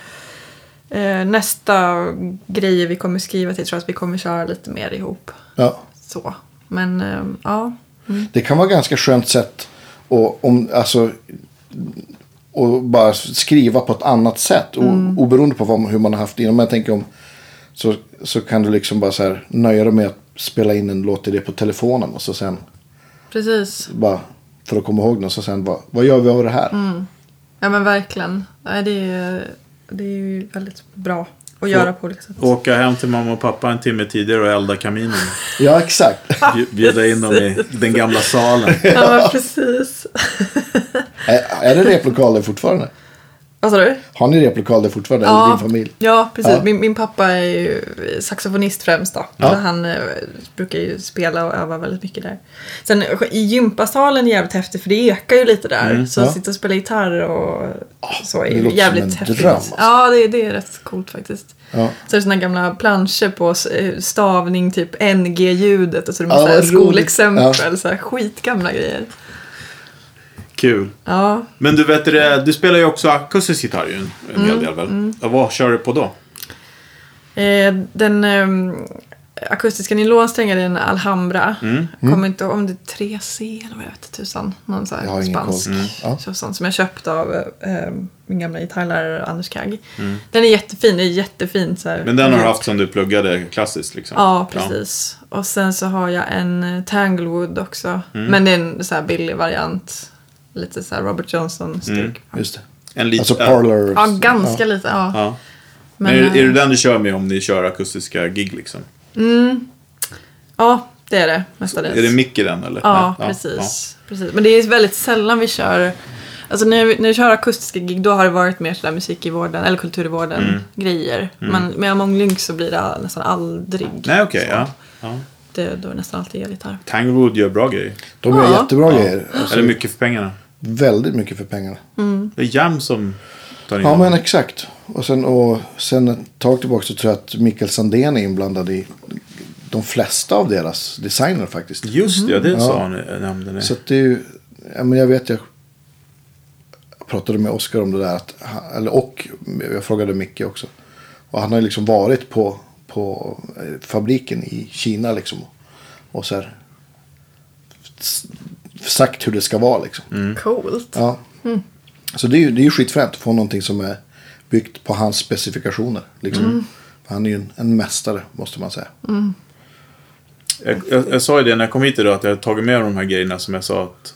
Speaker 4: Eh, nästa grejer vi kommer skriva till tror jag att vi kommer köra lite mer ihop.
Speaker 1: Ja.
Speaker 4: Så. Men ehm, ja.
Speaker 1: Det kan vara ganska skönt sätt att om, alltså, och bara skriva på ett annat sätt.
Speaker 4: Mm.
Speaker 1: O, oberoende på vad, hur man har haft det innan. Men jag tänker om så, så kan du liksom bara så här, nöja dig med att spela in en låt i det på telefonen och så sen
Speaker 4: Precis.
Speaker 1: bara för att komma ihåg den. Så sen bara, vad gör vi av det här?
Speaker 4: Mm. Ja men verkligen. Nej, det, är, det är ju väldigt bra att göra på olika sätt.
Speaker 2: Åka hem till mamma och pappa en timme tidigare och elda kaminen.
Speaker 1: Ja, exakt.
Speaker 2: Bju- Bjuda in dem i den gamla salen.
Speaker 4: Ja men precis.
Speaker 1: är, är det replokalen fortfarande?
Speaker 4: Vad sa du?
Speaker 1: Har ni replokal där fortfarande? Eller din familj?
Speaker 4: ja, precis.
Speaker 1: Ja.
Speaker 4: Min, min pappa är ju saxofonist främst då. Så han eh, brukar ju spela och öva väldigt mycket där. Sen i gympasalen är jävligt häftigt för det ekar ju lite där. så
Speaker 1: Mm, ja. Ah,
Speaker 4: att sitta och spela gitarr och så är
Speaker 1: det
Speaker 4: ju
Speaker 1: låter
Speaker 4: jävligt
Speaker 1: som en
Speaker 4: häftigt.
Speaker 1: dröm, alltså.
Speaker 4: Ja, det, det är rätt coolt faktiskt.
Speaker 1: Ja.
Speaker 4: Så är det såna gamla planscher på s- eh, stavning, typ NG-ljudet och så är det
Speaker 1: Ja,
Speaker 4: massa
Speaker 1: vad roligt.
Speaker 4: skolexempel. Så här, skitgamla grejer.
Speaker 2: Kul.
Speaker 4: Ja,
Speaker 2: Men du vet det, du spelar ju också akustisk gitarr ju en hel
Speaker 4: Mm.
Speaker 2: del väl? Ja, Vad kör du på då?
Speaker 4: Eh, den ehm, akustiska nylonsträngen är en Alhambra.
Speaker 2: Mm.
Speaker 4: Kommer inte ihåg om det är 3C eller vad jag vet tusan. Någon sån
Speaker 1: Jag
Speaker 4: här
Speaker 1: har ingen
Speaker 4: spansk.
Speaker 1: koll. Mm. Ja.
Speaker 4: Så, sån som jag köpte av eh, min gamla gitarrlärare Anders Kagg. Den är jättefin, det är jättefin så här.
Speaker 2: Mm. Men den har du haft som du pluggade klassiskt liksom?
Speaker 4: Mm. Ja, precis. Och sen så har jag en eh, Tanglewood också.
Speaker 2: Mm.
Speaker 4: Men det är en så här billig variant. Lite så här Robert Johnson-stuk.
Speaker 1: Just det.
Speaker 2: En liten...
Speaker 1: Alltså parlor.
Speaker 4: Ja, ganska lite. Ja.
Speaker 2: Mm. Ja. Men,
Speaker 4: Men,
Speaker 2: är,
Speaker 4: eh,
Speaker 2: är det den du kör med om ni kör akustiska gig liksom?
Speaker 4: ja, det är det mestadels.
Speaker 2: Är det mick i den eller?
Speaker 4: Ja,
Speaker 2: Nej,
Speaker 4: precis. precis. Men det är väldigt sällan vi kör... Alltså när vi, när vi kör akustiska gig då har det varit mer sådär musik i vården, eller kultur i vården,
Speaker 2: Mm.
Speaker 4: grejer. Men med Among Lynx så blir det nästan aldrig.
Speaker 2: Nej, okej.
Speaker 4: så.
Speaker 2: ja. ja.
Speaker 4: Det, då är det nästan alltid elgitarr.
Speaker 2: Tanglewood gör bra grejer.
Speaker 1: De gör
Speaker 4: Ja.
Speaker 1: jättebra grejer. Alltså,
Speaker 2: Eller mycket för pengarna.
Speaker 1: Väldigt mycket för pengarna.
Speaker 2: Det är Jam som tar in
Speaker 1: Ja,
Speaker 2: dem.
Speaker 1: men exakt. Och sen, och sen ett tag tillbaka så tror jag att Mikael Sandén är inblandad i de flesta av deras designer faktiskt.
Speaker 2: Just det, ja, det sa han, eh, nämnde ni.
Speaker 1: Så att det är ju, ja, men jag vet, jag pratade med Oskar om det där. Att, han- eller, och jag frågade Micke också. Och han har ju liksom varit på, på eh, fabriken i Kina liksom. Och så här, s- sagt hur det ska vara liksom.
Speaker 2: Mm.
Speaker 4: Coolt.
Speaker 1: Ja.
Speaker 4: Mm.
Speaker 1: Så det är ju, det är ju skitfränt att få någonting som är byggt på hans specifikationer. Liksom.
Speaker 4: Mm.
Speaker 1: För Han är ju en, en mästare måste man säga.
Speaker 2: Jag, jag, jag sa ju det när jag kom hit idag att jag hade tagit med de här grejerna som jag sa att...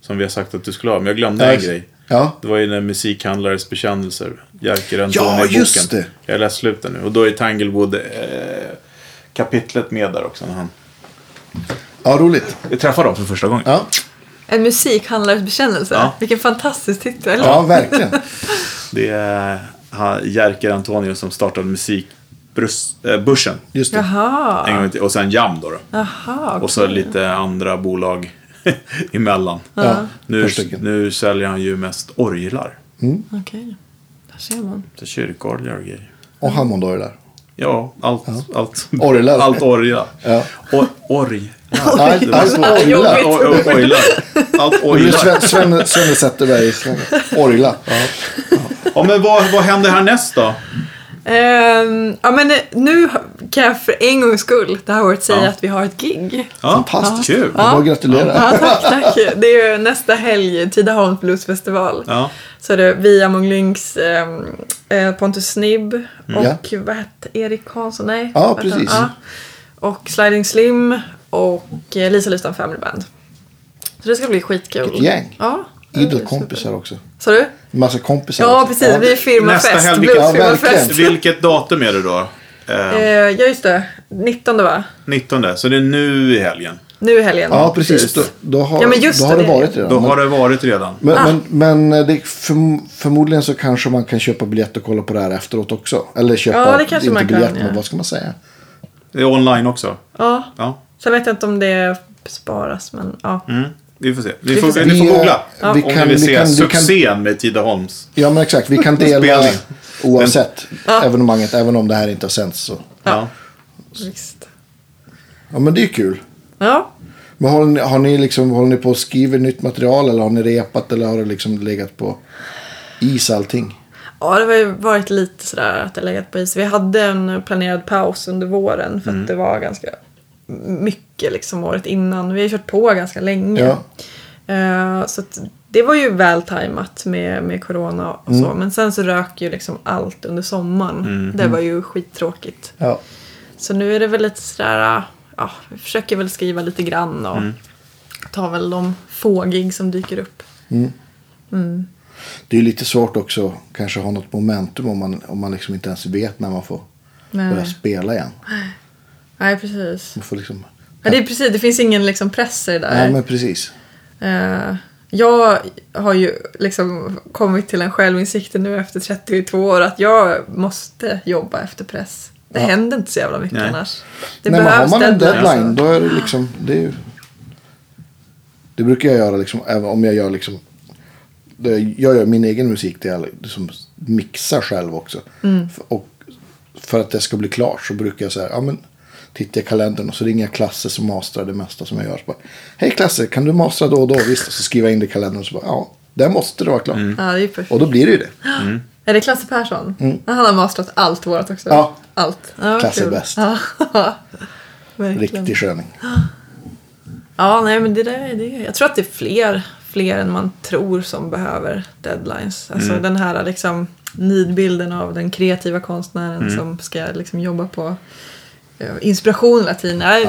Speaker 2: Som vi har sagt att du skulle ha, men jag glömde en
Speaker 1: Ja,
Speaker 2: grej.
Speaker 1: ja.
Speaker 2: Det var ju när musikhandlares bekännelser. Jerker
Speaker 1: Ja,
Speaker 2: Antoni-boken.
Speaker 1: just det.
Speaker 2: Jag läste slut den nu. Och då är Tanglewood eh, kapitlet med där också. När han...
Speaker 1: Ja, roligt.
Speaker 2: Jag träffade dem för första gången.
Speaker 1: Ja,
Speaker 4: En musikhandlares bekännelse.
Speaker 2: Ja.
Speaker 4: Vilken fantastisk titel.
Speaker 1: ja verkligen.
Speaker 2: Det är han- Jerker Antonius som startade musikbörsen.
Speaker 1: Just det.
Speaker 4: Jaha.
Speaker 2: En gång till. Och sen Jam då. då.
Speaker 4: Jaha.
Speaker 2: Och så lite andra bolag emellan.
Speaker 1: Ja.
Speaker 2: Nu,
Speaker 1: Par stycken.
Speaker 2: nu säljer han ju mest orglar.
Speaker 4: Okej. Där ser man.
Speaker 2: Så Kyrkorglar och grejer.
Speaker 1: Och Hammond har ju där.
Speaker 2: Ja, allt. Allt
Speaker 1: Orglar.
Speaker 2: Allt orglar.
Speaker 1: Ja.
Speaker 2: Or, org.
Speaker 1: Allt- Allt
Speaker 4: Ja,
Speaker 1: orglar.
Speaker 4: jobbigt.
Speaker 2: Or- or- orglar. Allt
Speaker 1: Det blir
Speaker 2: orglar.
Speaker 1: Sven, Sven, Sven Zetterberg i slangen. Orgla. Ja.
Speaker 2: Ja, men vad, vad händer härnäst då?
Speaker 4: Ehm, ja men eh, nu kan jag för en gångs skull det här året säga
Speaker 2: Ja.
Speaker 4: att vi har ett gig.
Speaker 2: Ja,
Speaker 1: Fantastiskt.
Speaker 2: Kul.
Speaker 1: Jag bara gratulerar.
Speaker 4: Ja, tack, tack. Det är ju nästa helg, Tidaholms bluesfestival.
Speaker 2: Ja.
Speaker 4: Så det är vi, Among Lynx, ehm, eh, Pontus Snibb
Speaker 2: Mm.
Speaker 4: och
Speaker 1: Ja.
Speaker 4: vad hette Erik Hansson? Nej.
Speaker 1: Ja,
Speaker 4: vad hette han?
Speaker 1: precis.
Speaker 4: Ja. Och Sliding Slim och eh, Lisa Lyftan Family Band. Så det ska bli skitkul.
Speaker 1: Vilket gäng.
Speaker 4: Ja.
Speaker 1: Idolkompisar också.
Speaker 4: Sa du?
Speaker 1: En massa kompisar
Speaker 4: Ja,
Speaker 1: också.
Speaker 4: precis. Det blir
Speaker 2: Nästa
Speaker 4: firmafest.
Speaker 2: helg, vilket-
Speaker 1: Ja,
Speaker 4: Bluesfirmafest.
Speaker 1: verkligen.
Speaker 2: Vilket datum är det då? Eh,
Speaker 4: Eh, ja, just det. 19 va?
Speaker 2: 19. Så det är nu i helgen.
Speaker 4: Nu i helgen.
Speaker 1: Ja, precis. Då, då har,
Speaker 4: Ja, men just
Speaker 1: då har
Speaker 4: det.
Speaker 1: det, varit redan.
Speaker 2: Då har det varit redan.
Speaker 1: Men, men, men det är förm- förmodligen så kanske man kan köpa biljett och kolla på det här efteråt också. Eller köpa,
Speaker 4: Ja, det kanske
Speaker 1: inte
Speaker 4: man kan,
Speaker 1: biljett,
Speaker 4: ja.
Speaker 1: men vad ska man säga?
Speaker 2: Det är online också.
Speaker 4: Ja.
Speaker 2: Ja,
Speaker 4: Sen vet jag inte om det sparas, men ja.
Speaker 2: mm. vi får se. Vi,
Speaker 4: Vi
Speaker 2: får,
Speaker 4: får se.
Speaker 2: ni får
Speaker 1: Vi, eh,
Speaker 2: googla.
Speaker 1: Ja. vi
Speaker 2: Om
Speaker 1: kan-
Speaker 2: ni vill
Speaker 1: vi
Speaker 2: se
Speaker 1: kan- vi kan-
Speaker 2: succén med Tidaholms.
Speaker 1: Ja, men exakt. Vi kan dela
Speaker 2: Spelning.
Speaker 1: oavsett evenemanget, även om det här inte har sänts. Så.
Speaker 2: Ja.
Speaker 4: Visst.
Speaker 1: Ja, men det är kul.
Speaker 4: Ja.
Speaker 1: Men har ni, har ni, liksom, håller ni på och skriver nytt material eller har ni repat eller har det liksom legat på is allting?
Speaker 4: ja, det har ju varit lite sådär att det har legat på is. Vi hade en planerad paus under våren för att det var ganska mycket liksom året innan. Vi har kört på ganska länge.
Speaker 1: Ja.
Speaker 4: Eh, så att det var ju väl tajmat med, med corona och så. Men sen så rök ju liksom allt under sommaren. Det var ju skittråkigt.
Speaker 1: Ja.
Speaker 4: Så nu är det väl lite sådär, ja, vi försöker väl skriva lite grann och ta väl de få gig som dyker upp.
Speaker 1: Det är ju lite svårt också kanske att ha något momentum om man, om man liksom inte ens vet när man får
Speaker 4: Nej.
Speaker 1: börja spela igen.
Speaker 4: Nej, precis.
Speaker 1: Man får liksom...
Speaker 4: Ja, det, är precis det finns ingen liksom press i det där.
Speaker 1: Ja, men precis.
Speaker 4: Eh, Jag har ju liksom kommit till en självinsikt nu efter 32 år att jag måste jobba efter press. Det
Speaker 1: Ja.
Speaker 4: händer inte så jävla mycket
Speaker 2: Nej.
Speaker 4: annars. Det
Speaker 1: Nej, men har
Speaker 4: behövs
Speaker 1: man en
Speaker 4: deadlines.
Speaker 1: deadline då är det liksom. Det, är, ju- det brukar jag göra liksom. Även om jag gör liksom. Det, jag gör min egen musik där jag liksom mixar själv också.
Speaker 4: Mm.
Speaker 1: F- Och för att det ska bli klart så brukar jag så här. Ja, men, tittar jag i kalendern och så ringer jag Klasse som mastrar det mesta som jag gör. Så bara, Hej Klasse, kan du mastra då och då? Visst, och så skriver jag in det i kalendern och så bara. Ja, där måste det vara klart.
Speaker 4: Ja, det är ju perfekt.
Speaker 1: Och då blir det ju det.
Speaker 4: Är det Klasse Persson? Ja, Han har mastrat allt vårat också.
Speaker 1: Ja.
Speaker 4: Allt. Ja, vad
Speaker 1: Klasse är
Speaker 4: kul.
Speaker 1: bäst.
Speaker 4: Ja, verkligen.
Speaker 1: Riktig sköning.
Speaker 4: Ja, nej men det där är det. Jag tror att det är fler, fler än man tror som behöver deadlines. Alltså den här liksom nidbilden av den kreativa konstnären som ska liksom jobba på eh, inspiration hela tiden. Nej,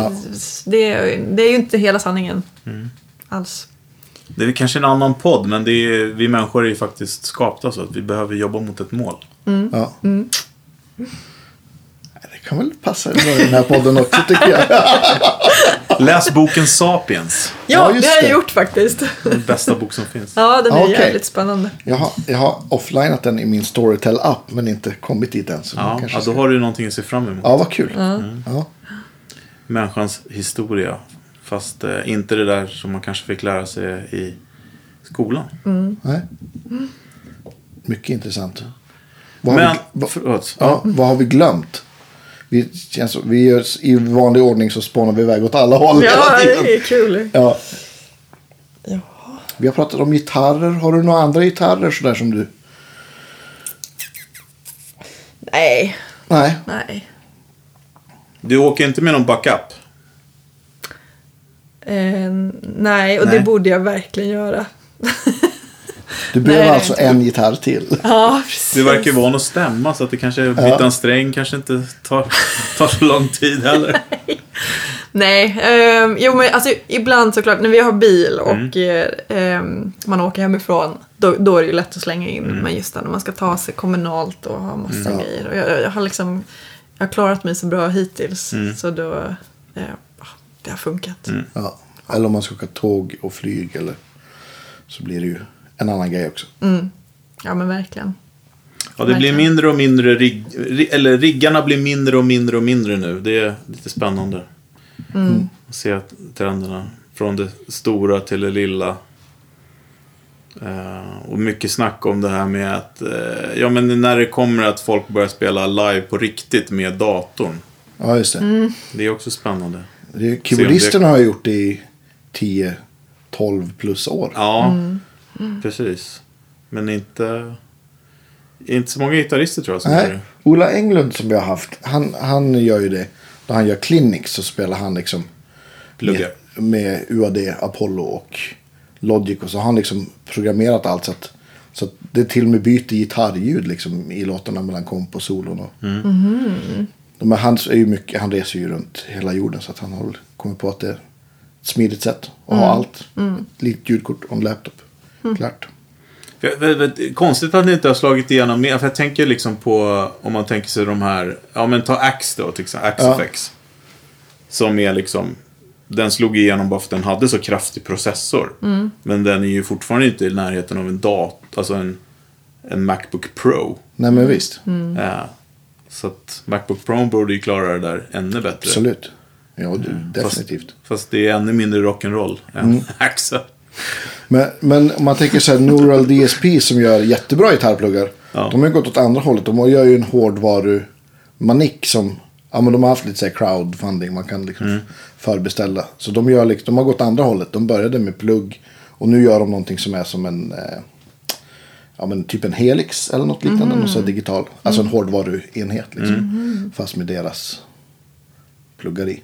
Speaker 4: det, är- det är ju inte hela sanningen alls.
Speaker 2: Det är kanske en annan podd, men det är, vi människor är ju faktiskt skapta så att vi behöver jobba mot ett mål.
Speaker 1: Ja.
Speaker 4: Mm.
Speaker 1: Nej, Det kan väl passa bra i den här podden också tycker jag.
Speaker 2: Läs boken Sapiens.
Speaker 1: Ja,
Speaker 4: Ja,
Speaker 1: just
Speaker 4: det Ah, har
Speaker 1: det.
Speaker 4: jag gjort faktiskt.
Speaker 2: Den bästa bok som finns.
Speaker 4: Ja, den är
Speaker 1: Okej.
Speaker 4: jävligt spännande.
Speaker 1: Jag har, jag har offlineat den i min Storytel-app men inte kommit dit än. Så
Speaker 2: Ja,
Speaker 1: man kanske
Speaker 2: ja, då
Speaker 1: ska-
Speaker 2: har du någonting att se fram emot.
Speaker 1: ja vad kul. Ja.
Speaker 2: Människans historia. Fast eh, inte det där som man kanske fick lära sig i skolan.
Speaker 1: Mm. Nej. Mycket intressant. Vad har,
Speaker 2: Men,
Speaker 1: vi, vad,
Speaker 2: förlåt.
Speaker 1: ja, vad har vi glömt? Vi, känns, som- vi gör, I vanlig ordning så spånar vi iväg åt alla håll
Speaker 4: Ja,
Speaker 1: hela tiden.
Speaker 4: det är kul.
Speaker 1: Ja.
Speaker 4: Ja.
Speaker 1: Vi har pratat om gitarrer. Har du några andra gitarrer sådär som du?
Speaker 4: Nej,
Speaker 1: Nej.
Speaker 4: nej.
Speaker 2: Du åker inte med någon backup?
Speaker 4: Eh, nej, och
Speaker 2: Nej.
Speaker 4: det borde jag verkligen göra.
Speaker 1: Du behöver
Speaker 4: Nej,
Speaker 1: alltså
Speaker 4: inte.
Speaker 1: en gitarr till.
Speaker 4: Ja, precis.
Speaker 2: Du verkar ju vara någon stämma så att det kanske, byta en sträng kanske inte tar, tar så lång tid heller.
Speaker 4: Nej, ehm, jo men alltså ibland såklart när vi har bil
Speaker 2: Mm.
Speaker 4: och eh, ehm, man åker hemifrån då, då är det ju lätt att slänga in.
Speaker 2: Mm.
Speaker 4: Men just det, när man ska ta sig kommunalt och ha massa grejer. Och jag, jag har liksom, jag har klarat mig så bra hittills
Speaker 2: Mm.
Speaker 4: så då, eh, ah, det har funkat.
Speaker 1: Ja. Eller om man ska åka tåg och flyg eller så blir det ju en annan grej också.
Speaker 4: Ja men verkligen.
Speaker 2: Ja, det blir
Speaker 4: Verkligen.
Speaker 2: mindre och mindre rigg, ri- eller riggarna blir mindre och mindre och mindre nu. Det är lite spännande. Att se trenderna från det stora till det lilla. Eh, och mycket snack om det här med att, eh, ja men när det kommer att folk börjar spela live på riktigt med datorn.
Speaker 1: Ja, just det.
Speaker 2: Det är också spännande.
Speaker 1: det är- Keyboardisterna har gjort det i 10-12 plus år.
Speaker 2: Ja, precis. Men inte, inte så många gitarrister tror jag som gör
Speaker 1: Nej.
Speaker 2: det.
Speaker 1: Ola Englund som vi har haft, han, han gör ju det. När han gör clinics så spelar han liksom
Speaker 2: Pluggar.
Speaker 1: med, med UAD, Apollo och Logic. Och så har han liksom programmerat allt så att, så att det till och med byter gitarrljud liksom i låtarna mellan komp och solon. Och,
Speaker 2: Mm.
Speaker 1: Men han, är ju mycket, han reser ju runt hela jorden så att han har väl kommit på att det är ett smidigt sätt att ha allt. Ett litet ljudkort och en laptop. Klart.
Speaker 2: För- för- för- Konstigt att ni inte har slagit igenom mer. För jag tänker liksom på, om man tänker sig de här, ja men ta Axe då till exempel, Axe
Speaker 1: Ja.
Speaker 2: FX. Som är liksom, den slog igenom bara för att den hade så kraftig processor.
Speaker 1: Mm.
Speaker 2: Men den är ju fortfarande inte i närheten av en dator, alltså en, en Macbook Pro.
Speaker 1: Nej men visst.
Speaker 2: Eh, så att Macbook Pro borde ju klara det där ännu bättre.
Speaker 1: Absolut. Ja, det,
Speaker 2: Mm.
Speaker 1: definitivt. Mm.
Speaker 2: Fast, fast det är ännu mindre rock'n'roll än Axe.
Speaker 1: Men, men om man tänker så här, Neural DSP som gör jättebra gitarrpluggar.
Speaker 2: Ja.
Speaker 1: De har ju gått åt andra hållet. De gör ju en hårdvarumanik som, ja men de har haft lite så här crowdfunding. Man kan liksom förbeställa. Så de, gör liksom, de har gått andra hållet. De började med plugg. Och nu gör de någonting som är som en, eh, ja men typ en Helix eller något liknande. Någon så här digital, alltså en hårdvaruenhet liksom. Fast med deras pluggar i.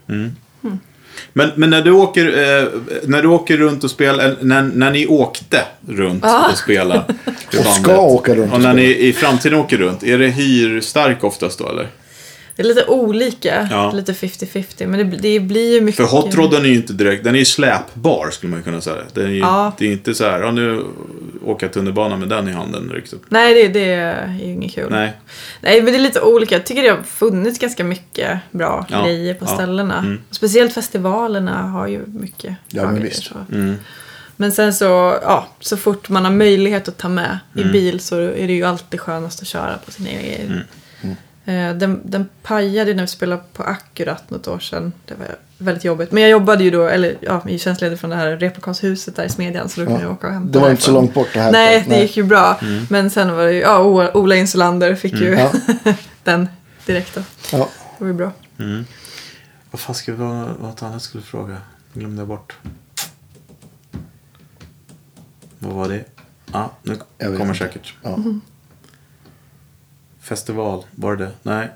Speaker 2: Men, men när, du åker, eh, när du åker runt och spelar, eller när, när ni åkte runt och spelade. i
Speaker 1: Och ska
Speaker 2: bandet,
Speaker 1: åka runt och
Speaker 2: Och när ni i framtiden åker runt, är det hyrstark oftast då eller?
Speaker 4: Det är lite olika,
Speaker 2: Ja.
Speaker 4: lite 50-50 men det, det blir ju
Speaker 2: För
Speaker 4: mycket.
Speaker 2: hot rodden är ju inte direkt, den är ju släpbar skulle man kunna säga. Den är ju,
Speaker 4: Ja.
Speaker 2: Det är inte så här, ja nu åker jag tunnelbana med den i handen riktigt.
Speaker 4: Nej, det, det är ju inget kul.
Speaker 2: Nej.
Speaker 4: Nej, men det är lite olika. Jag tycker det har funnits ganska mycket bra
Speaker 2: Ja,
Speaker 4: grejer på
Speaker 2: ja, Mm.
Speaker 4: ställena. Speciellt festivalerna har ju mycket
Speaker 1: Ja,
Speaker 4: bra
Speaker 1: men
Speaker 2: Mm.
Speaker 4: grejer,
Speaker 1: visst.
Speaker 4: så. Men sen så, ja, så fort man har möjlighet att ta med
Speaker 2: Mm.
Speaker 4: i bil så är det ju alltid skönast att köra på sina egna grejer.
Speaker 1: Mm.
Speaker 4: Eh, Den, den pajade ju när vi spelade på Akkurat något år sedan. Det var väldigt jobbigt. Men jag jobbade ju då, eller ja, jag är tjänstledig från det här replokationshuset där i Smedjan så då kunde jag åka och hämta
Speaker 1: Det var inte så
Speaker 4: därifrån.
Speaker 1: långt bort att hämta.
Speaker 4: Nej, det
Speaker 1: Nej.
Speaker 4: gick ju bra.
Speaker 2: Mm.
Speaker 4: Men sen var det ju, ja, O- Ola Insulander fick ju
Speaker 1: Ja.
Speaker 4: den direkt då.
Speaker 1: Ja.
Speaker 4: Det var ju bra.
Speaker 2: Vad fan ska jag, vad annat skulle fråga? Glömde jag bort. Vad var det? Ja, nu
Speaker 1: Jag vet
Speaker 2: kommer
Speaker 1: inte.
Speaker 2: säkert.
Speaker 1: Ja.
Speaker 2: Festival, var det det? Nej.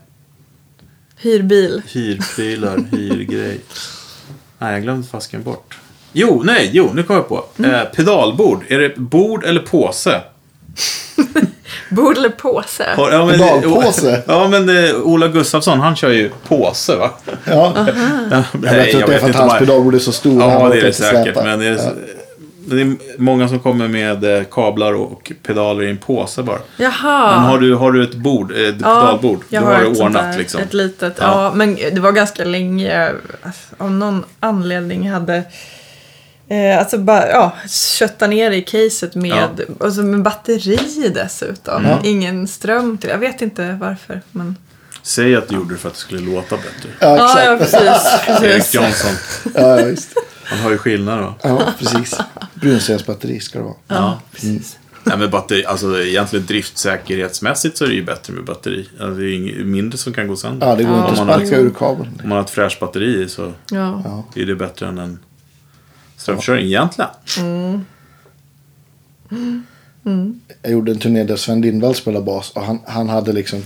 Speaker 4: Hyrbil.
Speaker 2: Hyrprylar, hyrgrej. Nej, jag glömde fasken bort. Jo, nej, jo, nu kom jag på. Eh, pedalbord, är det bord eller påse?
Speaker 4: Bord eller påse?
Speaker 2: Har- ja, eh,
Speaker 1: Pedalpåse?
Speaker 2: Ja, men eh, Ola Gustafsson, han kör ju påse, va?
Speaker 1: Ja.
Speaker 2: Nej,
Speaker 1: Jag vet att det är för att
Speaker 2: inte
Speaker 1: hans
Speaker 2: vad-
Speaker 1: pedalbord är så stor. han
Speaker 2: Ja,
Speaker 1: orkar
Speaker 2: det är det
Speaker 1: inte
Speaker 2: säkert.
Speaker 1: släpa.
Speaker 2: Men det är,
Speaker 1: Ja.
Speaker 2: det är många som kommer med eh, kablar och pedaler i en påse bara.
Speaker 4: Jaha.
Speaker 2: Men har du, har du ett bord, eh, ett pedalbord,
Speaker 4: jag
Speaker 2: då
Speaker 4: har
Speaker 2: har
Speaker 4: ett
Speaker 2: du
Speaker 4: sånt
Speaker 2: ordnat
Speaker 4: där,
Speaker 2: liksom.
Speaker 4: Ett litet, ja.
Speaker 2: Ja.
Speaker 4: men det var ganska länge. Alltså, av någon anledning hade eh, alltså bara, ja, kötta ner det i caset med, alltså med batteri
Speaker 2: Mm.
Speaker 4: dessutom. Ingen ström till Jag vet inte varför. Men...
Speaker 2: Säg att du gjorde det för att det skulle låta bättre.
Speaker 1: Ja,
Speaker 4: Ja,
Speaker 1: exakt.
Speaker 4: ja, precis.
Speaker 2: Erik
Speaker 4: precis.
Speaker 2: Jansson,
Speaker 1: Ja, ja, visst.
Speaker 2: han har ju skillnad då.
Speaker 1: Ja, precis. Brunstensbatteri ska det vara.
Speaker 2: Ja.
Speaker 4: precis.
Speaker 2: Nej, men batteri, alltså, egentligen driftsäkerhetsmässigt så är det ju bättre med batteri. Alltså, det är ju ing- mindre som kan gå sönder.
Speaker 1: Ja, det går
Speaker 4: Ja.
Speaker 1: inte
Speaker 2: Om
Speaker 1: att
Speaker 2: man har- liksom-
Speaker 1: sparka ur kabeln.
Speaker 2: Om man har ett fräscht batteri i så
Speaker 4: Ja.
Speaker 1: Ja.
Speaker 2: är det bättre än en strömförsörjning egentligen.
Speaker 1: Jag gjorde en turné där Sven Lindvall spelade bas och han, han hade liksom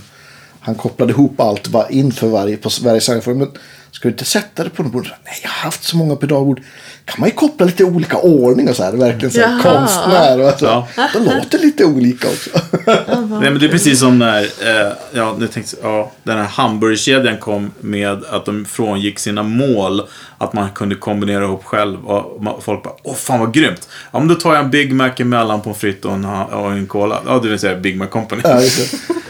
Speaker 1: han kopplade ihop allt bara inför varje, på varje sångform. Men ska du inte sätta det på något bord? Så, Nej, jag har haft så många pedalbord. Kan man ju koppla lite olika ordning och så här. Verkligen så här
Speaker 4: Jaha.
Speaker 1: konstnär. Och så.
Speaker 2: Ja.
Speaker 1: Det låter lite olika också.
Speaker 2: Nej, men det är precis som när eh, ja, nu tänkte, jag- ja, den här hamburgerkedjan kom med att de frångick sina mål. Att man kunde kombinera ihop själv. Och ma- folk bara, åh fan vad grymt. Ja, men då tar jag en Big Mac emellan pommes frites och en, ha- och en cola. Ja, det vill säga Big Mac Company.
Speaker 1: ja, just det.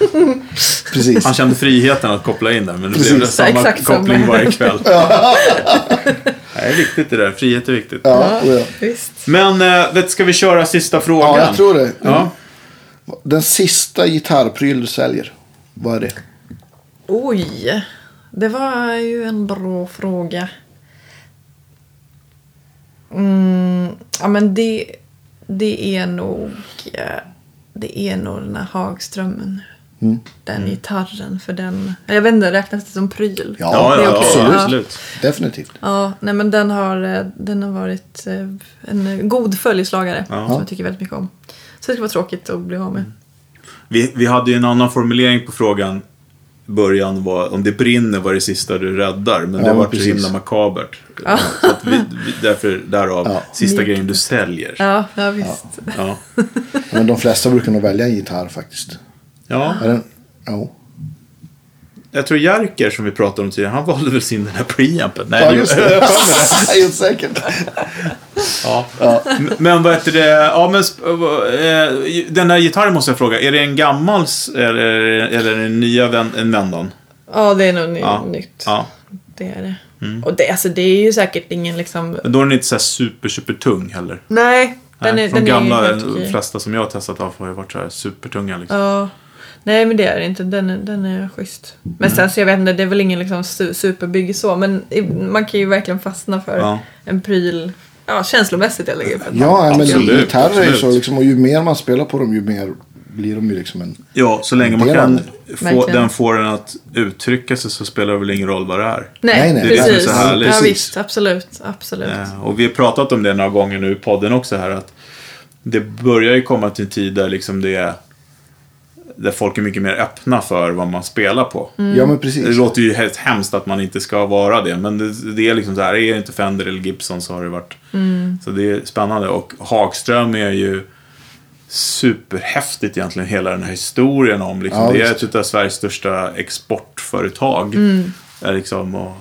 Speaker 1: Precis.
Speaker 2: Han kände friheten att koppla in den, men det
Speaker 1: Precis.
Speaker 2: blev samma
Speaker 4: Exakt samma.
Speaker 2: koppling varje kväll. Nej, det är viktigt det där. Frihet är viktigt.
Speaker 1: Ja, ja.
Speaker 4: Visst.
Speaker 2: Men eh, vet, ska vi köra sista frågan?
Speaker 1: ja, jag tror det.
Speaker 2: Ja.
Speaker 1: Den sista gitarrpryl du säljer. Vad är det?
Speaker 4: Oj. Det var ju en bra fråga. Mm, ja men det, det är nog eh, Det är nog den här Hagströmmen. Den gitarren för den. Jag vet inte, räknas det som pryl?
Speaker 1: Ja,
Speaker 2: Ja,
Speaker 4: Det är
Speaker 2: ja,
Speaker 4: okej.
Speaker 1: absolut.
Speaker 4: Ja.
Speaker 2: absolut.
Speaker 1: Definitivt.
Speaker 4: Ja, nej men den har, eh, den har varit eh, en god följeslagare
Speaker 2: Ja.
Speaker 4: som jag tycker väldigt mycket om. Så det skulle vara tråkigt att bli av med.
Speaker 2: Vi, vi hade ju en annan formulering på frågan. Början var om det brinner var det sista du räddar. Men det
Speaker 1: men
Speaker 2: var så
Speaker 1: precis.
Speaker 2: himla makabert. Så att vi, vi, därför, därav,
Speaker 1: Ja.
Speaker 2: sista grejen du säljer. Ja.
Speaker 4: Ja, ja visst.
Speaker 2: Ja.
Speaker 1: Men de flesta brukar nog välja en gitarr faktiskt. Är den? Ja.
Speaker 2: Jag tror Jerker som vi pratade om tidigare, han valde väl sin den här preampen. Nej,
Speaker 1: Ja,
Speaker 2: det-
Speaker 1: just det. Ja, just säkert.
Speaker 2: Ja. M- Men vad heter det? Ja, men, sp- eh, den där gitarren måste jag fråga. Är det en gammal s- eller, eller den nya vän, en Vendon?
Speaker 4: Ja, det är nog ny,
Speaker 2: Ja.
Speaker 4: nytt.
Speaker 2: Ja.
Speaker 4: Det är det.
Speaker 2: Mm.
Speaker 4: Och det, alltså, det är ju säkert ingen liksom...
Speaker 2: Då är den inte så här super, super tung heller.
Speaker 4: Nej, den
Speaker 2: Nej,
Speaker 4: är,
Speaker 2: Från
Speaker 4: den är
Speaker 2: gamla,
Speaker 4: helt okej.
Speaker 2: de flesta som jag har testat av har ju varit så här supertunga. Liksom.
Speaker 4: Ja. Nej, men det är det inte. Den är, den är schysst.
Speaker 2: Mm.
Speaker 4: Men sen så jag vet inte, det är väl ingen liksom su- superbygge så. Men i- man kan ju verkligen fastna för
Speaker 2: Ja.
Speaker 4: en pryl. Ja, känslomässigt helt enkelt.
Speaker 1: Ja, men
Speaker 2: Absolut,
Speaker 1: gitarrer är ju så.
Speaker 2: absolut.
Speaker 1: Liksom, och ju mer man spelar på dem, ju mer blir de ju liksom en...
Speaker 2: Ja, så länge man
Speaker 1: Det är
Speaker 2: kan få,
Speaker 4: Verkligen.
Speaker 2: den får den att uttrycka sig så spelar det väl ingen roll vad det är.
Speaker 1: Nej,
Speaker 4: Nej,
Speaker 1: nej.
Speaker 2: Det är det som är
Speaker 4: precis.
Speaker 2: så härligt.
Speaker 4: ja,
Speaker 1: Precis.
Speaker 4: visst. Absolut. Absolut.
Speaker 2: Eh, Och vi har pratat om det några gånger nu i podden också här att det börjar ju komma till en tid där liksom det är där folk är mycket mer öppna för vad man spelar på.
Speaker 1: Ja, men
Speaker 2: Mm. Det
Speaker 1: precis.
Speaker 2: låter ju helt hemskt att man inte ska vara det, men det, det är liksom så här, är det inte Fender eller Gibson så har det varit.
Speaker 1: Mm.
Speaker 2: Så det är spännande och Hagström är ju superhäftigt egentligen, hela den här historien om liksom,
Speaker 1: Ja,
Speaker 2: det är
Speaker 1: visst. Mm.
Speaker 2: ett av Sveriges största exportföretag. Är liksom, och,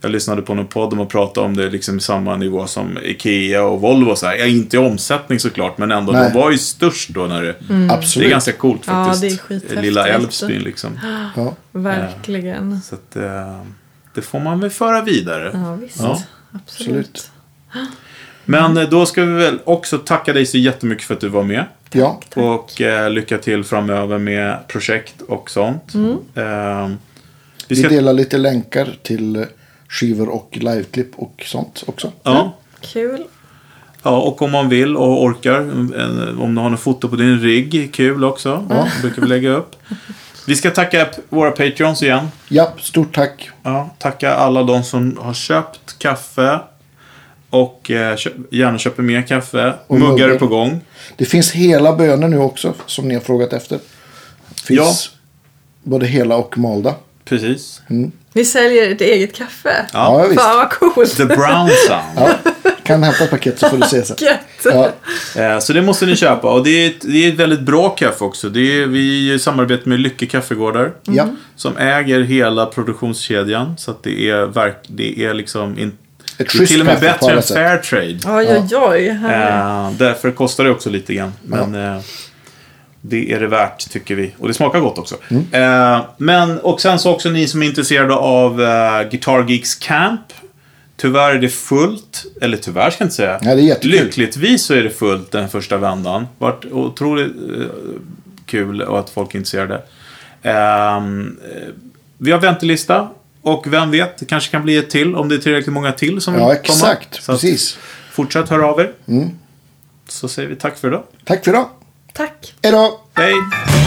Speaker 2: Jag lyssnade på någon podd om att prata om det liksom i samma nivå som Ikea och Volvo. och Så här. Ja, inte i omsättning såklart, men ändå,
Speaker 1: Nej. Mm.
Speaker 2: de var ju störst då när det... Det
Speaker 1: Absolut.
Speaker 2: är ganska coolt
Speaker 4: Ja, det är
Speaker 2: faktiskt.
Speaker 4: skithäftigt.
Speaker 2: Lilla Älvsbyn liksom.
Speaker 1: Ja.
Speaker 4: Verkligen.
Speaker 2: Så att, eh, det får man väl föra vidare.
Speaker 4: Ja, visst.
Speaker 1: Ja,
Speaker 4: Absolut.
Speaker 1: absolut.
Speaker 2: Men eh, då ska vi väl också tacka dig så jättemycket för att du var med.
Speaker 1: Ja.
Speaker 2: Och eh, lycka till framöver med projekt och sånt. Eh, vi
Speaker 1: Vi
Speaker 2: ska...
Speaker 1: delar lite länkar till eh, skivor och liveklipp och sånt också.
Speaker 2: ja.
Speaker 4: Kul.
Speaker 2: Ja, och om man vill och orkar. en- Om du har något foto på din rigg, kul också. Ja. brukar vi lägga upp. Vi ska tacka våra Patreons igen.
Speaker 1: Ja, stort tack.
Speaker 2: Ja, tacka alla de som har köpt kaffe. Och eh, köp, gärna köper mer kaffe.
Speaker 1: Och
Speaker 2: muggar
Speaker 1: muggar.
Speaker 2: är på gång.
Speaker 1: Det finns hela bönor nu också som ni har frågat efter. Finns
Speaker 2: Ja.
Speaker 1: både hela och malda.
Speaker 2: Precis.
Speaker 4: Vi säljer ett eget kaffe.
Speaker 1: Ja, ja visst.
Speaker 4: Fan vad coolt.
Speaker 2: The brown sound.
Speaker 1: Ja. Kan hämta ett paket så får du se sen.
Speaker 4: Gött.
Speaker 1: Ja,
Speaker 2: Eh, Så det måste ni köpa. Och det är ett, det är ett väldigt bra kaffe också. Det är, vi är i samarbete med Lycke Kaffegårdar.
Speaker 1: Mm. ja.
Speaker 2: Som äger hela produktionskedjan. Så att det är, verk, det är liksom in,
Speaker 1: Ett
Speaker 2: det är
Speaker 1: schysst
Speaker 2: till och med
Speaker 1: kaffe på
Speaker 2: bättre
Speaker 1: alla
Speaker 2: än
Speaker 1: sätt.
Speaker 2: Fairtrade.
Speaker 4: Oj, oj, oj. Här.
Speaker 2: Eh, därför kostar det också lite grann. Men eh, det är det värt tycker vi. Och det smakar gott också.
Speaker 1: Mm.
Speaker 2: Eh, men, och sen så också ni som är intresserade av eh, Guitar Geeks Camp. Tyvärr är det fullt. Eller tyvärr ska jag inte säga.
Speaker 1: Ja, det är jättekul.
Speaker 2: Lyckligtvis så är det fullt den första vändan. Vart otroligt eh, kul och att folk är intresserade. Ehm, eh, vi har väntelista. Och vem vet, det kanske kan bli ett till om det är tillräckligt många till som vill
Speaker 1: ja,
Speaker 2: komma.
Speaker 1: exakt.
Speaker 2: Så att-
Speaker 1: Precis. Mm.
Speaker 2: Fortsätt höra av er. Så säger vi tack för idag.
Speaker 1: Tack för idag.
Speaker 4: Tack.
Speaker 1: Hej då!
Speaker 2: Hej!